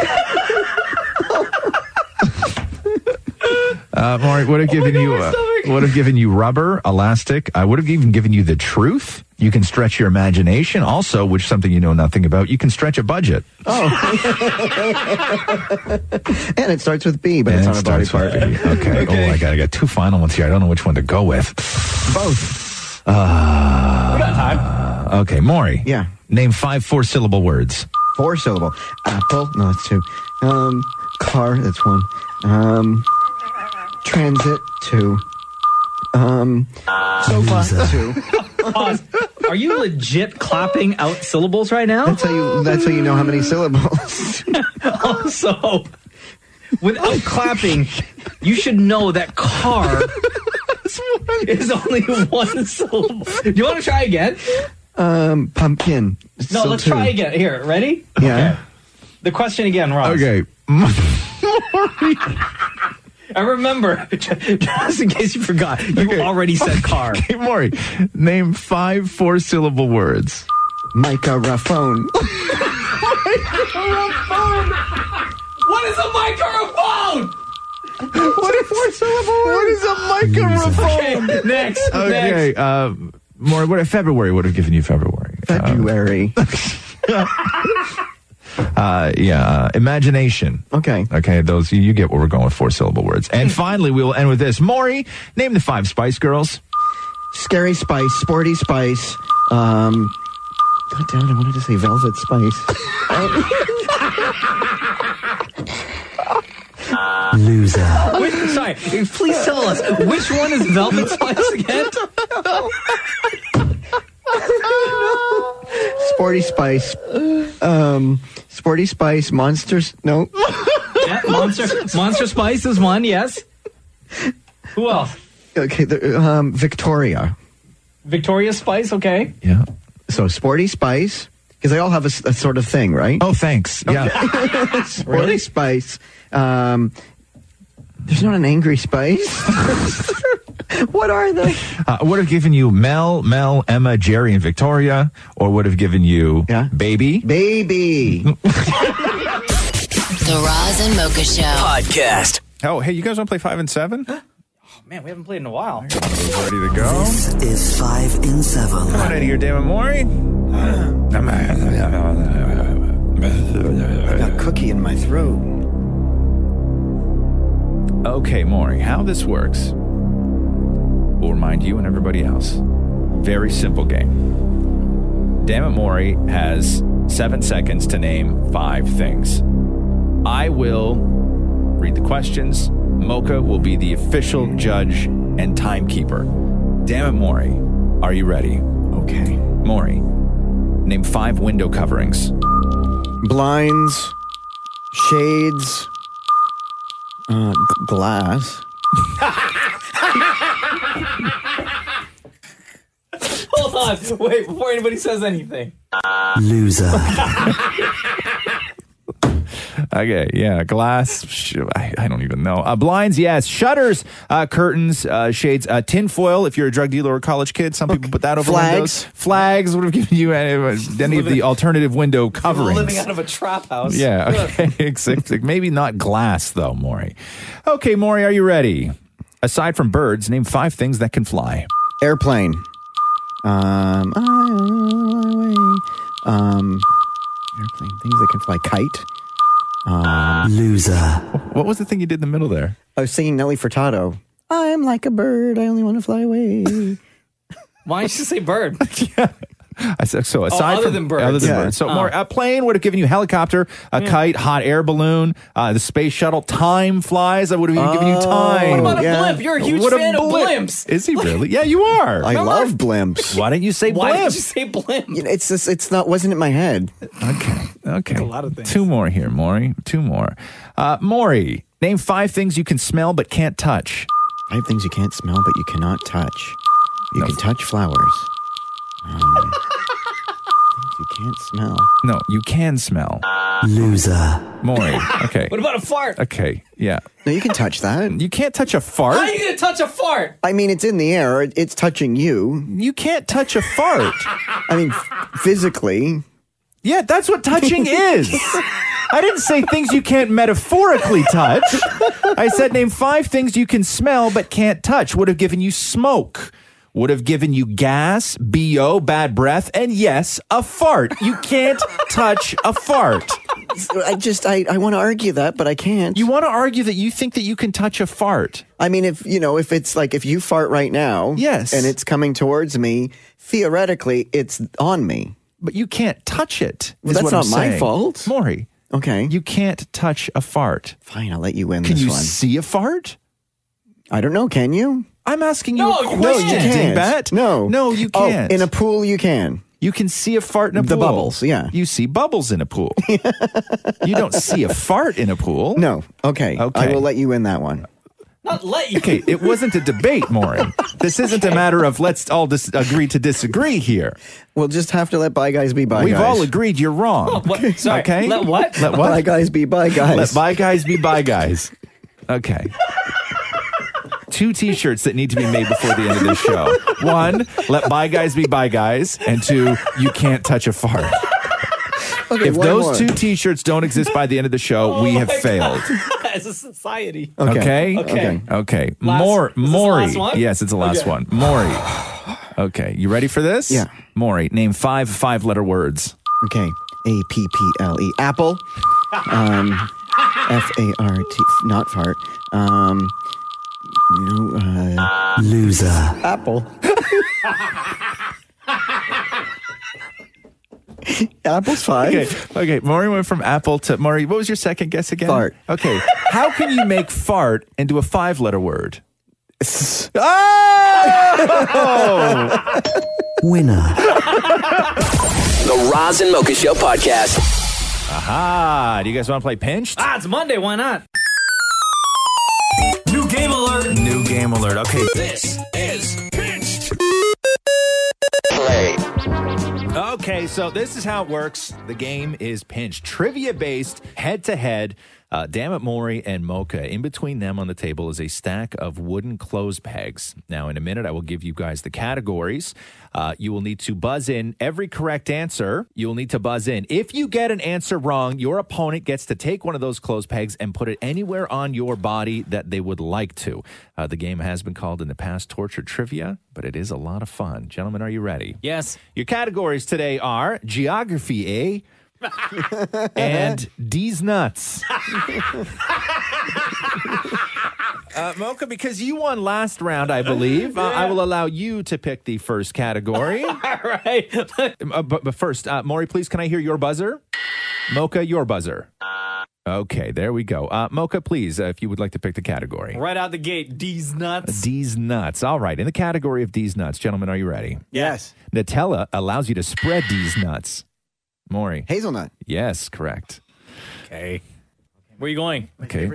Speaker 6: Uh, Maury, would have given you uh, would have given you rubber, elastic. I would have even given you the truth. You can stretch your imagination, also, which is something you know nothing about. You can stretch a budget.
Speaker 4: Oh. and it starts with B, but it's not
Speaker 6: And
Speaker 4: a
Speaker 6: it
Speaker 4: body part.
Speaker 6: starts with B. Okay. Oh my god, I got two final ones here. I don't know which one to go with. Both. Uh,
Speaker 11: we got time.
Speaker 6: Okay, Maury.
Speaker 4: Yeah.
Speaker 6: Name five four syllable words.
Speaker 4: Four syllable. Apple. No, it's two. Um, car. That's one. Um, transit. Two. Um, sofa. Two.
Speaker 11: Pause. Are you legit clapping out syllables right now?
Speaker 4: That's how you. That's how you know how many syllables.
Speaker 11: also, without clapping, you should know that car is only one syllable. Do you want to try again?
Speaker 4: Um, pumpkin.
Speaker 11: No,
Speaker 4: Still
Speaker 11: let's
Speaker 4: two.
Speaker 11: try again. Here, ready?
Speaker 4: Yeah.
Speaker 11: The question again, Ross.
Speaker 6: Okay.
Speaker 11: I remember, just in case you forgot, you already said car.
Speaker 6: Hey, Maury, name five four syllable words.
Speaker 4: Microphone.
Speaker 29: Microphone! What is a microphone?
Speaker 6: What is four syllable What is a
Speaker 29: microphone?
Speaker 11: Okay, next. Next.
Speaker 6: Okay, uh, Maury, what February would have given you February?
Speaker 4: February.
Speaker 6: Uh, yeah, uh, imagination.
Speaker 4: Okay.
Speaker 6: Okay, those you, you get what we're going with four syllable words. And finally, we will end with this. Maury, name the five Spice Girls.
Speaker 4: Scary spice. Sporty spice. Um, God damn it! I wanted to say velvet spice.
Speaker 7: Loser.
Speaker 11: Wait, sorry, please tell us which one is Velvet Spice again?
Speaker 4: Sporty Spice. Um, Sporty Spice Monsters. No.
Speaker 11: Yeah, Monster Monster Spice is one. Yes. Who else?
Speaker 4: Okay. The, um, Victoria.
Speaker 11: Victoria Spice. Okay.
Speaker 6: Yeah.
Speaker 4: So Sporty Spice, because they all have a, s- a sort of thing, right?
Speaker 6: Oh, thanks. Yeah.
Speaker 4: Sporty Spice. Um, there's not an angry spice. what are they?
Speaker 6: Uh, would have given you Mel, Mel, Emma, Jerry, and Victoria, or would have given you Baby.
Speaker 4: Baby.
Speaker 2: The Roz and Mocha Show podcast.
Speaker 30: Oh, hey, you guys want to play five and seven?
Speaker 11: Man, we haven't played in a while.
Speaker 30: Ready to go?
Speaker 7: This is five in seven.
Speaker 30: Come on out of here, David Mori.
Speaker 4: I got cookie in my throat.
Speaker 6: Okay, Maury, how this works will remind you and everybody else. Very simple game. Damn it, Maury has seven seconds to name five things. I will read the questions. Mocha will be the official judge and timekeeper. Damn it, Maury, are you ready?
Speaker 4: Okay.
Speaker 6: Maury, name five window coverings.
Speaker 4: Blinds, shades, uh, g- glass.
Speaker 11: Hold on. Hold on. Wait, before anybody says anything.
Speaker 7: Loser.
Speaker 6: Okay, yeah, glass. Sh- I, I don't even know. Uh, blinds, yes. Shutters, uh, curtains, uh, shades, uh, tinfoil. If you're a drug dealer or college kid, some people put that over
Speaker 11: Oh, Flags.
Speaker 6: windows. Flags would have given you any, any of the alternative window coverings.
Speaker 11: Living out of a trap house.
Speaker 6: Yeah, okay. Except maybe not glass, though, Maury. Okay, Maury, are you ready? Aside from birds, name five things that can fly.
Speaker 4: Airplane. Um, um, airplane things that can fly. Kite. Um,
Speaker 7: Loser.
Speaker 6: What was the thing you did in the middle there?
Speaker 4: I was singing Nelly Furtado. I'm like a bird. I only want to fly away.
Speaker 11: Why didn't you say bird?
Speaker 6: I said, so aside
Speaker 11: Oh, other
Speaker 6: from
Speaker 11: than birds.
Speaker 6: other than
Speaker 11: Yeah.
Speaker 6: birds. So
Speaker 11: Oh.
Speaker 6: more a plane would have given you helicopter, a
Speaker 11: Yeah.
Speaker 6: kite, hot air balloon, uh, the space shuttle, time flies. I would have even given you
Speaker 11: Oh,
Speaker 6: time.
Speaker 11: What about a yeah. blimp? You're a huge
Speaker 6: What
Speaker 11: fan of
Speaker 6: blimp.
Speaker 11: blimps.
Speaker 6: Is he really? Yeah, you are.
Speaker 4: I love blimps.
Speaker 6: Why didn't you say
Speaker 11: Why
Speaker 6: blimp?
Speaker 11: did you say blimp?
Speaker 4: You know, It's just, it's not wasn't in my head.
Speaker 6: Okay. Okay. A
Speaker 11: lot of things.
Speaker 6: Two more here, Maury. Two more. Uh, Maury, name five things you can smell but can't touch.
Speaker 4: Five things you can't smell but you cannot touch. You can touch flowers. Um, things you can't smell.
Speaker 6: No, you can smell.
Speaker 7: Loser.
Speaker 6: Maury. Okay.
Speaker 11: What about a fart?
Speaker 6: Okay. Yeah.
Speaker 4: No, you can touch that.
Speaker 6: You can't touch a
Speaker 11: How
Speaker 6: fart.
Speaker 11: are you going to touch a fart?
Speaker 4: I mean, it's in the air. it- It's touching you.
Speaker 6: You can't touch a fart.
Speaker 4: I mean, physically.
Speaker 6: Yeah, that's what touching is. I didn't say things you can't metaphorically touch. I said name five things you can smell but can't touch. Would have given you smoke, would have given you gas, BO, bad breath, and yes, a fart. You can't touch a fart.
Speaker 4: I just I, I want to argue that, but I can't. You
Speaker 6: want to argue that you think that you can touch a fart.
Speaker 4: I mean, if you know, if it's like if you fart right now,
Speaker 6: Yes.
Speaker 4: and it's coming towards me, theoretically, it's on me.
Speaker 6: But you can't touch it.
Speaker 4: Well,
Speaker 6: is
Speaker 4: that's
Speaker 6: what
Speaker 4: not
Speaker 6: I'm
Speaker 4: my
Speaker 6: saying.
Speaker 4: fault.
Speaker 6: Maury.
Speaker 4: Okay.
Speaker 6: You can't touch a fart.
Speaker 4: Fine, I'll let you win
Speaker 6: Can
Speaker 4: this
Speaker 6: you
Speaker 4: one.
Speaker 6: see a fart?
Speaker 4: I don't know. Can you?
Speaker 6: I'm asking you
Speaker 11: No,
Speaker 6: a
Speaker 11: you
Speaker 6: question,
Speaker 4: can't.
Speaker 6: dingbat.
Speaker 4: No.
Speaker 6: No, you
Speaker 4: Oh,
Speaker 6: can't.
Speaker 4: in a pool, you can.
Speaker 6: You can see a fart in a
Speaker 4: The
Speaker 6: pool.
Speaker 4: bubbles, yeah.
Speaker 6: You see bubbles in a pool. you don't see a fart in a pool.
Speaker 4: No. Okay. I will let you win that one.
Speaker 11: Not let you.
Speaker 6: Okay, it wasn't a debate, Maureen. This isn't a matter of let's all dis- agree to disagree here.
Speaker 4: We'll just have to let by guys be by
Speaker 6: We've
Speaker 4: guys.
Speaker 6: all agreed you're wrong.
Speaker 11: What? Sorry.
Speaker 6: Okay.
Speaker 11: Let what?
Speaker 6: Let what?
Speaker 4: By guys be by guys.
Speaker 6: Let by guys be by guys. Okay. Two t shirts that need to be made before the end of this show. One, let by guys be by guys. And two, you can't touch a fart.
Speaker 4: Okay,
Speaker 6: if
Speaker 4: one
Speaker 6: those
Speaker 4: more.
Speaker 6: two t shirts don't exist by the end of the show,
Speaker 11: Oh
Speaker 6: we have failed.
Speaker 11: As a society.
Speaker 6: Okay.
Speaker 11: Okay.
Speaker 6: Okay. Okay.
Speaker 11: Last-
Speaker 6: More.
Speaker 11: is this the
Speaker 6: Maury.
Speaker 11: last one?
Speaker 6: Yes, it's the last
Speaker 11: Okay.
Speaker 6: one. Maury. Okay. You ready for this?
Speaker 4: Yeah.
Speaker 6: Maury, name five five letter words.
Speaker 4: Okay. A P P L E. Apple. Um, F A R T. Not fart. Um, no, uh,
Speaker 7: Loser.
Speaker 4: Apple. Apple's five.
Speaker 6: Okay. Okay. Maury went from apple to Maury. What was your second guess again?
Speaker 4: Fart.
Speaker 6: Okay. How can you make fart into a five letter word?
Speaker 10: Oh!
Speaker 7: Winner.
Speaker 10: the Roz and Mocha Show podcast.
Speaker 6: Aha. Do you guys want to play pinched?
Speaker 11: Ah, it's Monday. Why not?
Speaker 6: New game alert. New game alert. Okay.
Speaker 11: This is pinched.
Speaker 10: Play.
Speaker 6: Okay, so this is how it works. The game is pinched, trivia based, head to head. Damn it, Maury and Mocha. In between them on the table is a stack of wooden clothes pegs. Now, in a minute, I will give you guys the categories. Uh, you will need to buzz in every correct answer. You will need to buzz in. If you get an answer wrong, your opponent gets to take one of those clothes pegs and put it anywhere on your body that they would like to. Uh, the game has been called in the past torture trivia, but it is a lot of fun. Gentlemen, are you ready?
Speaker 11: Yes.
Speaker 6: Your categories today are geography, eh? and D's nuts. Uh, Mocha, because you won last round, I believe, uh, I will allow you to pick the first category. All
Speaker 11: right.
Speaker 6: uh, but, but first, uh, Maury, please, can I hear your buzzer? Mocha, your buzzer. Okay, there we go. Uh, Mocha, please, uh, if you would like to pick the category.
Speaker 11: Right out the gate, D's nuts.
Speaker 6: D's nuts. All right, in the category of D's nuts, gentlemen, are you ready?
Speaker 4: Yes.
Speaker 6: Nutella allows you to spread these nuts. Maury.
Speaker 4: Hazelnut.
Speaker 6: Yes, correct. Okay.
Speaker 11: Where are you going?
Speaker 6: Okay.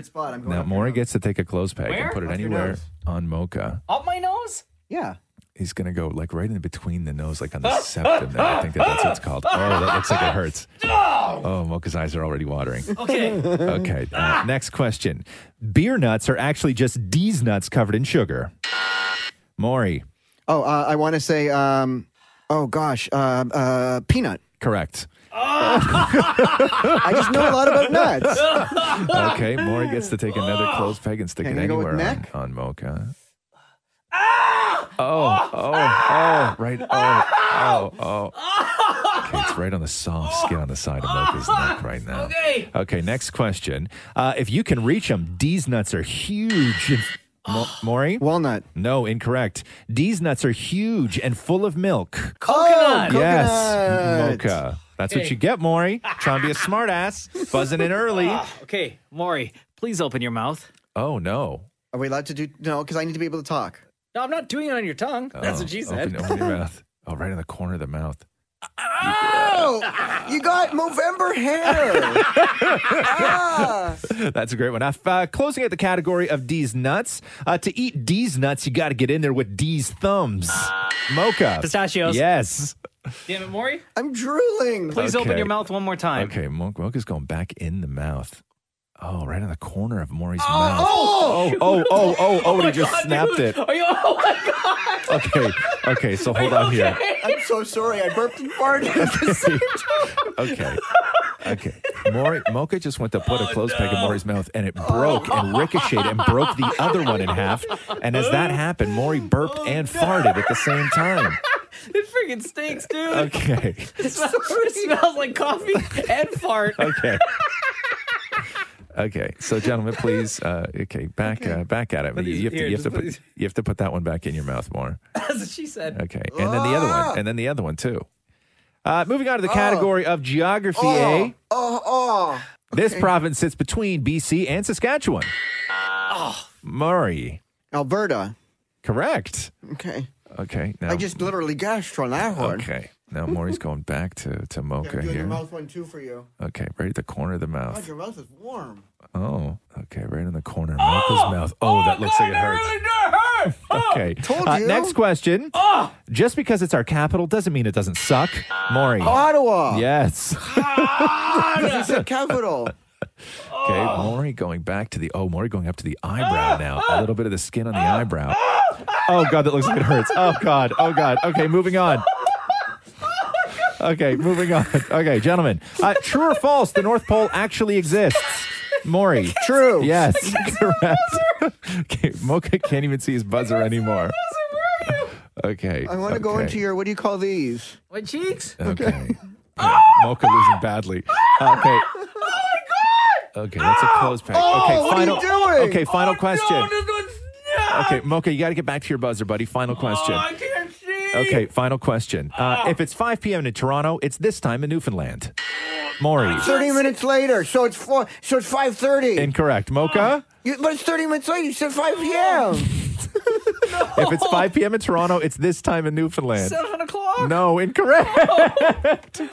Speaker 6: now Maury gets to take a clothes peg
Speaker 11: Where?
Speaker 6: and put it
Speaker 11: Up your Oh.
Speaker 6: anywhere
Speaker 11: nose.
Speaker 6: on Mocha.
Speaker 11: Up my nose?
Speaker 4: Yeah.
Speaker 31: he's going to go like right in between the nose, like on the septum. there. I think that that's what it's called. Oh, that looks like it hurts. Oh, Mocha's eyes are already watering.
Speaker 11: Okay.
Speaker 6: okay. uh, next question. Beer nuts are actually just D's nuts covered in sugar. Maury.
Speaker 4: Oh, uh, I want to say, um, oh gosh, uh, uh, peanut.
Speaker 6: Correct.
Speaker 4: I just know a lot about nuts.
Speaker 31: okay, Maury gets to take another clothes peg and stick
Speaker 4: Can
Speaker 31: it
Speaker 4: I go with
Speaker 31: anywhere on,
Speaker 4: neck?
Speaker 31: on Mocha.
Speaker 11: Ah!
Speaker 31: Oh, oh, oh, right. Oh, oh, oh. Okay, it's right on the soft skin on the side of Mocha's neck right now.
Speaker 11: Ah! Okay.
Speaker 6: Okay, next question. Uh, if you can reach them, D's nuts are huge. And Mo- Maury?
Speaker 4: Walnut.
Speaker 6: No, incorrect. D's nuts are huge and full of milk. Oh,
Speaker 11: Coconut.
Speaker 6: Yes, mocha. That's what
Speaker 11: Okay.
Speaker 6: you get, Maury. Trying to be a smartass, buzzing in early.
Speaker 32: okay, Maury, please open your mouth.
Speaker 6: Oh no.
Speaker 4: Are we allowed to do no? Because I need to be able to talk.
Speaker 32: No, I'm not doing it on your tongue.
Speaker 4: That's
Speaker 6: Oh,
Speaker 4: what she said.
Speaker 31: Open, open your mouth. Oh, right in the corner of the mouth.
Speaker 4: Oh, you got Movember hair. Ah.
Speaker 6: That's a great one. Uh, closing out the category of D's nuts. Uh, to eat D's nuts, you got to get in there with D's thumbs. Mocha.
Speaker 32: Pistachios.
Speaker 6: Yes.
Speaker 32: Damn it, Maury.
Speaker 4: I'm drooling.
Speaker 32: Please open
Speaker 31: Okay.
Speaker 32: your mouth one more time.
Speaker 31: Okay, Mo- Mocha's going back in the mouth. Oh, right in the corner of Maury's mouth.
Speaker 11: oh,
Speaker 6: oh, oh, oh, oh, oh, he just snapped it.
Speaker 11: Are you? Oh my god.
Speaker 6: Okay. Okay, so hold on here.
Speaker 4: I'm so sorry. I burped and farted at the same time.
Speaker 31: Okay. Okay. Maury, Mocha just went to put a clothes peg in Maury's mouth and it broke and ricocheted and broke the other one in half. And as that happened, Maury burped and farted at the same time.
Speaker 11: It freaking stinks, dude.
Speaker 31: Okay.
Speaker 11: It, smells, it smells like coffee and fart.
Speaker 31: Okay. Okay. So, gentlemen, please, uh, okay, back uh, back at it. You, you have to,
Speaker 11: here,
Speaker 31: you, have to
Speaker 11: just
Speaker 31: put,
Speaker 11: please.
Speaker 31: you have to put that one back in your mouth more.
Speaker 11: That's what she said.
Speaker 31: Okay. And then the other
Speaker 4: Ah!
Speaker 31: one. And then the other one, too. Uh, moving on to the category of geography, eh?
Speaker 4: Oh, oh.
Speaker 6: This province sits between BC and Saskatchewan.
Speaker 4: Ah!
Speaker 6: Murray.
Speaker 4: Alberta.
Speaker 6: Correct.
Speaker 4: Okay.
Speaker 31: Okay. Now,
Speaker 6: Oh.
Speaker 4: I just literally gashed on that one.
Speaker 31: okay. Now, Maury's going back to, to Mocha here.
Speaker 4: one too for you.
Speaker 31: Okay. Right at the corner of the mouth.
Speaker 4: your mouth is warm.
Speaker 31: Oh, okay. Right in the corner of
Speaker 4: Ah!
Speaker 31: Mocha's mouth. Oh, that looks like it hurts. Okay.
Speaker 4: Told
Speaker 6: Uh,
Speaker 4: you. Ah!
Speaker 6: next question. Just because it's our capital doesn't mean it doesn't suck. Maury.
Speaker 4: Ah! Ottawa.
Speaker 6: Yes.
Speaker 4: It's a capital.
Speaker 31: Okay, Maury going back to the oh, Maury going up to the eyebrow now. A little bit of the skin on the eyebrow.
Speaker 6: Oh god, that looks like it hurts. Oh god. Oh god. Okay, moving on. Okay, moving on. Okay, gentlemen. Uh, true or false? The North Pole actually exists. Maury.
Speaker 4: True.
Speaker 6: Yes. Correct. Okay, Mocha can't even see his buzzer anymore. Okay.
Speaker 4: I want to go
Speaker 6: okay.
Speaker 4: into your what do you call these?
Speaker 11: My cheeks.
Speaker 31: Okay. Okay, Mocha losing badly.
Speaker 6: Uh,
Speaker 31: Okay. Okay, that's a close pack.
Speaker 4: Oh,
Speaker 6: Okay,
Speaker 4: what are you
Speaker 6: final.
Speaker 4: doing? Oh
Speaker 6: Okay, final
Speaker 11: Oh,
Speaker 6: question.
Speaker 11: No, this one's no.
Speaker 6: Okay, Mocha, you got to get back to your buzzer, buddy. Final
Speaker 4: Oh,
Speaker 6: question.
Speaker 11: Oh, I can't see.
Speaker 6: Okay, final question. Uh, if it's 5 p.m. in Toronto, it's this time in Newfoundland. Maury.
Speaker 4: Thirty minutes later, so it's four, so it's five thirty.
Speaker 6: Incorrect. Mocha,
Speaker 4: But it's thirty minutes later. You said five p.m.
Speaker 6: if
Speaker 4: Oh.
Speaker 6: it's 5 p.m. in Toronto, it's this time in Newfoundland.
Speaker 11: Seven o'clock.
Speaker 6: No, incorrect.
Speaker 4: Oh. but you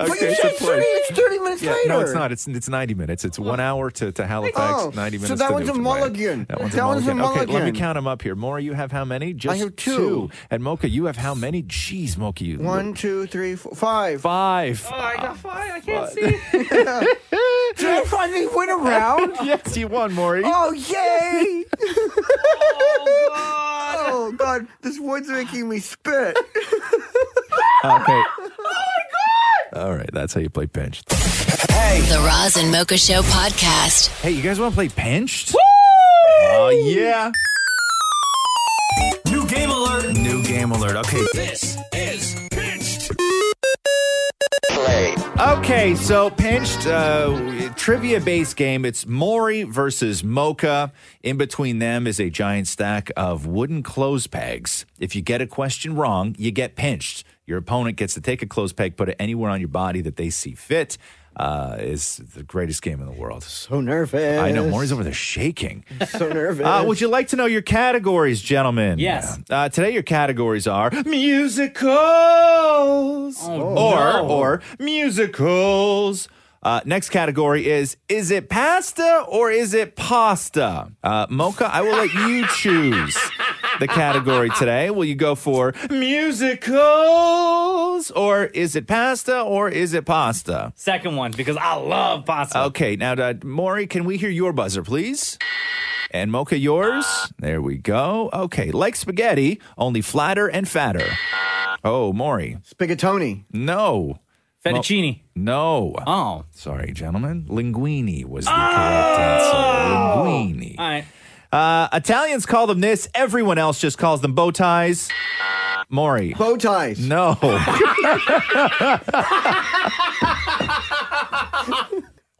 Speaker 6: it's
Speaker 4: said
Speaker 6: a
Speaker 4: thirty.
Speaker 6: place.
Speaker 4: It's thirty minutes
Speaker 6: Yeah,
Speaker 4: later.
Speaker 6: no, it's not. It's it's 90 minutes. It's one hour to, to Halifax,
Speaker 4: Oh,
Speaker 6: 90
Speaker 4: so
Speaker 6: minutes
Speaker 4: that
Speaker 6: to
Speaker 4: one's a
Speaker 6: Newfoundland.
Speaker 4: mulligan.
Speaker 6: That one's a
Speaker 4: That one's
Speaker 6: mulligan.
Speaker 4: a
Speaker 6: Okay, let me
Speaker 4: mulligan.
Speaker 6: count them up here. Maury, you have how many? Just
Speaker 4: have two.
Speaker 6: And Mocha, you have how many? Jeez, Mocha, you.
Speaker 4: One, two, three, four, five.
Speaker 6: Five.
Speaker 11: Oh, I got five. I can't see.
Speaker 4: Did I finally win a round?
Speaker 6: yes, you won, Maury.
Speaker 4: Oh yay!
Speaker 11: Oh, God.
Speaker 4: Oh god, this wood's making me spit.
Speaker 6: Okay. oh my god! All right, that's how you play pinched.
Speaker 2: The Roz and Mocha Show podcast.
Speaker 6: Hey, you guys want to play pinched? Woo! Oh yeah.
Speaker 11: New game alert.
Speaker 6: New game alert. Okay.
Speaker 11: This is pitched.
Speaker 6: Okay, so pinched uh, trivia based game. It's Maury versus Mocha. In between them is a giant stack of wooden clothes pegs. If you get a question wrong, you get pinched. Your opponent gets to take a clothes peg, put it anywhere on your body that they see fit. Uh, is the greatest game in the world.
Speaker 4: So nervous.
Speaker 6: I know Maury's over there shaking.
Speaker 4: So nervous.
Speaker 6: Uh, would you like to know your categories, gentlemen?
Speaker 32: Yes.
Speaker 6: Uh, today your categories are musicals or or musicals. Uh, next category is is it pasta or is it pasta? Uh, Mocha, I will let you choose. the category today. Will you go for musicals or is it pasta or is it pasta?
Speaker 11: Second one, because I love pasta.
Speaker 6: Okay, now, uh, Maury, can we hear your buzzer, please? And Mocha, yours? There we go. Okay, like spaghetti, only flatter and fatter. Oh, Maury.
Speaker 4: Spigatoni.
Speaker 6: No.
Speaker 11: Fettuccine.
Speaker 6: no.
Speaker 11: Oh.
Speaker 6: Sorry, gentlemen. Linguini was the
Speaker 11: Oh!
Speaker 6: correct answer. Linguini.
Speaker 11: All right.
Speaker 6: Uh, Italians call them this. Everyone else just calls them bow ties. Maury.
Speaker 4: Bow ties.
Speaker 6: No.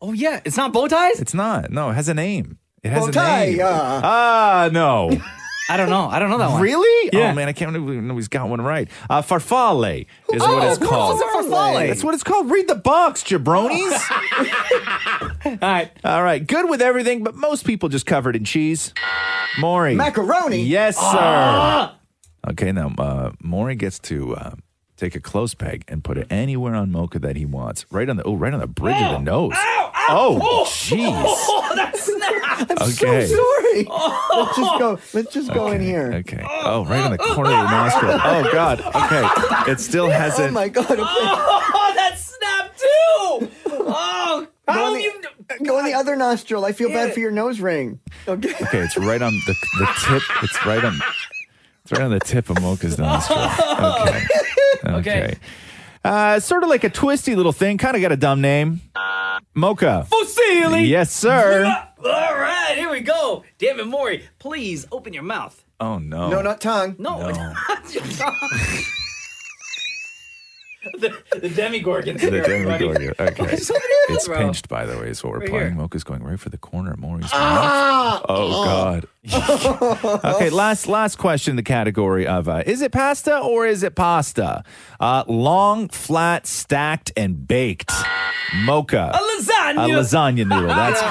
Speaker 11: oh, yeah. It's not bow ties?
Speaker 6: It's not. No, it has a name. It has
Speaker 11: Bow
Speaker 6: a
Speaker 11: tie,
Speaker 6: name.
Speaker 11: uh.
Speaker 6: Ah, no.
Speaker 11: I don't know. I don't know that one.
Speaker 6: Really?
Speaker 11: Yeah.
Speaker 6: Oh man, I can't believe nobody's got one right. Uh, farfalle is
Speaker 11: Oh,
Speaker 6: what it's
Speaker 11: what
Speaker 6: called.
Speaker 11: is a farfalle?
Speaker 6: That's what it's called. Read the box, jabronis.
Speaker 11: All right.
Speaker 6: All right. Good with everything, but most people just covered in cheese. Maury.
Speaker 4: Macaroni?
Speaker 6: Yes, sir.
Speaker 4: Ah.
Speaker 6: Okay, now uh, Maury gets to uh, take a clothes peg and put it anywhere on Mocha that he wants. Right on the oh, right on the bridge of the nose. oh, jeez.
Speaker 33: Oh, that's not.
Speaker 6: I'm so Okay.
Speaker 4: sorry. Let's just go. Let's just go in here.
Speaker 6: Okay. Oh, right on the corner of the nostril. Oh God. Okay. It still hasn't.
Speaker 4: Oh my god. Okay.
Speaker 33: Oh, that snapped too. Oh,
Speaker 4: Go in, the, go in the other nostril. I feel
Speaker 33: Yeah.
Speaker 4: bad for your nose ring. Okay.
Speaker 6: Okay, it's right on the, the tip. It's right on. It's right on the tip of Mocha's nostril. Okay. Okay. Uh, sort of like a twisty little thing. Kind of got a dumb name. Mocha.
Speaker 11: Fusilli.
Speaker 6: Yes, sir.
Speaker 11: Oh, Uh, All right, here we go. Damn it, Maury, please open your mouth.
Speaker 6: Oh no.
Speaker 4: not tongue.
Speaker 11: No. the, the demigorgon.
Speaker 6: The
Speaker 11: here, everybody.
Speaker 6: Demogorgon. Okay.
Speaker 11: Just open your mouth,
Speaker 6: It's
Speaker 11: bro.
Speaker 6: pinched, by the way, is what we're
Speaker 11: Right
Speaker 6: playing.
Speaker 11: here.
Speaker 6: Mocha's going right for the corner. Maury's.
Speaker 33: Ah!
Speaker 6: Oh God. okay, last last question in the category of uh, is it pasta or is it pasta? Uh, long, flat, stacked, and baked. Mocha.
Speaker 11: A lasagna.
Speaker 6: A lasagna noodle. That's
Speaker 11: Ah.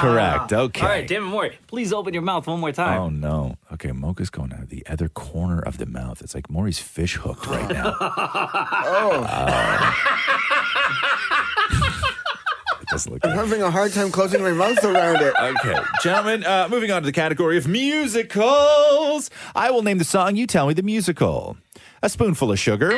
Speaker 6: correct.
Speaker 11: All
Speaker 6: Okay.
Speaker 11: right, damn it, Maury, please open your mouth one more time.
Speaker 6: Oh no. Okay, Mocha's going out of the other corner of the mouth. It's like Maury's fish hooked right now.
Speaker 4: Oh.
Speaker 6: It doesn't look
Speaker 4: I'm having a hard time closing my mouth around it.
Speaker 6: Okay, gentlemen, uh, moving on to the category of musicals. I will name the song. You tell me the musical. A spoonful of sugar.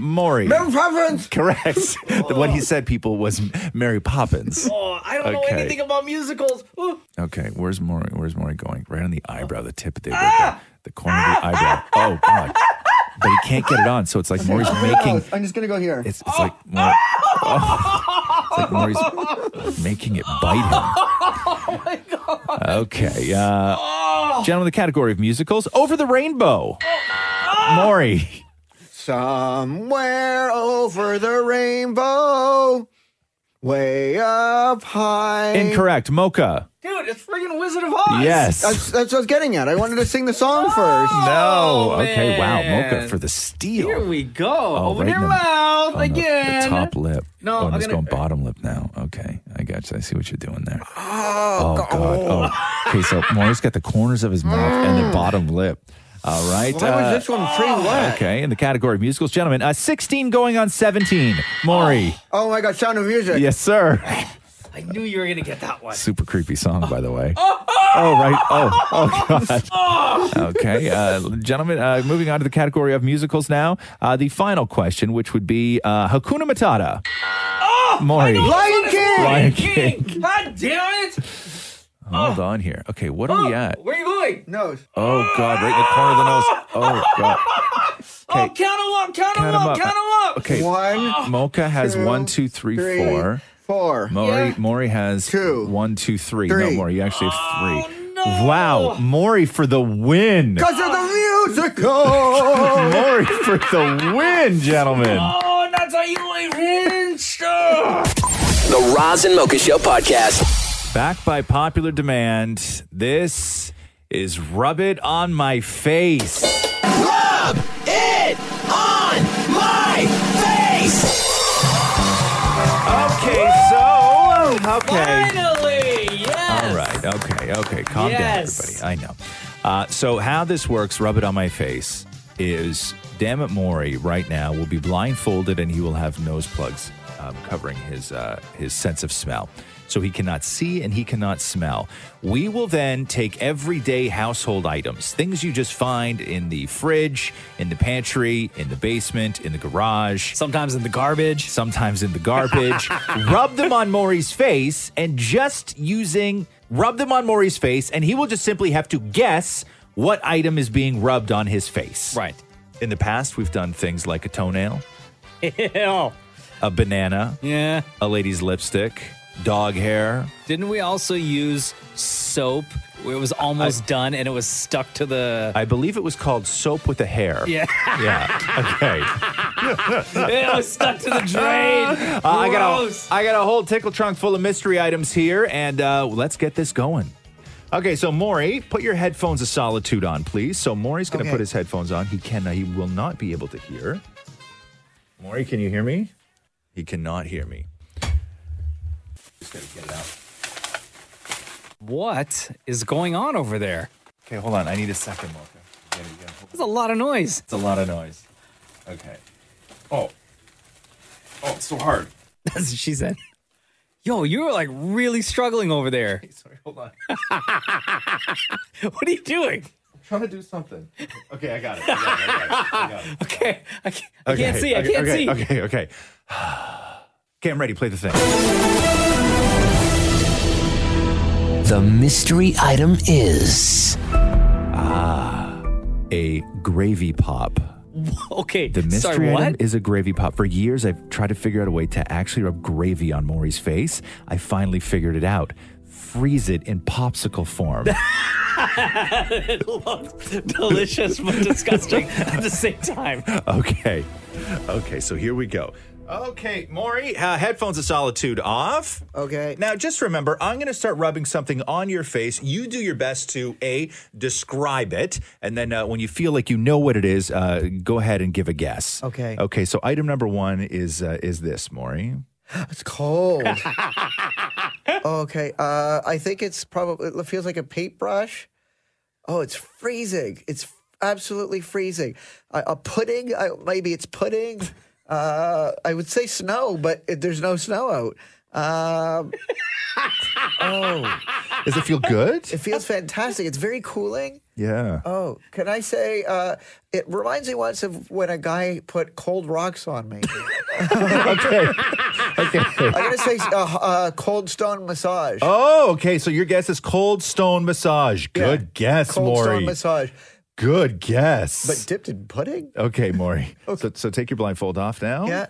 Speaker 6: Maury.
Speaker 4: Mary Poppins.
Speaker 6: Correct. what he said, people, was Mary Poppins.
Speaker 11: Oh, I don't
Speaker 6: Okay.
Speaker 11: know anything about musicals. Ooh.
Speaker 6: Okay, where's Maury? Where's Maury going? Right on the eyebrow, the tip of the eyebrow, the corner of the eyebrow. Oh God! But he can't get it on, so it's like Maury's making.
Speaker 4: I'm just gonna go here.
Speaker 6: It's, it's like Maury, oh, it's like Maury's making it bite him.
Speaker 33: oh my god.
Speaker 6: Okay. Uh, Gentlemen, the category of musicals Over the Rainbow. Maury.
Speaker 4: Somewhere over the rainbow, way up high.
Speaker 6: Incorrect. Mocha.
Speaker 11: Dude, it's friggin' Wizard of Oz.
Speaker 6: Yes.
Speaker 4: That's, that's what I was getting at. I wanted to sing the song first.
Speaker 6: No. okay. Wow.
Speaker 11: man.
Speaker 6: Mocha for the steal.
Speaker 11: Here we go.
Speaker 6: Oh,
Speaker 11: open
Speaker 6: right
Speaker 11: your
Speaker 6: in the-
Speaker 11: mouth
Speaker 6: Oh, no,
Speaker 11: again.
Speaker 6: The top lip.
Speaker 11: No,
Speaker 6: oh,
Speaker 11: I'm
Speaker 6: and it's
Speaker 11: gonna-
Speaker 6: going bottom lip now. Okay. I got you. I see what you're doing there. Oh, God. Oh. Okay. So Maury's got the corners of his mouth and the bottom lip. All right. uh, oh.
Speaker 4: Why was this one free wet?
Speaker 6: Okay. In the category of musicals, gentlemen, uh, 16 going on 17. Maury.
Speaker 4: Oh my God! Sound of Music.
Speaker 6: Yes, sir.
Speaker 11: I knew you were gonna get that one.
Speaker 6: Super creepy song, by the way. Oh, right. Oh, oh, God. Okay. Uh, gentlemen, uh, moving on to the category of musicals now. Uh, the final question, which would be uh, Hakuna Matata. Oh, Maury.
Speaker 33: Lion King!
Speaker 6: Lion King.
Speaker 33: God damn it!
Speaker 6: Hold on here. Okay, what are we at?
Speaker 33: Where are you going?
Speaker 4: Nose.
Speaker 6: Oh, God, right in the corner of the nose. Oh, God.
Speaker 33: Oh, count 'em up, count 'em
Speaker 6: Count 'em
Speaker 33: up,
Speaker 6: up.
Speaker 33: count 'em up.
Speaker 6: Okay.
Speaker 4: One,
Speaker 6: Mocha has
Speaker 4: two,
Speaker 6: one, two, three,
Speaker 4: three,
Speaker 6: four.
Speaker 4: Four.
Speaker 6: Maury, Maury has two. one, two, three. No,
Speaker 4: Three.
Speaker 6: Maury, you actually have three. Wow, Maury for the win.
Speaker 4: Because of the musical.
Speaker 6: Maury for the win, gentlemen.
Speaker 33: Oh, that's how you like hinge. Oh.
Speaker 10: The Roz and Mocha Show podcast.
Speaker 6: Back by popular demand, this is Rub It On My Face.
Speaker 33: Rub it on my face.
Speaker 6: Okay, so. Okay.
Speaker 33: Finally, yes.
Speaker 6: All right. Okay. Okay. Calm
Speaker 33: Yes.
Speaker 6: down, everybody. I know. Uh, so, how this works, rub it on my face, is damn it, Maury right now will be blindfolded and he will have nose plugs um, covering his uh, his sense of smell. so he cannot see and he cannot smell. We will then take everyday household items, things you just find in the fridge, in the pantry, in the basement, in the garage, sometimes in the garbage, sometimes in the garbage. rub them on Maury's face and just using rub them on Maury's face and he will just simply have to guess what item is being rubbed on his face. Right. In the past, we've done things like a toenail,
Speaker 11: Ew.
Speaker 6: a banana,
Speaker 11: Yeah.
Speaker 6: a lady's lipstick, dog hair.
Speaker 11: Didn't we also use soap? It was almost done and it was stuck to the.
Speaker 6: I believe it was called soap with a hair.
Speaker 11: Yeah.
Speaker 6: Yeah. Okay.
Speaker 11: it was stuck to the drain.
Speaker 6: Uh, I got
Speaker 11: Oh, Gross.
Speaker 6: a I got a whole tickle trunk full of mystery items here, and uh, let's get this going. Okay, so Maury, put your headphones of solitude on, please. So Maury's going to
Speaker 34: Okay.
Speaker 6: put his headphones on. He can uh, he will not be able to hear. Maury, can you hear me? He cannot hear me. Just gotta get it out.
Speaker 11: What is going on over there?
Speaker 6: Okay, hold on. I need a second, Mocha.
Speaker 11: There's a lot of noise.
Speaker 6: It's a lot of noise. Okay. Oh. Oh, it's so hard.
Speaker 11: That's what she said. Yo, you were like really struggling over there.
Speaker 6: Sorry, hold on.
Speaker 11: What are you doing?
Speaker 6: I'm trying to do something. Okay, I got it. I got it, I got it, I got it.
Speaker 11: Okay. I can't, I can't see. I
Speaker 6: okay,
Speaker 11: can't
Speaker 6: okay,
Speaker 11: see.
Speaker 6: Okay, okay. Okay, I'm ready. Play the thing.
Speaker 7: The mystery item is.
Speaker 6: Ah, a gravy pop.
Speaker 11: Okay.
Speaker 6: The mystery
Speaker 11: Sorry, what?
Speaker 6: item is a gravy pop. For years, I've tried to figure out a way to actually rub gravy on Maury's face. I finally figured it out. Freeze it in popsicle form.
Speaker 11: it looks delicious but disgusting at the same time.
Speaker 6: okay. Okay, so here we go. Okay, Maury, uh, headphones of solitude off. Okay. Now, just remember, I'm going to start rubbing something on your face. You do your best to a describe it, and then uh, when you feel like you know what it is, uh, go ahead and give a guess.
Speaker 4: Okay.
Speaker 6: Okay. So, item number one is uh, is this, Maury?
Speaker 4: It's cold. okay. Uh, I think it's probably, it feels like a paintbrush. Oh, it's freezing. It's absolutely freezing. Uh, a pudding. I, maybe it's pudding. Uh, I would say snow, but it, there's no snow out. Um, oh.
Speaker 6: Does it feel good?
Speaker 4: It feels fantastic. It's very cooling.
Speaker 6: Yeah.
Speaker 4: Oh, can I say? Uh, it reminds me once of when a guy put cold rocks on me.
Speaker 6: okay. Okay.
Speaker 4: I'm gonna say uh, uh, cold stone massage.
Speaker 6: Oh, okay. So your guess is cold stone massage. Good guess,
Speaker 4: cold
Speaker 6: Maury.
Speaker 4: stone massage,
Speaker 6: Good guess.
Speaker 4: but dipped in pudding.
Speaker 6: okay, Maury. So, so take your blindfold off now.
Speaker 4: Yeah.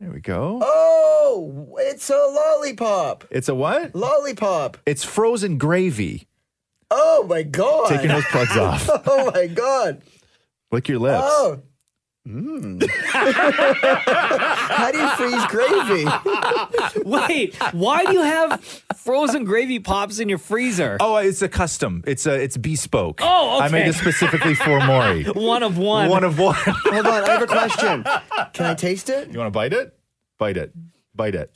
Speaker 6: There we go.
Speaker 4: Oh, it's a lollipop.
Speaker 6: It's a what?
Speaker 4: Lollipop.
Speaker 6: It's frozen gravy.
Speaker 4: Oh my god.
Speaker 6: Take your nose plugs off.
Speaker 4: oh my god.
Speaker 6: Lick your lips.
Speaker 4: Oh. Mm. How do you freeze gravy?
Speaker 11: Wait, why do you have frozen gravy pops in your freezer?
Speaker 6: Oh, it's a custom. It's a it's bespoke.
Speaker 11: Oh,
Speaker 6: I made
Speaker 11: okay.
Speaker 6: this specifically for Maury.
Speaker 11: One of one.
Speaker 6: One of one.
Speaker 4: Hold on, I have a question. Can I taste it?
Speaker 6: You want to bite it? Bite it. Bite it.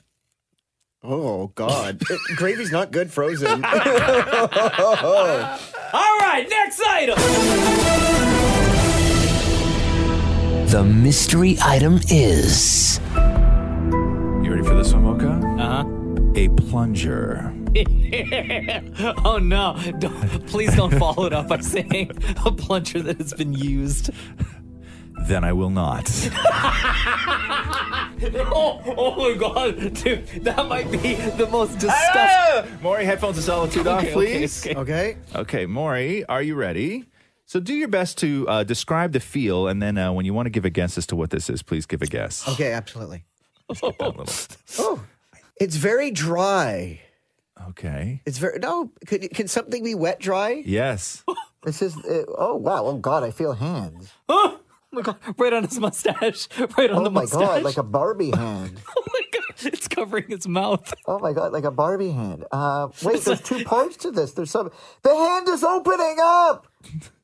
Speaker 4: Oh God, It- gravy's not good frozen.
Speaker 11: All right, next item.
Speaker 7: The mystery item is.
Speaker 9: You ready for this one, Mocha?
Speaker 11: Uh
Speaker 6: A plunger.
Speaker 11: huh. oh no! Don't, please don't follow it up by saying a plunger that has been used.
Speaker 6: Then I will not.
Speaker 11: Oh, oh my god, dude, that might be the most disgusting.
Speaker 6: Maury, headphones of solitude
Speaker 11: off,
Speaker 6: please.
Speaker 11: Okay.
Speaker 6: Okay, Maury, are you ready? So do your best to uh, describe the feel, and then uh, when you want to give a guess as to what this is, please give a guess.
Speaker 4: okay, absolutely.
Speaker 6: Oh.
Speaker 4: It's very dry.
Speaker 6: Okay.
Speaker 4: It's very no. Can, can something be wet dry?
Speaker 6: Yes.
Speaker 4: This is uh, oh wow oh god I feel hands
Speaker 11: Oh my god! Right on his mustache. Right on
Speaker 4: oh
Speaker 11: the
Speaker 4: my
Speaker 11: mustache.
Speaker 4: god like a Barbie hand
Speaker 11: oh my god! It's covering his mouth.
Speaker 4: oh my god like a Barbie hand uh, wait there's two parts to this there's some the hand is opening up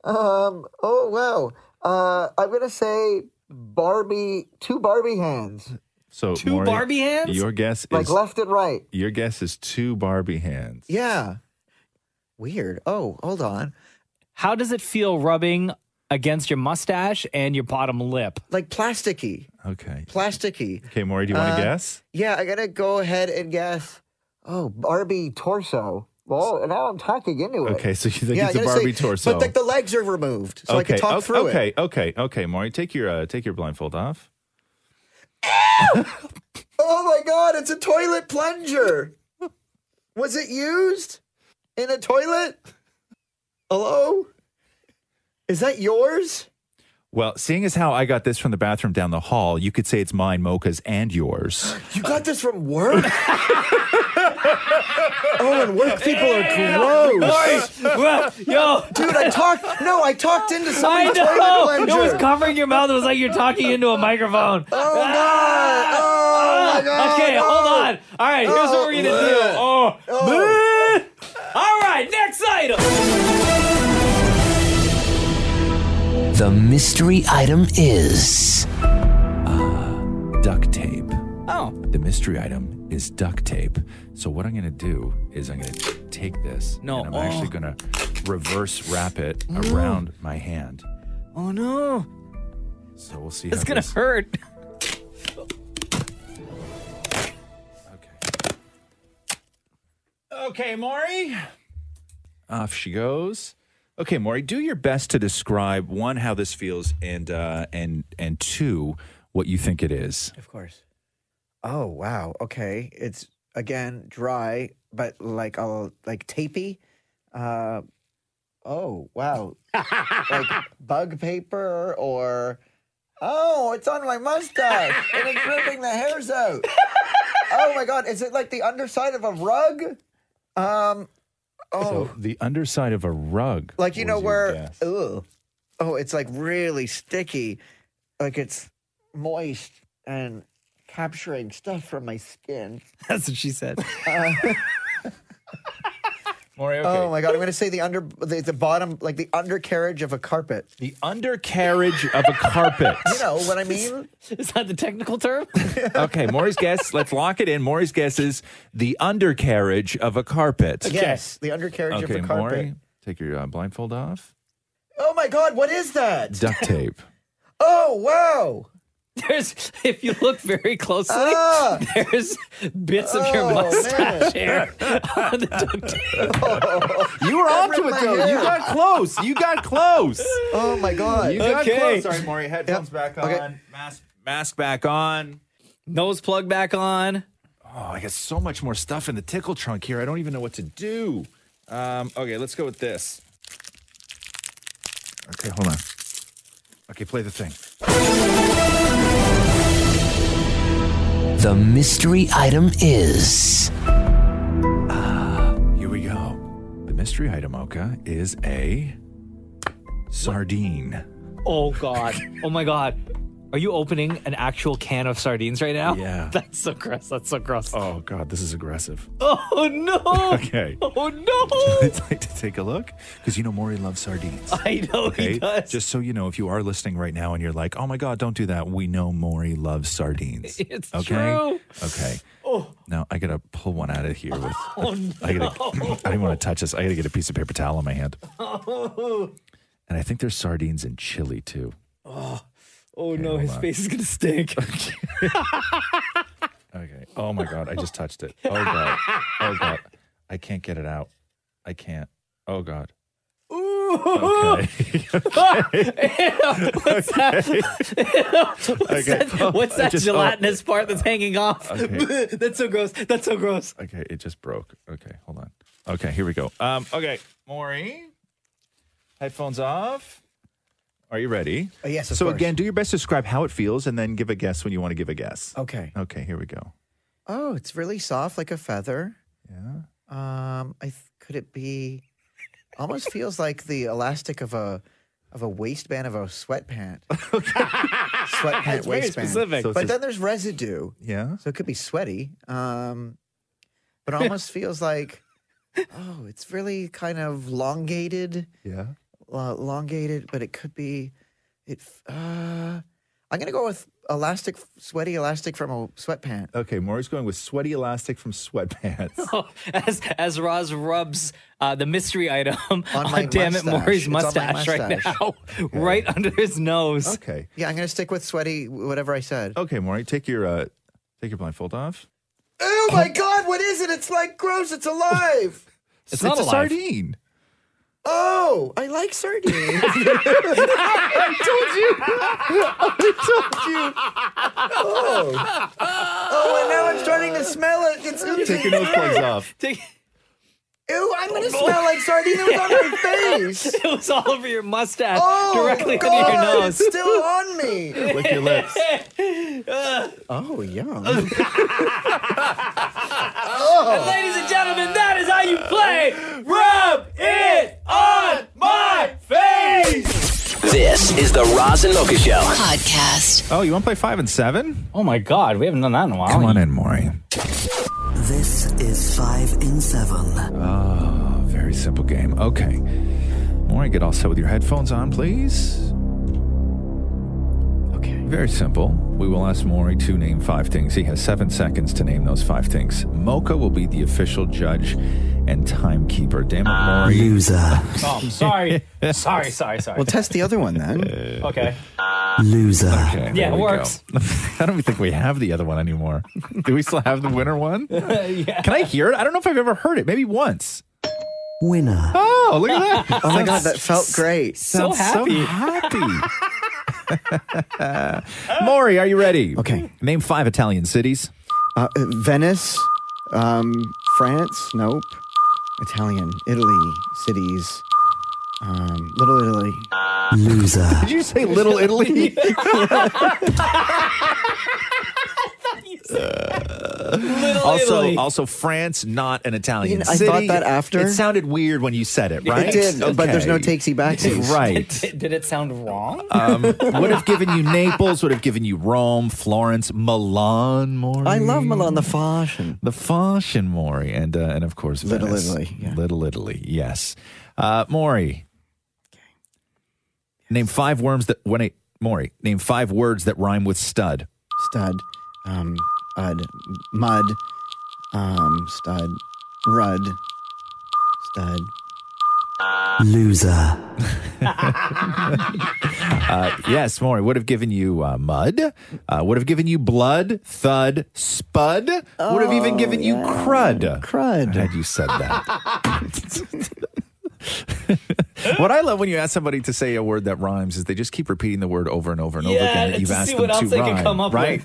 Speaker 4: um oh wow uh, I'm gonna say Barbie two Barbie hands
Speaker 6: So
Speaker 4: Two
Speaker 6: Maury,
Speaker 4: Barbie hands?
Speaker 6: Your guess
Speaker 4: like
Speaker 6: is
Speaker 4: left and right
Speaker 6: your guess is two Barbie hands.
Speaker 4: yeah weird oh hold on
Speaker 11: How does it feel rubbing against your mustache and your bottom lip?
Speaker 4: Like plasticky.
Speaker 6: Okay.
Speaker 4: plasticky
Speaker 6: Okay, Maury, do you want to
Speaker 4: Uh,
Speaker 6: guess?
Speaker 4: yeah I gotta go ahead and guess Oh, Barbie torso. Well, now I'm talking into it.
Speaker 35: Okay, so you think
Speaker 4: Yeah,
Speaker 35: it's a
Speaker 4: I gotta
Speaker 35: Barbie torso.
Speaker 4: But like the legs are removed, so I can talk
Speaker 35: okay,
Speaker 4: through
Speaker 35: okay,
Speaker 4: it.
Speaker 35: okay, okay, Maury, take your uh, take your blindfold off.
Speaker 4: Oh my god, it's a toilet plunger. Was it used in a toilet? Hello? Is that yours?
Speaker 6: Well, seeing as how I got this from the bathroom down the hall, you could say it's mine, Mocha's, and yours.
Speaker 4: You got this from work? oh, and work people are gross.
Speaker 36: Maury, well, yo.
Speaker 4: dude, I talked. No, I talked into
Speaker 36: I
Speaker 4: someone's
Speaker 36: know.
Speaker 4: toilet
Speaker 36: It
Speaker 4: plunger.
Speaker 36: was covering your mouth. It was like you're talking into a microphone. Ah!
Speaker 4: Oh, God. Oh, my God.
Speaker 36: Okay, hold on. All right, here's what we're gonna do. Oh,
Speaker 4: Oh.
Speaker 36: bleh. all right, next item.
Speaker 7: The mystery item is.
Speaker 6: duct tape. Oh. The mystery item is duct tape. So what I'm going to do is I'm going to take this.
Speaker 11: No.
Speaker 6: And I'm
Speaker 11: Oh.
Speaker 6: actually going to reverse wrap it
Speaker 11: No.
Speaker 6: around my hand.
Speaker 11: Oh no.
Speaker 6: So we'll see.
Speaker 11: It's
Speaker 6: how
Speaker 11: gonna
Speaker 6: this-
Speaker 11: hurt.
Speaker 6: Okay, Maury. Off she goes. Okay, Maury, do your best to describe one how this feels and uh, and and two what you think it is.
Speaker 4: Of course. Oh wow. Okay. It's again dry, but like all like tapey. Uh, oh wow. like bug paper or oh, it's on my mustache and it's ripping the hairs out. oh my god, is it like the underside of a rug? Um. Oh,
Speaker 6: So the underside of a rug.
Speaker 4: like you know
Speaker 6: was your
Speaker 4: where?
Speaker 6: guess.
Speaker 4: Ugh. Oh, it's like really sticky, like it's moist and capturing stuff from my skin.
Speaker 11: That's what she said.
Speaker 4: Uh,
Speaker 6: Maury, okay.
Speaker 4: Oh my god, I'm gonna say the under the, the bottom like the undercarriage of a carpet.
Speaker 6: The undercarriage of a carpet.
Speaker 4: You know what I mean?
Speaker 11: Is that the technical term?
Speaker 6: okay, Maury's guess. Let's lock it in. Maury's guess is the undercarriage of a carpet.
Speaker 4: Yes, the undercarriage
Speaker 6: Okay,
Speaker 4: of a carpet.
Speaker 6: Maury, take your uh, blindfold off.
Speaker 4: Oh my god, what is that?
Speaker 6: Duct tape.
Speaker 4: Oh wow.
Speaker 11: There's, if you look very closely,
Speaker 4: Ah.
Speaker 11: there's bits of your
Speaker 4: Oh,
Speaker 11: mustache
Speaker 6: man.
Speaker 11: hair on the duct tape.
Speaker 6: You were
Speaker 11: That
Speaker 6: onto
Speaker 11: ripped
Speaker 6: it
Speaker 11: my
Speaker 6: though.
Speaker 11: hair.
Speaker 6: You got close. You got close.
Speaker 4: Oh my god.
Speaker 6: You got
Speaker 11: Okay.
Speaker 6: close. Sorry, Maury. Headphones back on.
Speaker 11: Okay.
Speaker 6: Mask mask back on.
Speaker 11: Nose plug back on.
Speaker 6: Oh, I got so much more stuff in the tickle trunk here. I don't even know what to do. Um, okay, let's go with this. Okay, hold on. Okay, play the thing.
Speaker 7: The mystery item is.
Speaker 6: Here we go. The mystery item, Oka, is a sardine.
Speaker 11: Oh god. Oh my god. Are you opening an actual can of sardines right now? Yeah. That's so gross. That's so gross.
Speaker 6: Oh god, this is aggressive.
Speaker 11: Oh no.
Speaker 6: Okay.
Speaker 11: Oh no.
Speaker 6: I'd like to take a look because you know Maury loves sardines.
Speaker 11: I know he does.
Speaker 6: Just so you know, if you are listening right now and you're like, "Oh my god, don't do that," we know Maury loves sardines.
Speaker 11: It's
Speaker 6: okay?
Speaker 11: true.
Speaker 6: Okay.
Speaker 11: Oh.
Speaker 6: Now I gotta pull one out of here. With,
Speaker 11: Oh no.
Speaker 6: I gotta. I don't want to touch this. I gotta get a piece of paper towel in my hand.
Speaker 11: oh.
Speaker 6: And I think there's sardines in chili too.
Speaker 11: Oh. Oh no, his
Speaker 6: on.
Speaker 11: face is gonna stink.
Speaker 6: Okay. Oh my god, I just touched it. Oh god. Oh god. I can't get it out. I can't. Oh god.
Speaker 11: Okay. What's that? What's
Speaker 6: Okay.
Speaker 11: that, what's
Speaker 6: I
Speaker 11: that
Speaker 6: just- oh. Uh,
Speaker 11: gelatinous part that's hanging off?
Speaker 6: Okay.
Speaker 11: that's so gross. That's so gross.
Speaker 6: Okay, it just broke. Okay, hold on. Okay, here we go. Um, okay, Maury, headphones off. Are you ready?
Speaker 4: Uh, yes, of
Speaker 6: so
Speaker 4: course.
Speaker 6: again, do your best to describe how it feels, and then give a guess when you want to give a guess.
Speaker 4: Okay.
Speaker 6: Okay, here we go.
Speaker 4: Oh, it's really soft like a feather. Yeah. Um I th- could it be almost feels like the elastic of a of a waistband of a sweatpant. sweatpant
Speaker 11: It's very
Speaker 4: waistband.
Speaker 11: specific. So it's
Speaker 4: but
Speaker 11: just-
Speaker 4: then there's residue.
Speaker 6: Yeah.
Speaker 4: So it could be sweaty. Um but it almost feels like oh, it's really kind of elongated.
Speaker 6: Yeah.
Speaker 4: uh, elongated, but it could be it. f- Uh, I'm gonna go with elastic, sweaty elastic from a sweatpant.
Speaker 6: Okay, Maury's going with sweaty elastic from sweatpants.
Speaker 11: Oh, as as Roz rubs uh, the mystery item on,
Speaker 4: my
Speaker 11: damn it
Speaker 4: mustache.
Speaker 11: Maury's
Speaker 4: It's on my
Speaker 11: mustache, right
Speaker 4: mustache.
Speaker 11: now, right under his nose.
Speaker 6: Okay.
Speaker 4: Yeah, I'm gonna stick with sweaty. Whatever I said.
Speaker 6: Okay, Maury, take your uh, take your blindfold off.
Speaker 37: Oh my god, what is it? It's like gross. It's alive.
Speaker 6: It's, not
Speaker 37: a
Speaker 6: alive.
Speaker 37: sardine. Oh, I like sardines. I told you. I told you. Oh. oh, and now I'm starting to smell it. It's
Speaker 6: Take your nose plugs off.
Speaker 37: Take- Ew, I'm gonna smell like sardine. It was on my face.
Speaker 38: it was all over your mustache,
Speaker 37: Oh,
Speaker 38: directly
Speaker 37: God,
Speaker 38: under your nose.
Speaker 37: It's still on me.
Speaker 38: Lick your lips.
Speaker 37: Oh, yum.
Speaker 11: And ladies and gentlemen, that is how you play. Rub it on my face.
Speaker 10: This is the Roz and Mocha Show.
Speaker 2: Podcast.
Speaker 6: Oh, you want to play five and seven?
Speaker 38: Oh my God, we haven't done that in a while.
Speaker 6: Come on in, Maury.
Speaker 7: This is five in seven.
Speaker 39: Ah, very simple game. Okay. Maury, get all set with your headphones on, please. Okay. Very simple. We will ask Maury to name five things. He has seven seconds to name those five things. Mocha will be the official judge and timekeeper. Damn it,
Speaker 11: Ah,
Speaker 39: Maury.
Speaker 7: Loser.
Speaker 11: Oh, I'm sorry. sorry, sorry, sorry.
Speaker 39: Well, test
Speaker 4: the other one then.
Speaker 11: Okay.
Speaker 7: Loser.
Speaker 39: Okay,
Speaker 11: Yeah,
Speaker 39: there
Speaker 11: it
Speaker 39: we
Speaker 11: works.
Speaker 39: go. I don't think we have the other one anymore. Do we still have the winner one? Can I hear it? I don't know if I've ever heard it. Maybe once.
Speaker 7: Winner.
Speaker 39: Oh, look at that.
Speaker 4: Oh my God, that felt great.
Speaker 39: So happy. happy. Maury, are you ready?
Speaker 4: Okay.
Speaker 6: Name five Italian cities.
Speaker 4: Uh, uh, Venice, um, France. Nope. Italian, Italy, cities. Um, Little Italy.
Speaker 7: Loser.
Speaker 4: Did
Speaker 39: you say Little Italy?
Speaker 6: also,
Speaker 4: Italy.
Speaker 6: also France, not an Italian
Speaker 4: You know, I
Speaker 6: city.
Speaker 4: thought that after.
Speaker 6: It sounded weird when you said it, right?
Speaker 4: It did, but there's no
Speaker 6: Okay.
Speaker 4: takesy-backsies.
Speaker 6: right.
Speaker 38: Did, did it sound wrong?
Speaker 6: Um, would have given you Naples, would have given you Rome, Florence, Milan, Maury.
Speaker 4: I love Milan, the fashion.
Speaker 6: The fashion, Maury, and uh, and of course
Speaker 4: Little
Speaker 6: Venice.
Speaker 4: Italy,
Speaker 6: Little Italy, yes. Uh, Maury, name five worms that when I Maury name five words that rhyme with stud.
Speaker 4: Stud. Um, ud. Mud. Um, stud. Rud. Stud.
Speaker 7: Loser.
Speaker 6: Uh, yes, Maury would have given you uh, mud. Uh, would have given you blood, thud, spud. would have even given you crud.
Speaker 4: Oh, Crud.
Speaker 6: Had you said that. what I love when you ask somebody to say a word that rhymes is they just keep repeating the word over and over and over
Speaker 11: Yeah,
Speaker 6: again. That
Speaker 11: to
Speaker 6: you've
Speaker 11: see
Speaker 6: asked
Speaker 11: what
Speaker 6: them
Speaker 11: else
Speaker 6: to
Speaker 11: they could
Speaker 6: rhyme,
Speaker 11: come up
Speaker 6: right?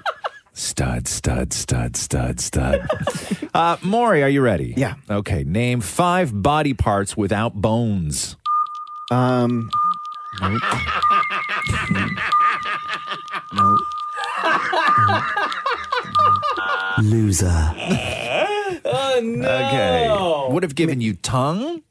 Speaker 6: stud, stud, stud, stud, stud. uh, Maury, are you ready? Yeah. Okay. Name five body parts without bones.
Speaker 4: Um. Nope. nope.
Speaker 7: Loser.
Speaker 11: oh no. Oh.
Speaker 6: Okay. Would have given you tongue.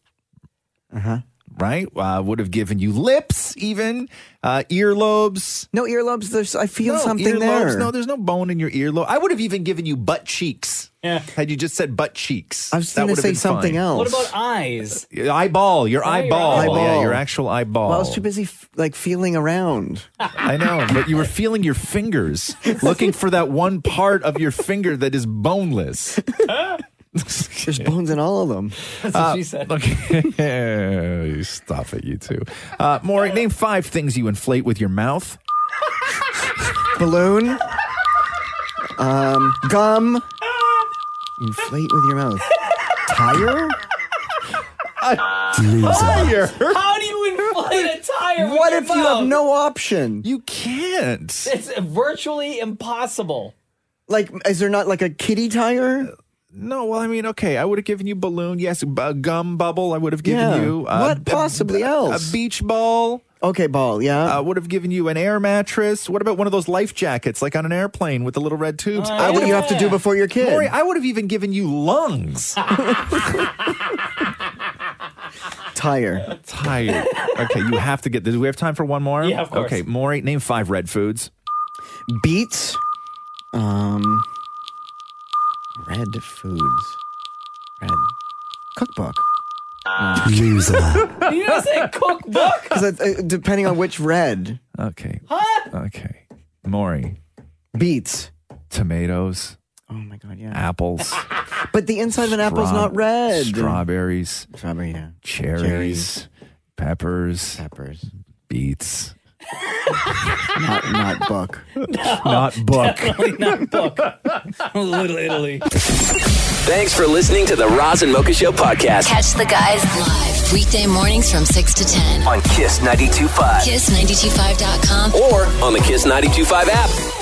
Speaker 6: Uh huh. Right? Uh, would have given you lips, even uh, earlobes.
Speaker 4: No earlobes. There's I feel something
Speaker 6: earlobes,
Speaker 4: there.
Speaker 6: No, there's no bone in your earlobe. I would have even given you butt cheeks. Yeah. Had you just said butt cheeks,
Speaker 4: I was
Speaker 6: That
Speaker 4: gonna
Speaker 6: would have
Speaker 4: say
Speaker 6: been
Speaker 4: something
Speaker 6: fine.
Speaker 4: else. What about
Speaker 38: eyes?
Speaker 6: Your Eyeball. Your
Speaker 4: Oh, your
Speaker 6: eyeball. Yeah,
Speaker 4: eyeball.
Speaker 6: your actual eyeball.
Speaker 4: Well, I was too busy f- like feeling around.
Speaker 6: I know, but you were feeling your fingers, looking for that one part of your finger that is boneless.
Speaker 4: There's bones in all of them.
Speaker 6: That's what she said. Okay. Stop it, you two. Uh, Maury, name five things you inflate with your mouth.
Speaker 4: Balloon. Um, gum. Inflate with your mouth. Tire.
Speaker 11: Tire? How do you inflate a tire? with
Speaker 4: What
Speaker 11: your
Speaker 4: if you have
Speaker 11: mouth?
Speaker 4: no option?
Speaker 6: You can't.
Speaker 11: It's virtually impossible.
Speaker 4: Like, is there not like a kitty tire?
Speaker 6: No, well, I mean, okay, I would have given you balloon. Yes, a gum bubble. I would have given
Speaker 4: Yeah.
Speaker 6: you. uh,
Speaker 4: What possibly
Speaker 6: a,
Speaker 4: else?
Speaker 6: A beach ball.
Speaker 4: Okay, ball. Yeah.
Speaker 6: Uh, would have given you an air mattress. What about one of those life jackets, like on an airplane with the little red tubes?
Speaker 4: Uh, what do you have to do before your kid?
Speaker 6: Maury, I would have even given you lungs.
Speaker 4: Tire.
Speaker 6: Tire. Okay, you have to get. Do we have time for one more?
Speaker 11: Yeah, of course.
Speaker 6: Okay, Maury, name five red foods.
Speaker 4: Beets. Um, red foods. Red cookbook.
Speaker 7: Loser.
Speaker 11: You know, say cookbook.
Speaker 4: Because depending on which red.
Speaker 6: Okay.
Speaker 11: Huh?
Speaker 6: Okay. Maury.
Speaker 4: Beets.
Speaker 6: Tomatoes.
Speaker 4: Oh my god, yeah.
Speaker 6: Apples.
Speaker 4: But the inside of an apple's
Speaker 6: Straw-
Speaker 4: not red.
Speaker 6: Strawberries.
Speaker 4: Strawberry, yeah.
Speaker 6: Cherries. Peppers.
Speaker 4: Peppers.
Speaker 6: Beets.
Speaker 4: Not, not Buck.
Speaker 6: not Buck.
Speaker 1: Definitely not book. Little Italy.
Speaker 10: Thanks for listening to the Roz and Mocha Show podcast
Speaker 2: Catch the guys live weekday mornings from 6 to 10.
Speaker 10: on Kiss 92.5
Speaker 2: Kiss925.com
Speaker 10: or on the Kiss 92.5 app.